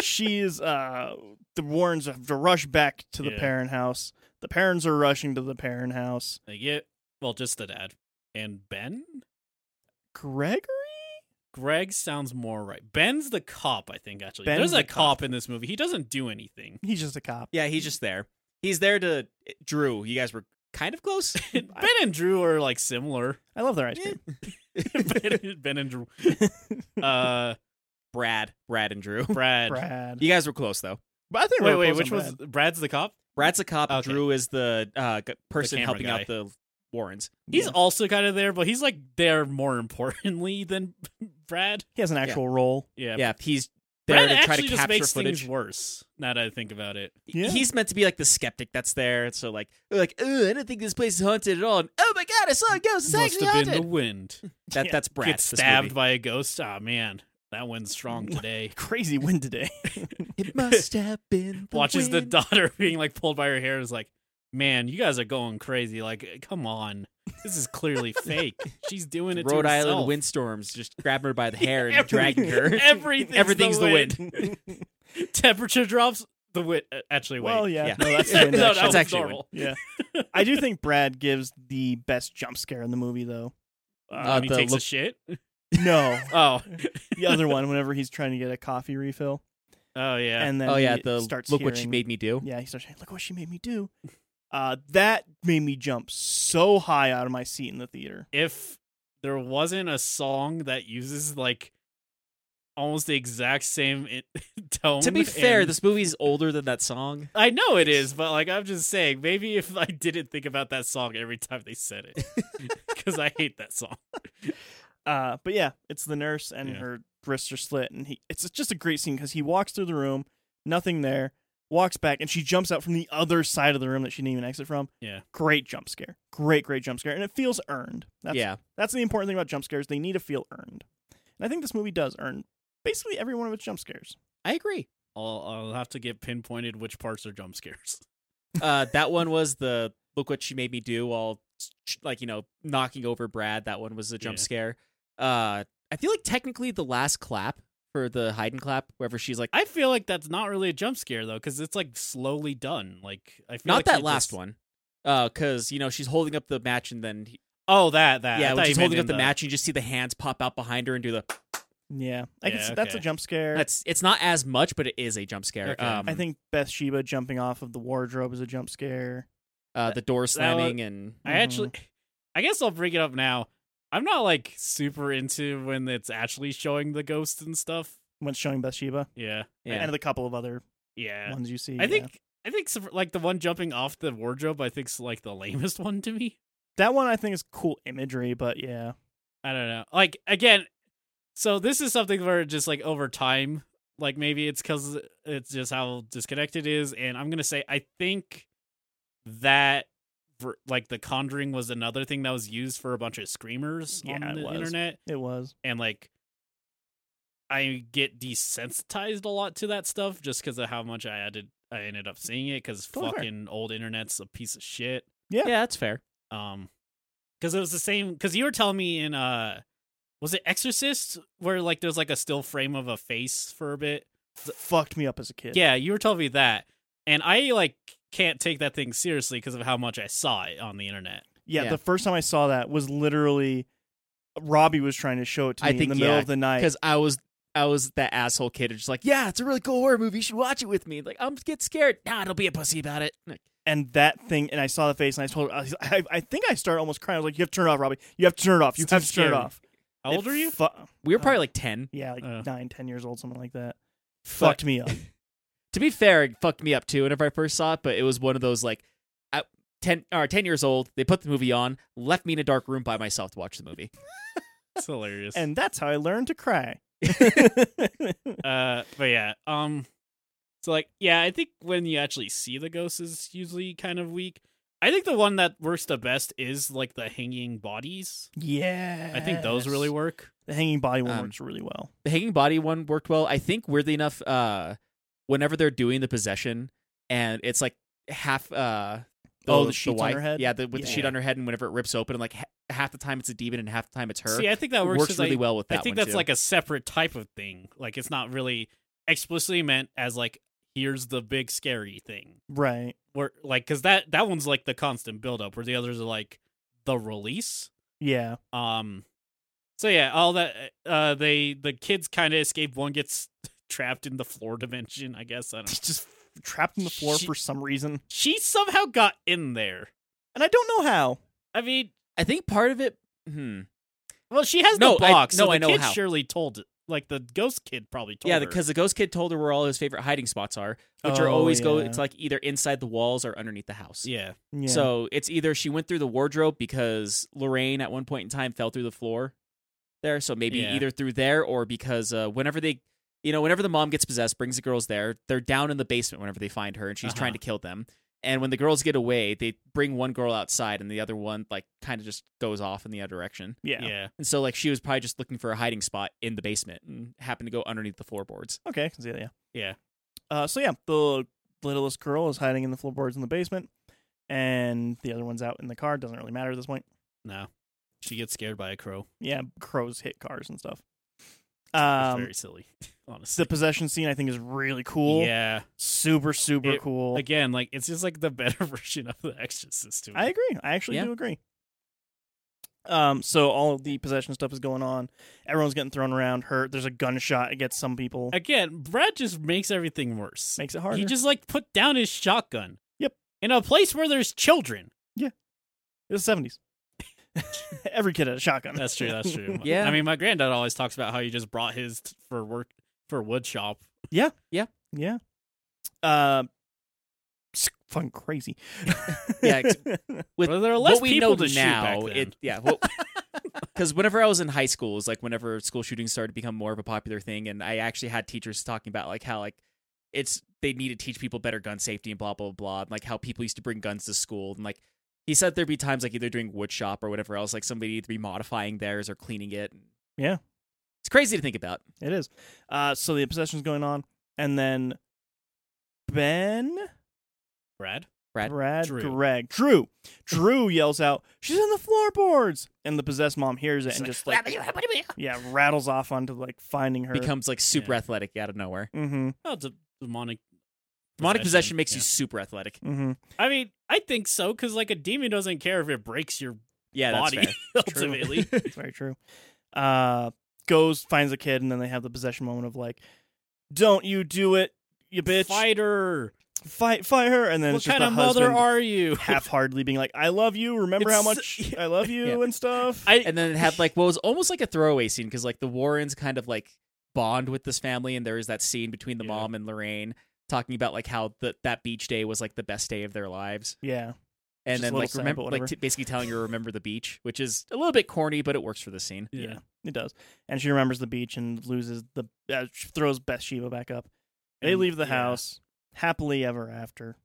Speaker 1: she's uh, the Warrens have to rush back to the
Speaker 3: Yeah.
Speaker 1: parent house. The parents are rushing to the parent house.
Speaker 3: Like, yeah. Well, just the dad. And Ben?
Speaker 1: Gregory,
Speaker 3: Greg sounds more right. Ben's the cop, I think, actually.
Speaker 1: Ben's
Speaker 3: There's a
Speaker 1: the
Speaker 3: cop. in this movie. He doesn't do anything.
Speaker 1: he's just a cop.
Speaker 2: Yeah, he's just there. He's there to Drew. You guys were kind
Speaker 3: <laughs>
Speaker 2: of close. <laughs>
Speaker 3: ben and Drew are
Speaker 1: <laughs>
Speaker 3: like similar. <laughs>
Speaker 1: I love their ice cream.
Speaker 3: ben, ben
Speaker 1: <laughs>
Speaker 3: and Drew. Uh,
Speaker 2: Brad, Brad, and Drew.
Speaker 3: Brad.
Speaker 1: Brad,
Speaker 2: You guys were close though.
Speaker 1: but I think we
Speaker 3: Wait,
Speaker 1: were
Speaker 3: wait,
Speaker 1: close
Speaker 3: which
Speaker 1: on
Speaker 3: was
Speaker 1: Brad.
Speaker 3: Brad's the cop?
Speaker 2: Brad's a cop.
Speaker 3: Okay.
Speaker 2: Drew is the uh, g- person
Speaker 3: camera
Speaker 2: helping
Speaker 3: guy.
Speaker 2: out the Warrens.
Speaker 3: He's
Speaker 1: Yeah.
Speaker 3: also kind of there, but he's like there more importantly than <laughs> Brad.
Speaker 1: he has an actual role.
Speaker 3: Yeah.
Speaker 2: Yeah, he's there
Speaker 3: Brad
Speaker 2: to try to
Speaker 3: actually just
Speaker 2: capture
Speaker 3: makes
Speaker 2: footage.
Speaker 3: things worse. Now that I think about it,
Speaker 1: Yeah.
Speaker 2: He's meant to be like the skeptic that's there. So like, like, oh, I don't think this place is haunted at all. And, oh my god, I saw a ghost. It's
Speaker 3: must
Speaker 2: actually
Speaker 3: have been
Speaker 2: haunted.
Speaker 3: the wind.
Speaker 2: That, that's Brad.
Speaker 3: Get stabbed by a ghost. Ah man, that wind's
Speaker 2: <laughs>
Speaker 3: strong today.
Speaker 1: Crazy wind today.
Speaker 2: It
Speaker 3: <laughs>
Speaker 2: must have been. The
Speaker 3: Watches the
Speaker 2: wind.
Speaker 3: daughter <laughs> being like pulled by her hair. and Is like, man, you guys are going crazy. Like, eh, come on, this is
Speaker 2: <laughs>
Speaker 3: clearly fake. She's doing it. to
Speaker 2: Rhode Island
Speaker 3: herself.
Speaker 2: windstorms just grabbing her
Speaker 3: <laughs>
Speaker 2: by the hair and
Speaker 3: Every-
Speaker 2: dragging <laughs> her.
Speaker 3: Everything's,
Speaker 2: Everything's
Speaker 3: the
Speaker 2: the
Speaker 3: wind.
Speaker 1: <laughs>
Speaker 3: <laughs> Temperature drops. The wind. uh, Actually, wait.
Speaker 1: well, yeah,
Speaker 2: Yeah.
Speaker 1: no,
Speaker 2: <laughs>
Speaker 1: that's
Speaker 3: no,
Speaker 1: wind,
Speaker 3: that
Speaker 1: actually.
Speaker 3: was
Speaker 2: That's actually
Speaker 3: normal.
Speaker 1: Yeah, I do think Brad gives the best jump scare in the movie, though.
Speaker 3: Uh,
Speaker 2: Uh,
Speaker 3: when he
Speaker 2: the
Speaker 3: takes a
Speaker 2: look- <laughs>
Speaker 3: shit.
Speaker 1: No,
Speaker 3: Oh,
Speaker 1: the other one, whenever he's trying to get a coffee refill,
Speaker 3: oh yeah.
Speaker 1: and then
Speaker 2: oh yeah,
Speaker 1: he
Speaker 2: the
Speaker 1: starts
Speaker 2: look what she
Speaker 1: hearing-
Speaker 2: made me do.
Speaker 1: Yeah, he starts saying, "Look what she made me do." Uh, that made me jump so high out of my seat in the theater.
Speaker 3: if there wasn't a song that uses like almost the exact same it- <laughs> tone.
Speaker 2: To be fair,
Speaker 3: and-
Speaker 2: this movie's older than that song.
Speaker 3: I know it is, but like I'm just saying, maybe if I didn't think about that song every time they said
Speaker 2: <laughs>
Speaker 3: it, because I hate that song.
Speaker 1: Uh, but yeah, it's the nurse and
Speaker 3: Yeah.
Speaker 1: her wrists are slit, and he. It's just a great scene because he walks through the room, nothing there, walks back, and she jumps out from the other side of the room that she didn't even exit from.
Speaker 3: Yeah.
Speaker 1: great jump scare, great great jump scare, and it feels earned. That's,
Speaker 2: yeah,
Speaker 1: that's the important thing about jump scares; they need to feel earned, and I think this movie does earn basically every one of its jump scares.
Speaker 2: I agree.
Speaker 3: I'll, I'll have to get pinpointed which parts are jump scares.
Speaker 2: Uh, that one was the look what she made me do while like you know knocking over Brad. That one was a jump
Speaker 3: Yeah.
Speaker 2: scare. Uh, I feel like technically the last clap for the hide and clap, wherever she's like,
Speaker 3: I feel like that's not really a jump scare though, because it's like slowly done. Like I feel
Speaker 2: not
Speaker 3: like
Speaker 2: that
Speaker 3: it
Speaker 2: last
Speaker 3: just-
Speaker 2: one. Uh, cause you know she's holding up the match and then he-
Speaker 3: Oh, that that. I
Speaker 2: yeah,
Speaker 3: thought
Speaker 2: when
Speaker 3: you
Speaker 2: she's
Speaker 3: meant
Speaker 2: holding up
Speaker 3: in
Speaker 2: the match, you just see the hands pop out behind her and do the.
Speaker 1: Yeah, I can
Speaker 3: Yeah,
Speaker 1: see that's a
Speaker 3: okay.
Speaker 1: jump scare.
Speaker 2: That's it's not as much, but it is a jump scare.
Speaker 3: Okay.
Speaker 2: Um,
Speaker 1: I think Bathsheba jumping off of the wardrobe is a jump scare.
Speaker 2: uh, the
Speaker 3: that
Speaker 2: door
Speaker 3: was-
Speaker 2: slamming and
Speaker 3: I actually,
Speaker 1: Mm-hmm.
Speaker 3: <laughs> I guess I'll bring it up now. I'm not like super into when it's actually showing the ghosts and stuff.
Speaker 1: When it's showing Bathsheba
Speaker 3: Yeah,
Speaker 2: yeah.
Speaker 1: and the couple of other
Speaker 3: yeah.
Speaker 1: ones you see.
Speaker 3: I
Speaker 1: yeah.
Speaker 3: think I think some- like the one jumping off the wardrobe. I think's like the lamest <laughs> one to me.
Speaker 1: that one I think is cool imagery, but yeah,
Speaker 3: I don't know. Like again, so this is something where just like over time, like maybe it's because it's just how disconnected it is. And I'm gonna say I think that ver- like the Conjuring was another thing that was used for a bunch of screamers
Speaker 1: Yeah,
Speaker 3: on
Speaker 1: it
Speaker 3: the
Speaker 1: was.
Speaker 3: internet,
Speaker 1: it was.
Speaker 3: and like I get desensitized a lot to that stuff just because of how much I added. I ended up seeing it because
Speaker 1: Totally fair.
Speaker 3: fucking old internet's a piece of shit
Speaker 1: Yeah.
Speaker 2: yeah, that's fair.
Speaker 3: um because it was the same because you were telling me in uh was it exorcist where like there's like a still frame of a face for a bit
Speaker 1: Fucked me up as a kid.
Speaker 3: yeah you were telling me that and i like can't take that thing seriously because of how much i saw it on the internet
Speaker 1: yeah,
Speaker 2: Yeah.
Speaker 1: The first time I saw that was literally Robbie was trying to show it to
Speaker 2: I
Speaker 1: me
Speaker 2: think,
Speaker 1: in the middle
Speaker 2: yeah,
Speaker 1: of the night.
Speaker 2: because I was I was that asshole kid who's just like, yeah, it's a really cool horror movie. You should watch it with me. Like, I'm get scared. Nah, don't be a pussy about it. Like,
Speaker 1: And that thing, and I saw the face, and I told her, I, I, I think I started almost crying. I was like, "You have to turn it off, Robbie. You have to turn it off. You
Speaker 3: It's too
Speaker 1: have to turn it
Speaker 3: scary.
Speaker 1: off."
Speaker 3: how
Speaker 1: It
Speaker 3: old are you
Speaker 1: fu-
Speaker 2: we were
Speaker 1: Oh.
Speaker 2: probably like ten.
Speaker 1: yeah, like
Speaker 3: Uh.
Speaker 1: nine, ten years old, something like that. fucked
Speaker 2: <laughs>
Speaker 1: me up.
Speaker 2: to be fair, it fucked me up too whenever I first saw it, but it was one of those like I, 10 or 10 years old, they put the movie on, left me in a dark room by myself to watch the movie.
Speaker 3: It's hilarious.
Speaker 1: And that's how I learned to
Speaker 2: <laughs>
Speaker 1: cry.
Speaker 3: uh but yeah um so like yeah i think when you actually see the ghosts is usually kind of weak i think the one that works the best is like the hanging bodies
Speaker 1: yeah.
Speaker 3: i think those really work
Speaker 1: The hanging body one
Speaker 2: Um,
Speaker 1: works really well.
Speaker 2: The hanging body one worked well. I think weirdly enough, uh whenever they're doing the possession and it's like half uh
Speaker 1: Oh, the
Speaker 2: the
Speaker 1: sheets on
Speaker 2: wife-
Speaker 1: her head?
Speaker 2: Yeah, the, with the
Speaker 1: Yeah.
Speaker 2: sheet on her head and whenever it rips open and like ha- half the time it's a demon and half the time it's her.
Speaker 3: see i think
Speaker 2: It
Speaker 3: that works, 'cause
Speaker 2: really
Speaker 3: I,
Speaker 2: well with that
Speaker 3: i think
Speaker 2: one,
Speaker 3: that's
Speaker 2: too.
Speaker 3: like a separate type of thing like it's not really explicitly meant as like here's the big scary thing
Speaker 1: Right.
Speaker 3: where like because that that one's like the constant buildup where the others are like the release <laughs>
Speaker 1: Yeah.
Speaker 3: Um, so yeah, all that uh, they the kids kind of escape. One gets <laughs> trapped in the floor dimension. I guess I don't.
Speaker 1: Just trapped in the floor
Speaker 3: She-
Speaker 1: for some reason.
Speaker 3: She somehow got in there.
Speaker 1: And I don't know how.
Speaker 3: I mean,
Speaker 2: I think part of it hmm
Speaker 3: well, she has
Speaker 2: No,
Speaker 3: the
Speaker 2: I-
Speaker 3: box. so
Speaker 2: no,
Speaker 3: the
Speaker 2: I know
Speaker 3: kid
Speaker 2: how.
Speaker 3: surely told like the ghost kid probably told
Speaker 2: Yeah,
Speaker 3: her.
Speaker 2: because the ghost kid told her where all his favorite hiding spots are, which are
Speaker 1: Oh,
Speaker 2: always go.
Speaker 1: yeah.
Speaker 2: It's like either inside the walls or underneath the house.
Speaker 3: yeah,
Speaker 1: Yeah.
Speaker 2: So it's either she went through the wardrobe because Lorraine at one point in time fell through the floor there. So maybe
Speaker 3: Yeah.
Speaker 2: either through there or because uh, whenever they, you know, whenever the mom gets possessed, brings the girls there, they're down in the basement whenever they find her and she's trying
Speaker 3: Uh-huh.
Speaker 2: to kill them. And when the girls get away, they bring one girl outside and the other one, like, kind of just goes off in the other direction.
Speaker 1: yeah.
Speaker 3: yeah,
Speaker 2: And so, like, she was probably just looking for a hiding spot in the basement and happened to go underneath the floorboards.
Speaker 1: Okay. I can see that, yeah.
Speaker 3: Yeah.
Speaker 1: Uh, so yeah, the littlest girl is hiding in the floorboards in the basement, and the other one's out in the car. Doesn't really matter at this point.
Speaker 3: No, she gets scared by a crow.
Speaker 1: Yeah, crows hit cars and stuff.
Speaker 3: It's
Speaker 1: Um,
Speaker 3: very silly, <laughs>
Speaker 1: the
Speaker 3: honestly.
Speaker 1: possession scene I think is really cool.
Speaker 3: Yeah,
Speaker 1: Super, super
Speaker 3: It-
Speaker 1: cool.
Speaker 3: again, like it's just like the <laughs> better version of the Exorcist. To me.
Speaker 1: I agree. I actually
Speaker 2: Yeah.
Speaker 1: do agree. Um, so all the possession stuff is going on. Everyone's getting thrown around, hurt. There's a gunshot. It gets some people.
Speaker 3: again, Brad just makes everything worse.
Speaker 1: Makes it harder.
Speaker 3: He just like put down his shotgun.
Speaker 1: Yep.
Speaker 3: In a place where there's children.
Speaker 1: it was seventies. <laughs> Every kid had a shotgun.
Speaker 3: That's true. That's
Speaker 2: <laughs>
Speaker 3: true.
Speaker 2: Yeah.
Speaker 3: I mean, my granddad always talks about how he just brought his t- for work for wood shop.
Speaker 1: Yeah. Uh, it's fucking
Speaker 3: <laughs>
Speaker 1: crazy.
Speaker 2: Yeah, ex- With
Speaker 3: Well, there are less
Speaker 2: what we
Speaker 3: people
Speaker 2: know
Speaker 3: to shoot
Speaker 2: now,
Speaker 3: back then.
Speaker 2: it yeah.
Speaker 3: <laughs>
Speaker 2: because whenever I was in high school, it was like whenever school shootings started to become more of a popular thing, and I actually had teachers talking about like how like it's they need to teach people better gun safety and blah blah blah, and like how people used to bring guns to school and like he said there'd be times like either doing wood shop or whatever else, like somebody either be modifying theirs or cleaning it.
Speaker 1: Yeah.
Speaker 2: it's crazy to think about.
Speaker 1: <laughs> It is. Uh, so the possession's going on, and then Ben,
Speaker 3: Brad.
Speaker 2: Brad?
Speaker 1: Brad,
Speaker 3: Drew.
Speaker 1: Greg, Drew, Drew yells out, "She's in the floorboards!" And the possessed mom hears it and just like, yeah, rattles off onto like finding her.
Speaker 2: Becomes like super
Speaker 3: Yeah.
Speaker 2: athletic out of nowhere.
Speaker 1: mm-hmm,
Speaker 3: Oh, it's a demonic.
Speaker 2: Demonic possession makes you
Speaker 3: yeah.
Speaker 2: super athletic.
Speaker 1: mm-hmm.
Speaker 3: I mean, I think so because like a demon doesn't care if it breaks your
Speaker 2: Yeah, that's
Speaker 3: body. <laughs>
Speaker 2: fair.
Speaker 1: True.
Speaker 2: <laughs>
Speaker 1: <laughs>
Speaker 3: ultimately,
Speaker 1: It's very true. Uh, goes finds a kid, and then they have the possession moment of like, "Don't you do it, you bitch!
Speaker 3: fighter.
Speaker 1: fight, fight her!" And then
Speaker 3: what
Speaker 1: it's just
Speaker 3: kind
Speaker 1: the
Speaker 3: of mother
Speaker 1: husband
Speaker 3: are you?
Speaker 1: half-heartedly being like, "I love you. Remember how
Speaker 3: It's- <laughs>
Speaker 1: much I love you
Speaker 2: Yeah.
Speaker 1: and stuff."
Speaker 3: I
Speaker 2: <laughs> and then it had like what was almost like a throwaway scene because like the Warrens kind of like bond with this family, and there is that scene between the
Speaker 3: Yeah.
Speaker 2: mom and Lorraine talking about like how the, that beach day was like the best day of their lives,
Speaker 1: yeah,
Speaker 2: and
Speaker 1: Just
Speaker 2: then
Speaker 1: a little
Speaker 2: like
Speaker 1: sad,
Speaker 2: remember
Speaker 1: but
Speaker 2: like
Speaker 1: whatever.
Speaker 2: t- basically telling her remember the beach, which is a little bit corny, but it works for the scene.
Speaker 1: Yeah. It does. And she remembers the beach and loses the uh, she throws Bathsheba back up. They
Speaker 3: And-
Speaker 1: leave the
Speaker 3: Mm, yeah.
Speaker 1: house happily ever after.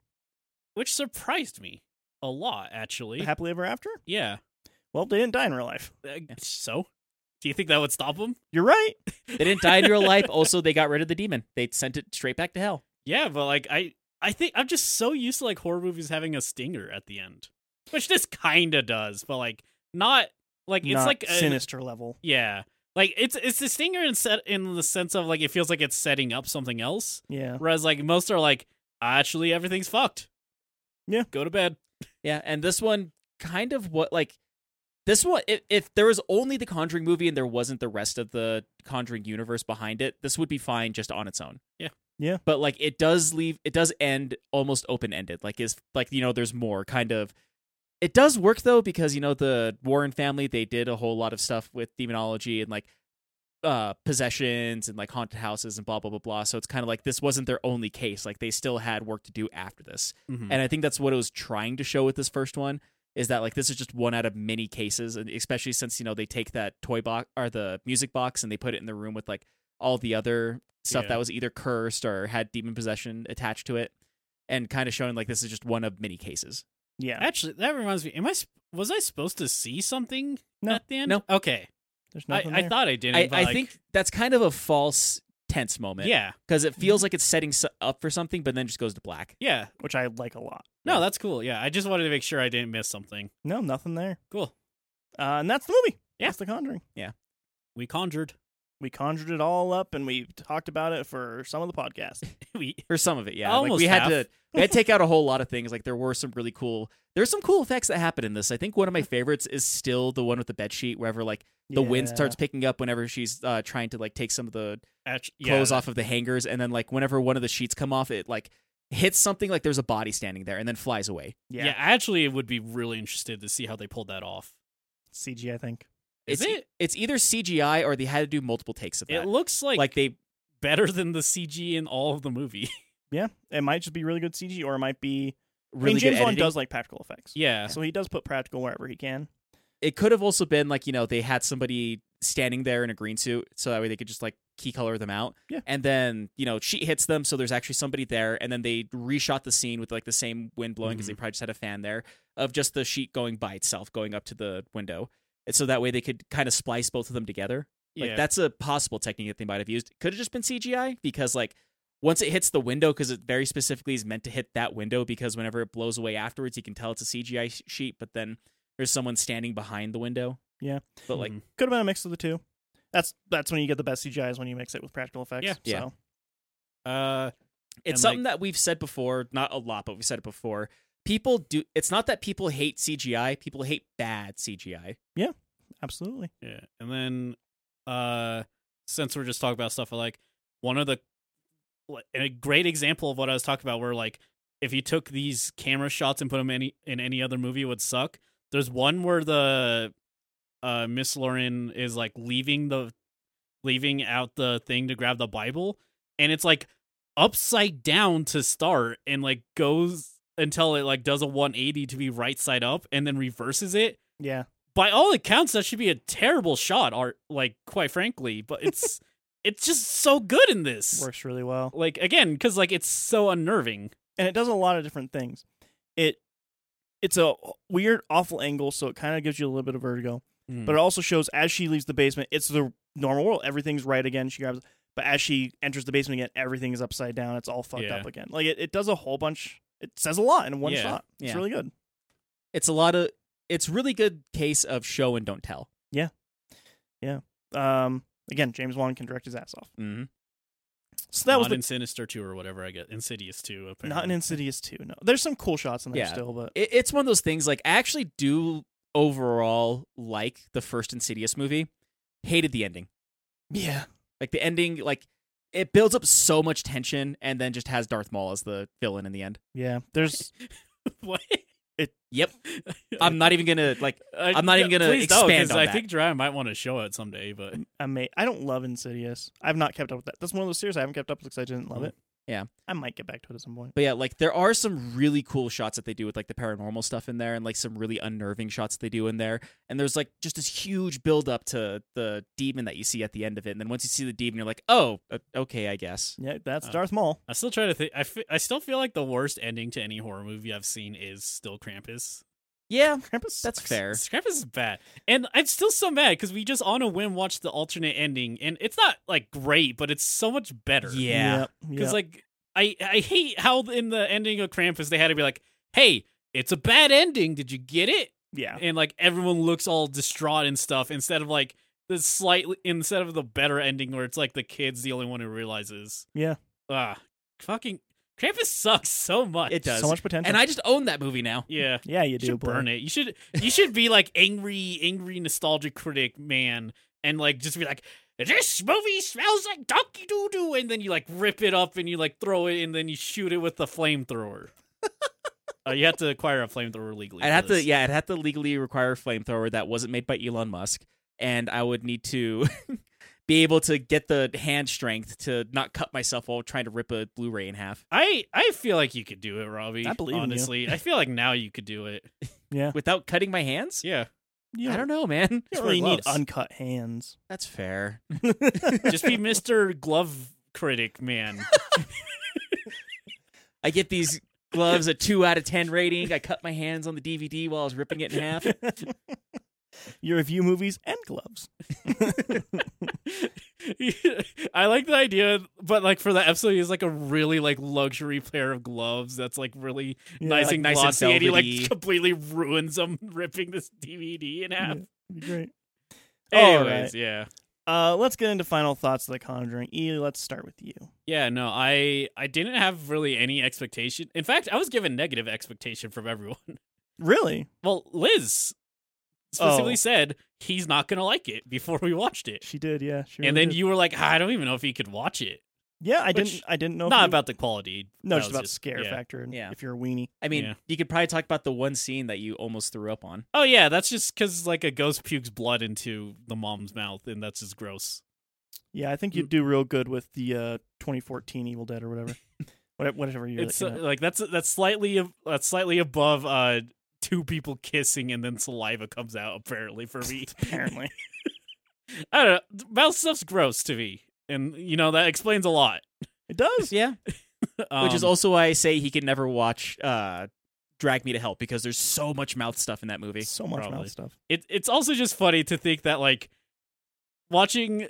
Speaker 3: which surprised me a lot actually.
Speaker 1: Happily ever after?
Speaker 3: yeah.
Speaker 1: Well, they didn't die in real life.
Speaker 3: Uh, So, do you think that would stop him?
Speaker 1: You're right.
Speaker 2: They didn't die
Speaker 1: <laughs>
Speaker 2: in real life. Also, they got rid of the demon. They sent it straight back to hell.
Speaker 3: Yeah, but like I I think I'm just so used to like horror movies having a stinger at the end. Which this kinda does, but like not like it's
Speaker 1: Not
Speaker 3: like a,
Speaker 1: sinister level.
Speaker 3: Yeah. Like it's it's the stinger in set in the sense of like it feels like it's setting up something else.
Speaker 1: Yeah.
Speaker 3: Whereas like most are like, actually everything's fucked.
Speaker 1: Yeah.
Speaker 3: Go to bed.
Speaker 2: Yeah, and this one kind of what like this one if, if there was only the Conjuring movie and there wasn't the rest of the Conjuring universe behind it, this would be fine just on its own.
Speaker 3: Yeah.
Speaker 1: Yeah.
Speaker 2: But like it does leave it does end almost open ended. Like is like you know there's more kind of it does work though because you know the Warren family they did a whole lot of stuff with demonology and like uh possessions and like haunted houses and blah blah blah blah so it's kind of like this wasn't their only case like they still had work to do after this
Speaker 1: Mm-hmm.
Speaker 3: Mhm.
Speaker 2: and i think that's what it was trying to show with this first one is that like this is just one out of many cases and especially since you know they take that toy box or the music box and they put it in the room with like all the other stuff
Speaker 3: Yeah.
Speaker 2: that was either cursed or had demon possession attached to it and kind of showing like this is just one of many cases
Speaker 1: Yeah,
Speaker 3: Actually, that reminds me. Am I sp- was I supposed to see something
Speaker 1: No.
Speaker 3: at the end?
Speaker 2: No.
Speaker 3: Okay.
Speaker 1: there's
Speaker 3: I,
Speaker 1: nothing
Speaker 3: I
Speaker 1: there.
Speaker 3: thought I didn't.
Speaker 2: i,
Speaker 3: but,
Speaker 2: I
Speaker 3: like,
Speaker 2: think that's kind of a false tense moment
Speaker 3: Yeah.
Speaker 2: because it feels like it's setting so- up for something but then just goes to black
Speaker 3: Yeah.
Speaker 1: which I like a lot.
Speaker 3: No, that's cool. Yeah, I just wanted to make sure I didn't miss something.
Speaker 1: No, nothing there.
Speaker 3: Cool.
Speaker 1: Uh, and that's the movie.
Speaker 3: Yeah.
Speaker 1: That's The Conjuring.
Speaker 3: We conjured.
Speaker 1: We conjured it all up and we talked about it for some of the
Speaker 3: <laughs>
Speaker 1: podcast.
Speaker 3: we
Speaker 2: or some of it yeah like
Speaker 3: Almost
Speaker 2: we had
Speaker 3: half.
Speaker 2: to we had to take out a whole lot of things like there were some really cool there's some cool effects that happen in this i think one of my favorites is still the one with the bed sheet wherever like the wind
Speaker 1: Yeah.
Speaker 2: starts picking up whenever she's uh, trying to like take some of the
Speaker 3: actually, yeah,
Speaker 2: clothes
Speaker 3: that-
Speaker 2: off of the hangers and then like whenever one of the sheets come off it like hits something like there's a body standing there and then flies away
Speaker 1: Yeah.
Speaker 3: Yeah. I actually would be really interested to see how they pulled that off.
Speaker 1: CG, I think.
Speaker 3: Is
Speaker 2: it's, e
Speaker 3: it?
Speaker 2: it's either cgi or they had to do multiple takes of that
Speaker 3: It looks like,
Speaker 2: like, they
Speaker 3: better than the CG in all of the movie.
Speaker 1: Yeah. It might just be really good CG or it might be.
Speaker 2: really
Speaker 1: I mean, James
Speaker 2: good
Speaker 1: Wan
Speaker 2: editing.
Speaker 1: does like practical effects.
Speaker 3: <laughs> yeah.
Speaker 1: So he does put practical wherever he can.
Speaker 2: it could have also been like you know they had somebody standing there in a green suit so that way they could just like key color them out
Speaker 1: Yeah.
Speaker 2: and then you know she hits them so there's actually somebody there and then they reshot the scene with like the same wind blowing because they probably just had a fan there of just the sheet going by itself going up to the window and so that way they could kind of splice both of them together like
Speaker 3: yeah.
Speaker 2: that's a possible technique that they might have used could have just been cgi because like once it hits the window because it very specifically is meant to hit that window because whenever it blows away afterwards you can tell it's a cgi sh- sheet but then there's someone standing behind the window
Speaker 1: Yeah.
Speaker 2: but like
Speaker 3: Mhm.
Speaker 1: Could have been a mix of the two. That's that's when you get the best CGI is when you mix it with practical effects.
Speaker 3: Yeah.
Speaker 1: So
Speaker 2: Yeah.
Speaker 3: uh,
Speaker 2: it's
Speaker 3: And,
Speaker 2: something that we've said before not a lot but we've said it before people do it's not that people hate cgi people hate bad cgi
Speaker 1: absolutely.
Speaker 3: <laughs> yeah. And then, uh, since we're just talking about stuff like one of the like, a great example of what I was talking about, where like if you took these camera shots and put them any in any other movie, it would suck. There's one where the uh Miss Lauren is like leaving the leaving out the thing to grab the Bible, and it's like upside down to start, and like goes until it like does a 180 to be right side up, and then reverses it,
Speaker 1: Yeah.
Speaker 3: by all accounts that should be a terrible shot art like quite frankly but
Speaker 2: <laughs>
Speaker 3: it's it's just so good in this
Speaker 1: Works really well.
Speaker 3: like again because like it's so unnerving
Speaker 1: and it does a lot of different things. It it's a weird, awful angle, so it kind of gives you a little bit of vertigo.
Speaker 3: Hmm.
Speaker 2: Hmm.
Speaker 1: But it also shows as she leaves the basement, it's the normal world. Everything's right again. She grabs, but as she enters the basement again, everything is upside down. It's all fucked
Speaker 3: Yeah.
Speaker 1: up again. Like it, it does a whole bunch. It says a lot in one
Speaker 3: Yeah.
Speaker 1: shot. It's
Speaker 2: Yeah.
Speaker 1: really good.
Speaker 2: it's a lot of it's really good case of show and don't tell
Speaker 1: Um, again, James Wan can direct his ass off.
Speaker 2: mm-hmm.
Speaker 1: So that
Speaker 3: not
Speaker 1: was the,
Speaker 3: in sinister 2 or whatever i get insidious 2 apparently
Speaker 1: not
Speaker 3: <laughs>
Speaker 1: in Insidious two. No, there's some cool shots in there
Speaker 2: Yeah.
Speaker 1: still, but
Speaker 2: it, it's one of those things like i actually do overall like the first insidious movie hated the ending
Speaker 1: yeah,
Speaker 2: Like the ending, like it builds up so much tension, and then just has Darth Maul as the villain in the end.
Speaker 1: yeah.
Speaker 2: <laughs>
Speaker 1: There's
Speaker 3: what
Speaker 2: Yep, I'm not even gonna like.
Speaker 3: I,
Speaker 2: I'm not even gonna
Speaker 3: please don't,
Speaker 2: expand
Speaker 3: 'cause
Speaker 2: on
Speaker 3: i
Speaker 2: that.
Speaker 3: think Jiraiya might want to show it someday but
Speaker 1: I may I don't love Insidious. I've not kept up with that. That's one of those series I haven't kept up with because I didn't love it.
Speaker 2: Mm-hmm. Yeah.
Speaker 1: I might get back to it at some point.
Speaker 2: But yeah, like there are some really cool shots that they do with like the paranormal stuff in there, and like some really unnerving shots that they do in there. And there's like just this huge build up to the demon that you see at the end of it, and then once you see the demon, you're like, oh, uh, okay, I guess.
Speaker 1: Yeah, that's
Speaker 2: Uh,
Speaker 3: Oh.
Speaker 1: Darth Maul. <laughs>
Speaker 3: i still try to think I fe- I still feel like the worst ending to any horror movie i've seen is still krampus
Speaker 2: Yeah,
Speaker 1: Krampus.
Speaker 2: that's
Speaker 1: sucks.
Speaker 2: fair.
Speaker 3: Scrap is bad. And I'm still so mad because we just on a whim watched the alternate ending, and it's not like great, but it's so much better.
Speaker 2: Yeah.
Speaker 1: yeah.
Speaker 3: Because like I I hate how in the ending of Krampus they had to be like, hey, it's a bad ending. Did you get it?
Speaker 1: yeah.
Speaker 3: And like everyone looks all distraught and stuff instead of like the slightly instead of the better ending where it's like the kid's the only one who realizes.
Speaker 1: Yeah.
Speaker 3: Ah, fucking Krampus sucks so much.
Speaker 2: It does.
Speaker 1: So much potential.
Speaker 2: And I just own that movie now.
Speaker 3: Yeah.
Speaker 1: yeah, you do.
Speaker 3: You should
Speaker 1: boy.
Speaker 3: burn it. You should you should be like angry, angry nostalgic critic man, and like just be like, this movie smells like donkey doo doo, and then you like rip it up and you like throw it, and then you shoot it with the flamethrower.
Speaker 1: <laughs>
Speaker 3: uh, you have to acquire a flamethrower legally.
Speaker 2: I'd
Speaker 3: for
Speaker 2: have to,
Speaker 3: this.
Speaker 2: yeah, I'd have to <laughs> legally require a flamethrower that wasn't made by Elon Musk, and I would need to be able to get the hand strength to not cut myself while trying to rip a Blu-ray
Speaker 1: <laughs>
Speaker 2: in half
Speaker 3: I I feel like you could do it, Robbie.
Speaker 1: I believe in you.
Speaker 3: honestly. I feel like now you could do
Speaker 1: <laughs>
Speaker 3: it.
Speaker 2: without cutting my hands.
Speaker 3: Yeah,
Speaker 1: You
Speaker 2: I don't know, man.
Speaker 1: You
Speaker 3: Just
Speaker 1: don't
Speaker 3: wear
Speaker 1: really need
Speaker 3: gloves.
Speaker 1: uncut hands.
Speaker 2: That's fair.
Speaker 3: just be Mister Glove Critic, man.
Speaker 2: <laughs> I get these gloves a two out of ten rating. I cut my hands on the DVD while I was ripping it in half.
Speaker 1: You review movies and gloves.
Speaker 3: <laughs> I like the idea, but like for the episode, he's like a really like luxury pair of gloves that's like really
Speaker 1: Yeah,
Speaker 3: nice
Speaker 2: like,
Speaker 3: and
Speaker 2: nice and
Speaker 3: glossy, and, he
Speaker 2: velvety.
Speaker 3: like completely ruins them <laughs> ripping this DVD in half.
Speaker 1: Yeah, it'd be great. All
Speaker 3: Anyways,
Speaker 1: right.
Speaker 3: yeah.
Speaker 1: Uh, let's get into final thoughts of The Conjuring. E, let's start with you.
Speaker 3: Yeah, no, I I didn't have really any expectation. In fact, I was given negative expectation from everyone. <laughs>
Speaker 1: Really?
Speaker 3: Well, Liz specifically
Speaker 1: Oh.
Speaker 3: said he's not gonna like it before we watched it,
Speaker 1: She did, yeah. She
Speaker 3: and
Speaker 1: really
Speaker 3: then
Speaker 1: did.
Speaker 3: you were like, "Ah, I don't even know if he could watch it.
Speaker 1: yeah, I
Speaker 3: which-
Speaker 1: didn't, I didn't know. if
Speaker 3: Not
Speaker 1: you-
Speaker 3: about the quality.
Speaker 1: no,
Speaker 3: that
Speaker 1: just
Speaker 3: was
Speaker 1: about scare
Speaker 3: yeah.
Speaker 1: factor. And
Speaker 2: Yeah.
Speaker 1: if you're a weenie,
Speaker 2: I mean,
Speaker 3: Yeah.
Speaker 2: you could probably talk about the one scene that you almost threw
Speaker 1: <laughs>
Speaker 2: up on.
Speaker 3: Oh yeah, that's just because like a ghost pukes blood into the mom's mouth, and that's just gross.
Speaker 1: yeah, I think you'd do real good with the uh, 2014 Evil Dead or
Speaker 3: <laughs>
Speaker 1: whatever, <laughs> What- whatever you're
Speaker 3: it's
Speaker 1: looking
Speaker 3: uh, <laughs>
Speaker 1: at.
Speaker 3: like that's that's slightly ab- that's slightly above uh two people kissing and then saliva comes out. Apparently for me,
Speaker 1: apparently.
Speaker 3: I don't know. Mouth stuff's gross to me, and you know that explains a lot.
Speaker 1: It does.
Speaker 2: Yeah, which is
Speaker 3: Um,
Speaker 2: also why I say he can never watch uh, Drag Me to Hell because there's so much mouth stuff in that movie.
Speaker 1: So much
Speaker 3: Probably.
Speaker 1: mouth
Speaker 3: <laughs>
Speaker 1: stuff.
Speaker 3: it, it's also just funny to think that like watching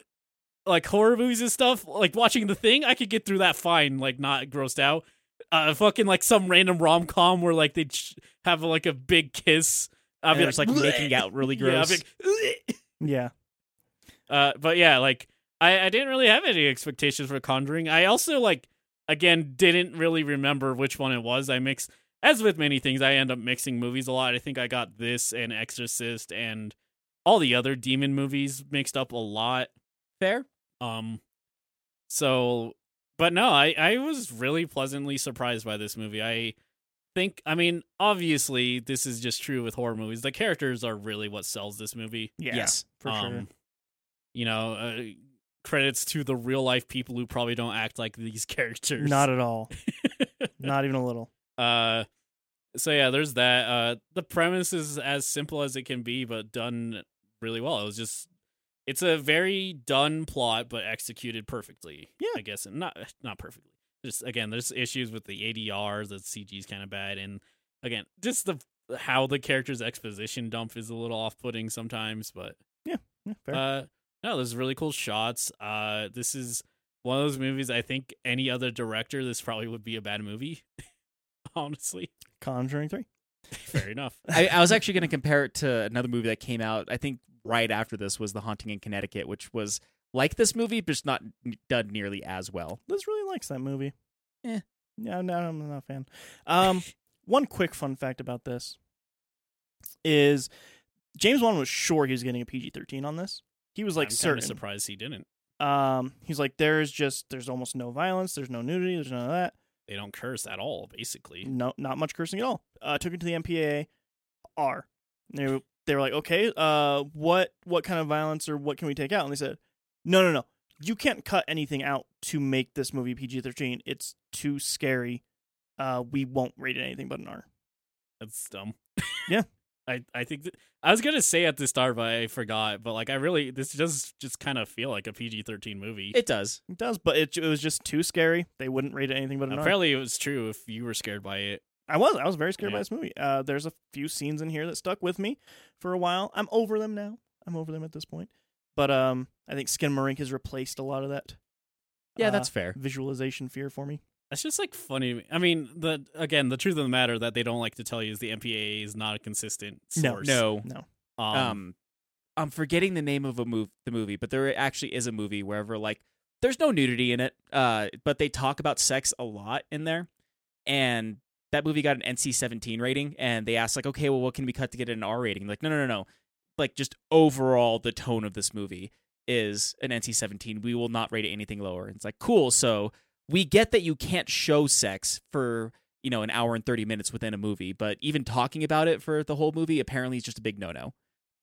Speaker 3: like horror movies and stuff like watching the thing i could get through that fine like not grossed out uh fucking like some random rom-com where like they ch- have like a big kiss i'll
Speaker 2: I
Speaker 3: be
Speaker 2: mean, it's like making out
Speaker 3: <laughs>
Speaker 2: really
Speaker 3: Yeah, I'll
Speaker 2: gross.
Speaker 3: be like,
Speaker 1: Yeah.
Speaker 3: uh but yeah like i i didn't really have any expectations for conjuring i also like again didn't really remember which one it was i mixed as with many things i end up mixing movies a lot i think i got this and exorcist and all the other demon movies mixed up a lot
Speaker 2: Fair.
Speaker 3: um so but no, I I was really pleasantly surprised by this movie. I think I mean, obviously this is just true with horror movies. The characters are really what sells this movie.
Speaker 1: Yeah.
Speaker 2: Yes.
Speaker 1: For sure.
Speaker 3: Um, You know, uh, credits to the real life people who probably don't act like these <laughs> characters.
Speaker 1: Not at
Speaker 3: <laughs>
Speaker 1: all. Not even a little.
Speaker 3: uh, so yeah, there's that. Uh, the premise is as simple as it can be, but done really well. It was just, it's a very done plot, but executed perfectly.
Speaker 1: Yeah.
Speaker 3: I guess not not perfectly. Just again, there's issues with the ADR, the CG's kind of bad, and again, just the how the characters' exposition dump is a little off-putting sometimes, but
Speaker 1: Yeah, fair.
Speaker 3: uh, no, there's really cool shots. Uh, this is one of those movies. I think any other director, this probably would be a bad movie. <laughs> Honestly,
Speaker 1: Conjuring three.
Speaker 3: fair <laughs> enough.
Speaker 2: I, I was actually going to compare it to another movie that came out. I think right after this was The Haunting in Connecticut, which was like this movie, but just not n- done nearly as well.
Speaker 1: Liz really likes that movie.
Speaker 2: Eh.
Speaker 1: Yeah, no, I'm not a fan. Um, one quick fun fact about this is James Wan was sure he was getting a PG-13 on this. He was like
Speaker 3: I'm kinda
Speaker 1: certain.
Speaker 3: surprised he didn't.
Speaker 1: Um, he's like, there's just there's almost no violence, there's no nudity, there's none of that.
Speaker 3: They don't curse at all, basically.
Speaker 1: No, not much cursing at all. Uh, took it to the MPAA. R. They were, they were like, okay, uh, what what kind of violence or what can we take out? And they said, no, no, no, you can't cut anything out to make this movie PG thirteen. It's too scary. Uh, we won't rate it anything but an R.
Speaker 3: That's dumb.
Speaker 1: Yeah.
Speaker 3: <laughs> I I think that, I was gonna say at the start, but I forgot. But like, I really this does just kind of feel like a PG-13 movie.
Speaker 2: It does.
Speaker 1: It does, but it, it was just too scary. They wouldn't rate it anything but an R.
Speaker 3: Apparently, it was true. If you were scared by it,
Speaker 1: I was I was very scared by
Speaker 3: Yeah.
Speaker 1: this movie. Uh, there's a few scenes in here that stuck with me for a while. I'm over them now. I'm over them at this point. But um, I think Skin Marink has replaced a lot of that.
Speaker 2: Yeah,
Speaker 1: uh,
Speaker 2: that's fair.
Speaker 1: visualization fear for me.
Speaker 3: That's just like funny. I mean, the again, the truth of the matter that they don't like to tell you is the MPAA is not a consistent
Speaker 1: No.
Speaker 3: source.
Speaker 2: No.
Speaker 1: No.
Speaker 3: Um,
Speaker 2: Um, I'm forgetting the name of a move the movie, but there actually is a movie wherever like there's no nudity in it, uh, but they talk about sex a lot in there, and that movie got an NC-17 rating, and they asked like, okay, well, what can we cut to get an R rating? Like, no, no, no, no, like just overall the tone of this movie is an NC-17. We will not rate it anything lower. And it's like cool, so we get that you can't show sex for you know an hour and 30 minutes within a movie but even talking about it for the whole movie apparently is just a big no-no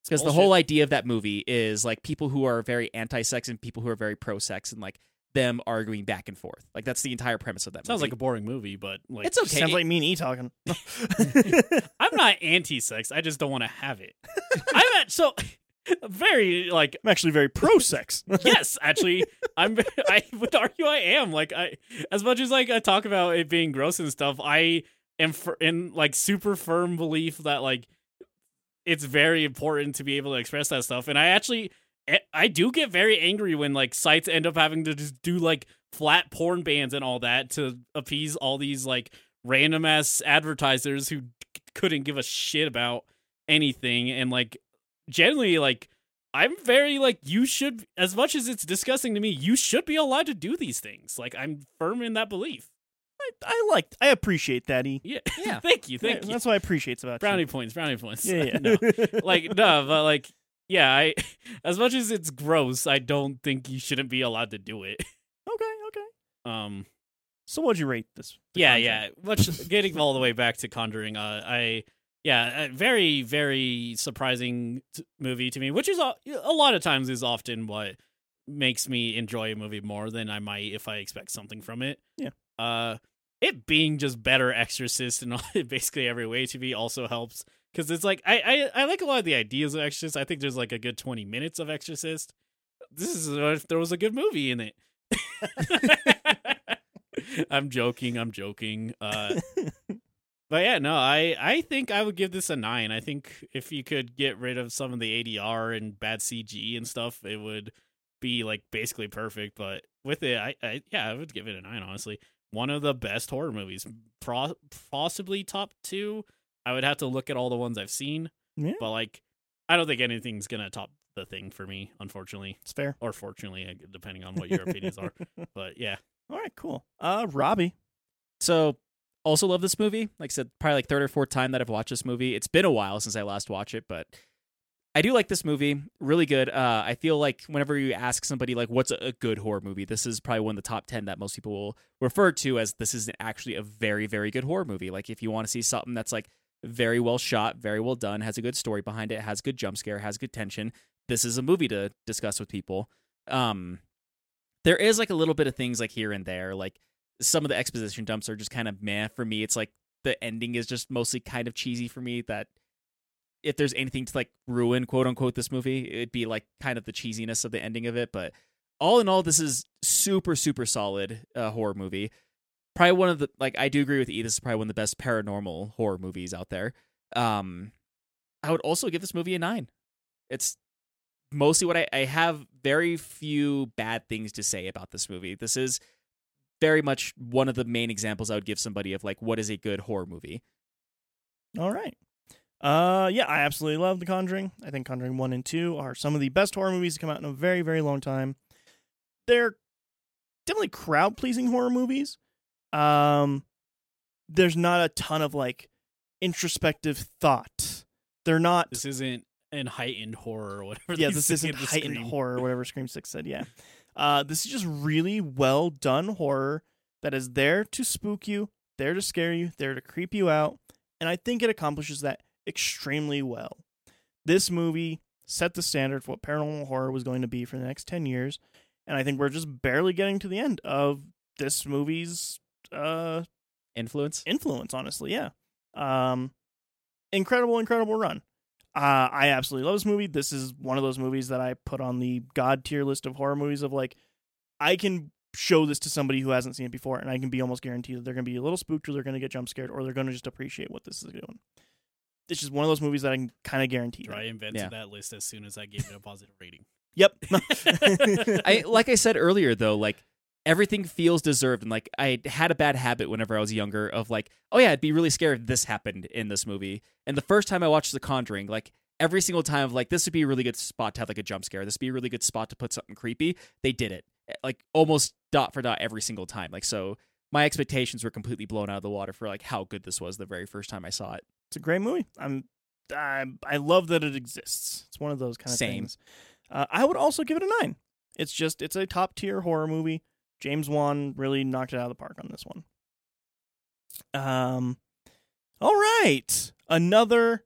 Speaker 2: because the whole idea of that movie is like people who are very anti-sex and people who are very pro-sex and like them arguing back and forth. Like that's the entire premise of that.
Speaker 3: sounds
Speaker 2: movie.
Speaker 3: like a boring movie, but
Speaker 1: <laughs>
Speaker 3: like
Speaker 2: <laughs> it's okay.
Speaker 1: Sounds like me and E talking.
Speaker 3: I'm not anti-sex. I just don't want to have it. I'm at, so very like
Speaker 1: I'm actually very pro
Speaker 3: <laughs>
Speaker 1: sex.
Speaker 3: yes, actually, I'm. <laughs> I would argue I am. Like I, as much as like I talk about it being gross and stuff, I am fir- in like super firm belief that like it's very important to be able to express that stuff. And I actually, I- I do get very angry when like sites end up having to just do like flat porn bans and all that to appease all these like random ass advertisers who c- couldn't give a shit about anything and like generally like I'm very like you should as much as it's disgusting to me, you should be allowed to do these things. Like I'm firm in that belief.
Speaker 1: I, <laughs> I like. I appreciate that. E.
Speaker 3: Yeah. <laughs>
Speaker 2: Yeah.
Speaker 3: thank you. Thank
Speaker 1: Yeah,
Speaker 3: you.
Speaker 1: That's what I appreciate about
Speaker 3: brownie
Speaker 1: you.
Speaker 3: points, brownie points. <laughs>
Speaker 1: Yeah,
Speaker 3: no.
Speaker 1: yeah.
Speaker 3: Like no, but like yeah, I <laughs> as much as it's gross, I don't think you shouldn't be allowed to do it.
Speaker 1: <laughs> okay, okay.
Speaker 3: Um
Speaker 1: So, what'd you rate this? The
Speaker 3: yeah,
Speaker 1: Conjuring?
Speaker 3: yeah. Much getting all the way back to Conjuring. Uh, I yeah, a very very surprising t- movie to me, which is a, a lot of times is often what makes me enjoy a movie more than I might if I expect something from it.
Speaker 1: Yeah.
Speaker 3: Uh, it being just better Exorcist in <laughs> all, basically every way to me also helps because it's like I, I I like a lot of the ideas of Exorcist. I think there's like a good twenty minutes of Exorcist. This is uh, if there was a good movie in
Speaker 1: <laughs>
Speaker 3: <laughs> it. <laughs> I'm joking. I'm joking. Uh, but yeah, no, I I think I would give this a nine. I think if you could get rid of some of the ADR and bad CG and stuff, it would be like basically perfect. But with it, I, I yeah, I would give it a nine. Honestly, one of the best horror movies, pro- possibly top two. I would have to look at all the ones I've seen,
Speaker 1: Yeah.
Speaker 3: but like, I don't think anything's gonna top the thing for me, unfortunately,
Speaker 1: It's fair.
Speaker 3: or fortunately, uh, depending on what your opinions are. But yeah,
Speaker 1: <laughs> All right, cool. Uh, Robbie.
Speaker 2: So also love this movie. Like I said, probably like third or fourth time that I've watched this movie. It's been a while since I last watched it, but I do like this movie. Really good. Uh, I feel like whenever you ask somebody like what's a- a good horror movie, this is probably one of the top ten that most people will refer to as this is actually a very, very good horror movie. Like if you want to see something that's like very well shot, very well done, has a good story behind it, has good jump scare, has good tension. This is a movie to discuss with people. Um, there is like a little bit of things like here and there, like some of the exposition dumps are just kind of meh for me. It's like the ending is just mostly kind of cheesy for me. That if there's anything to like ruin quote unquote this movie, it'd be like kind of the cheesiness of the ending of it. But all in all, this is super super solid uh, horror movie. Probably one of the like I do agree with E. This is probably one of the best paranormal horror movies out there. Um, I would also give this movie a nine. It's mostly what I, I have very few bad things to say about this movie. This is very much one of the main examples I would give somebody of like what is a good horror movie.
Speaker 1: All right. Uh, yeah, I absolutely love The Conjuring. I think Conjuring 1 and 2 are some of the best horror movies to come out in a very, very long time. They're definitely crowd pleasing horror movies. Um, there's not a ton of like introspective thought. They're not
Speaker 3: this isn't an heightened horror or whatever.
Speaker 1: yeah,
Speaker 3: they
Speaker 1: this
Speaker 3: say
Speaker 1: isn't
Speaker 3: in the
Speaker 1: heightened
Speaker 3: screen.
Speaker 1: horror, whatever Scream Six said. Yeah, uh, this is just really well done horror that is there to spook you, there to scare you, there to creep you out, and I think it accomplishes that extremely well. This movie set the standard for what paranormal horror was going to be for the next ten years, and I think we're just barely getting to the end of this movie's uh,
Speaker 2: Influence?
Speaker 1: influence honestly yeah um incredible incredible run uh i absolutely love this movie this is one of those movies that i put on the god tier list of horror movies of like i can show this to somebody who hasn't seen it before and i can be almost guaranteed that they're going to be a little spooked or they're going to get jump scared or they're going to just appreciate what this is doing it's just one of those movies that i can kind of guarantee that.
Speaker 3: I invented
Speaker 2: Yeah.
Speaker 3: that list as soon as I gave it a positive rating.
Speaker 1: <laughs> yep
Speaker 2: I like I said earlier though, like everything feels deserved and like I had a bad habit whenever I was younger of like, oh yeah, I'd be really scared if this happened in this movie. And the first time I watched The Conjuring, like every single time of like this would be a really good spot to have like a jump scare. This would be a really good spot to put something creepy. They did it. eh, Like almost dot for dot every single time. Like so my expectations were completely blown out of the water for like how good this was the very first time I saw it.
Speaker 1: It's a great movie. I'm I, I love that it exists. It's one of those kind of
Speaker 2: Same.
Speaker 1: things. Uh, I would also give it a nine. It's just it's a top tier horror movie. James Wan really knocked it out of the park on this one. Um, all right, another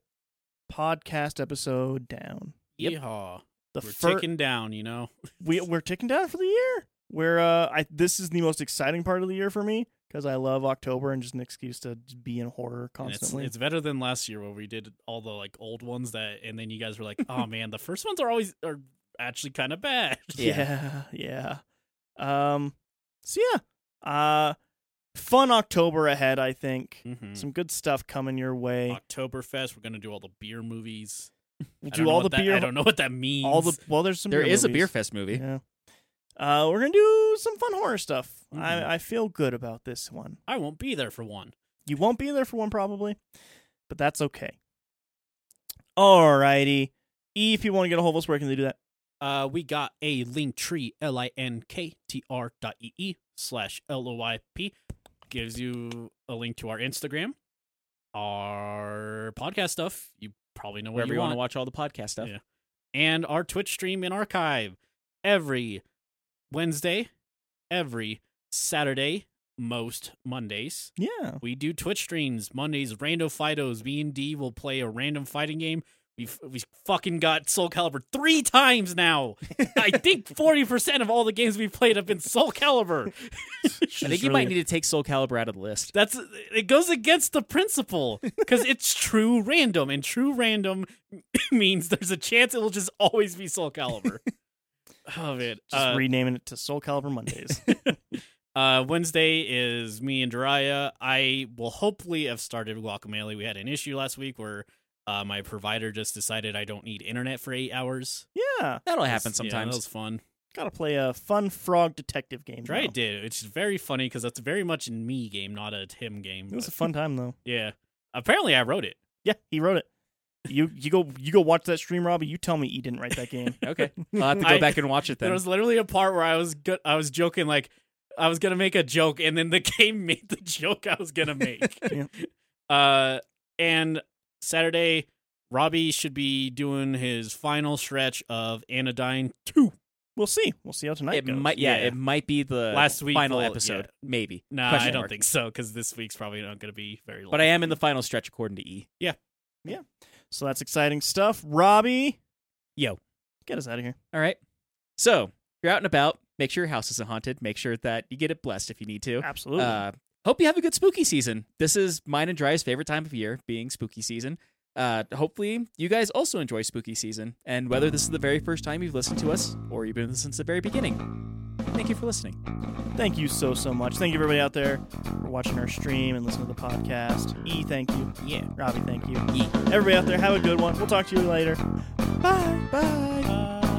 Speaker 1: podcast episode down.
Speaker 2: Yep.
Speaker 3: Yeehaw.
Speaker 1: The
Speaker 3: We're
Speaker 1: fir-
Speaker 3: ticking down, you know.
Speaker 1: we we're ticking down for the year. We're uh, I this is the most exciting part of the year for me because I love October and just an excuse to just be in horror
Speaker 3: And it's,
Speaker 1: constantly.
Speaker 3: it's better than last year where we did all the like old ones that, and then you guys were like,
Speaker 1: <laughs>
Speaker 3: "Oh man, the first ones are always are actually kind of bad." <laughs>
Speaker 1: yeah, yeah. Um, so yeah, uh, fun October ahead. I think
Speaker 3: Mhm.
Speaker 1: some good stuff coming your way.
Speaker 3: Oktoberfest. We're gonna do all the beer movies.
Speaker 1: We'll
Speaker 3: I
Speaker 1: do
Speaker 3: don't
Speaker 1: all
Speaker 3: know
Speaker 1: the
Speaker 3: what that-
Speaker 1: beer,
Speaker 3: I don't know what that means.
Speaker 1: all the well. There's some
Speaker 2: There is a beer
Speaker 1: movies.
Speaker 2: fest movie.
Speaker 1: Yeah. Uh, we're gonna do some fun horror stuff.
Speaker 3: Mhm.
Speaker 1: I I feel good about this one.
Speaker 3: I won't be there for one.
Speaker 1: You won't be there for one probably, but that's okay. Alrighty. E, if you want to get a hold of us, where can they do that?
Speaker 3: Uh, we got a link tree l i n k t r dot e e slash l o y p gives you a link to our Instagram, our podcast stuff. You probably know what
Speaker 2: Wherever
Speaker 3: you,
Speaker 2: you want
Speaker 3: want,
Speaker 2: to watch all the podcast stuff.
Speaker 3: Yeah. and our Twitch stream and archive every Wednesday, every Saturday, most Mondays.
Speaker 1: Yeah.
Speaker 3: <laughs> We do Twitch streams Mondays. Rando Fidos. Me and D will play a random fighting game. We we fucking got Soul Calibur three times now. I think forty percent of all the games we've played have been Soul Calibur.
Speaker 2: I think you might need to take Soul Calibur out of the list.
Speaker 3: That's it goes against the principle because it's true random, and true random <laughs> means there's a chance it will just always be Soul Calibur. oh man,
Speaker 1: just
Speaker 3: Uh,
Speaker 1: renaming it to Soul Calibur Mondays.
Speaker 3: Uh, Wednesday is me and Daria. I will hopefully have started Guacamole. We had an issue last week where uh, my provider just decided I don't need internet for eight hours.
Speaker 1: yeah.
Speaker 2: That'll
Speaker 3: It
Speaker 2: happen sometimes.
Speaker 3: that was fun.
Speaker 1: Gotta play a fun frog detective game.
Speaker 3: Daria
Speaker 1: now.
Speaker 3: did. It's very funny because that's very much a me game, not a Tim game.
Speaker 1: It was a
Speaker 3: but-
Speaker 1: fun time though.
Speaker 3: yeah. Apparently, I wrote it.
Speaker 1: Yeah, he wrote it. You you go you go watch that stream, Robbie. You tell me E didn't write that
Speaker 2: <laughs>
Speaker 1: game.
Speaker 2: <laughs>
Speaker 3: <laughs>
Speaker 2: okay, I'll have to go
Speaker 3: I-
Speaker 2: back and watch it then.
Speaker 3: There was literally a part where I was go- I was joking like I was gonna make a joke, and then the <laughs> game made the joke I was gonna make.
Speaker 2: <laughs>
Speaker 1: Yeah.
Speaker 3: <laughs> Uh, and Saturday, Robbie should be doing his final stretch of Anodyne Two.
Speaker 1: We'll see. We'll see how tonight
Speaker 2: it
Speaker 1: goes.
Speaker 2: might, yeah,
Speaker 3: Yeah.
Speaker 2: it might be the
Speaker 3: Last week
Speaker 2: final
Speaker 3: we'll-
Speaker 2: episode, maybe.
Speaker 3: Nah,
Speaker 2: Question
Speaker 3: I don't
Speaker 2: mark.
Speaker 3: think so because this week's probably not gonna be very long.
Speaker 2: But I am in the final stretch according to E.
Speaker 1: So that's exciting stuff. Robbie.
Speaker 2: Yo.
Speaker 1: Get us out of here.
Speaker 2: All right. So if you're out and about. Make sure your house isn't haunted. Make sure that you get it blessed if you need to.
Speaker 1: Absolutely.
Speaker 2: Uh, hope you have a good spooky season. This is mine and Dry's favorite time of year, being spooky season. Uh, hopefully, you guys also enjoy spooky season. And whether this is the very first time you've listened to us or you've been listening since the very beginning, thank you for listening.
Speaker 1: Thank you so, so much. Thank you, everybody out there, for watching our stream and listening to the podcast. E, thank you.
Speaker 2: Yeah. E.
Speaker 1: Robbie, thank you.
Speaker 2: Yeah.
Speaker 1: Everybody out there, have a good one. We'll talk to you later. Bye.
Speaker 2: Bye.
Speaker 1: Bye.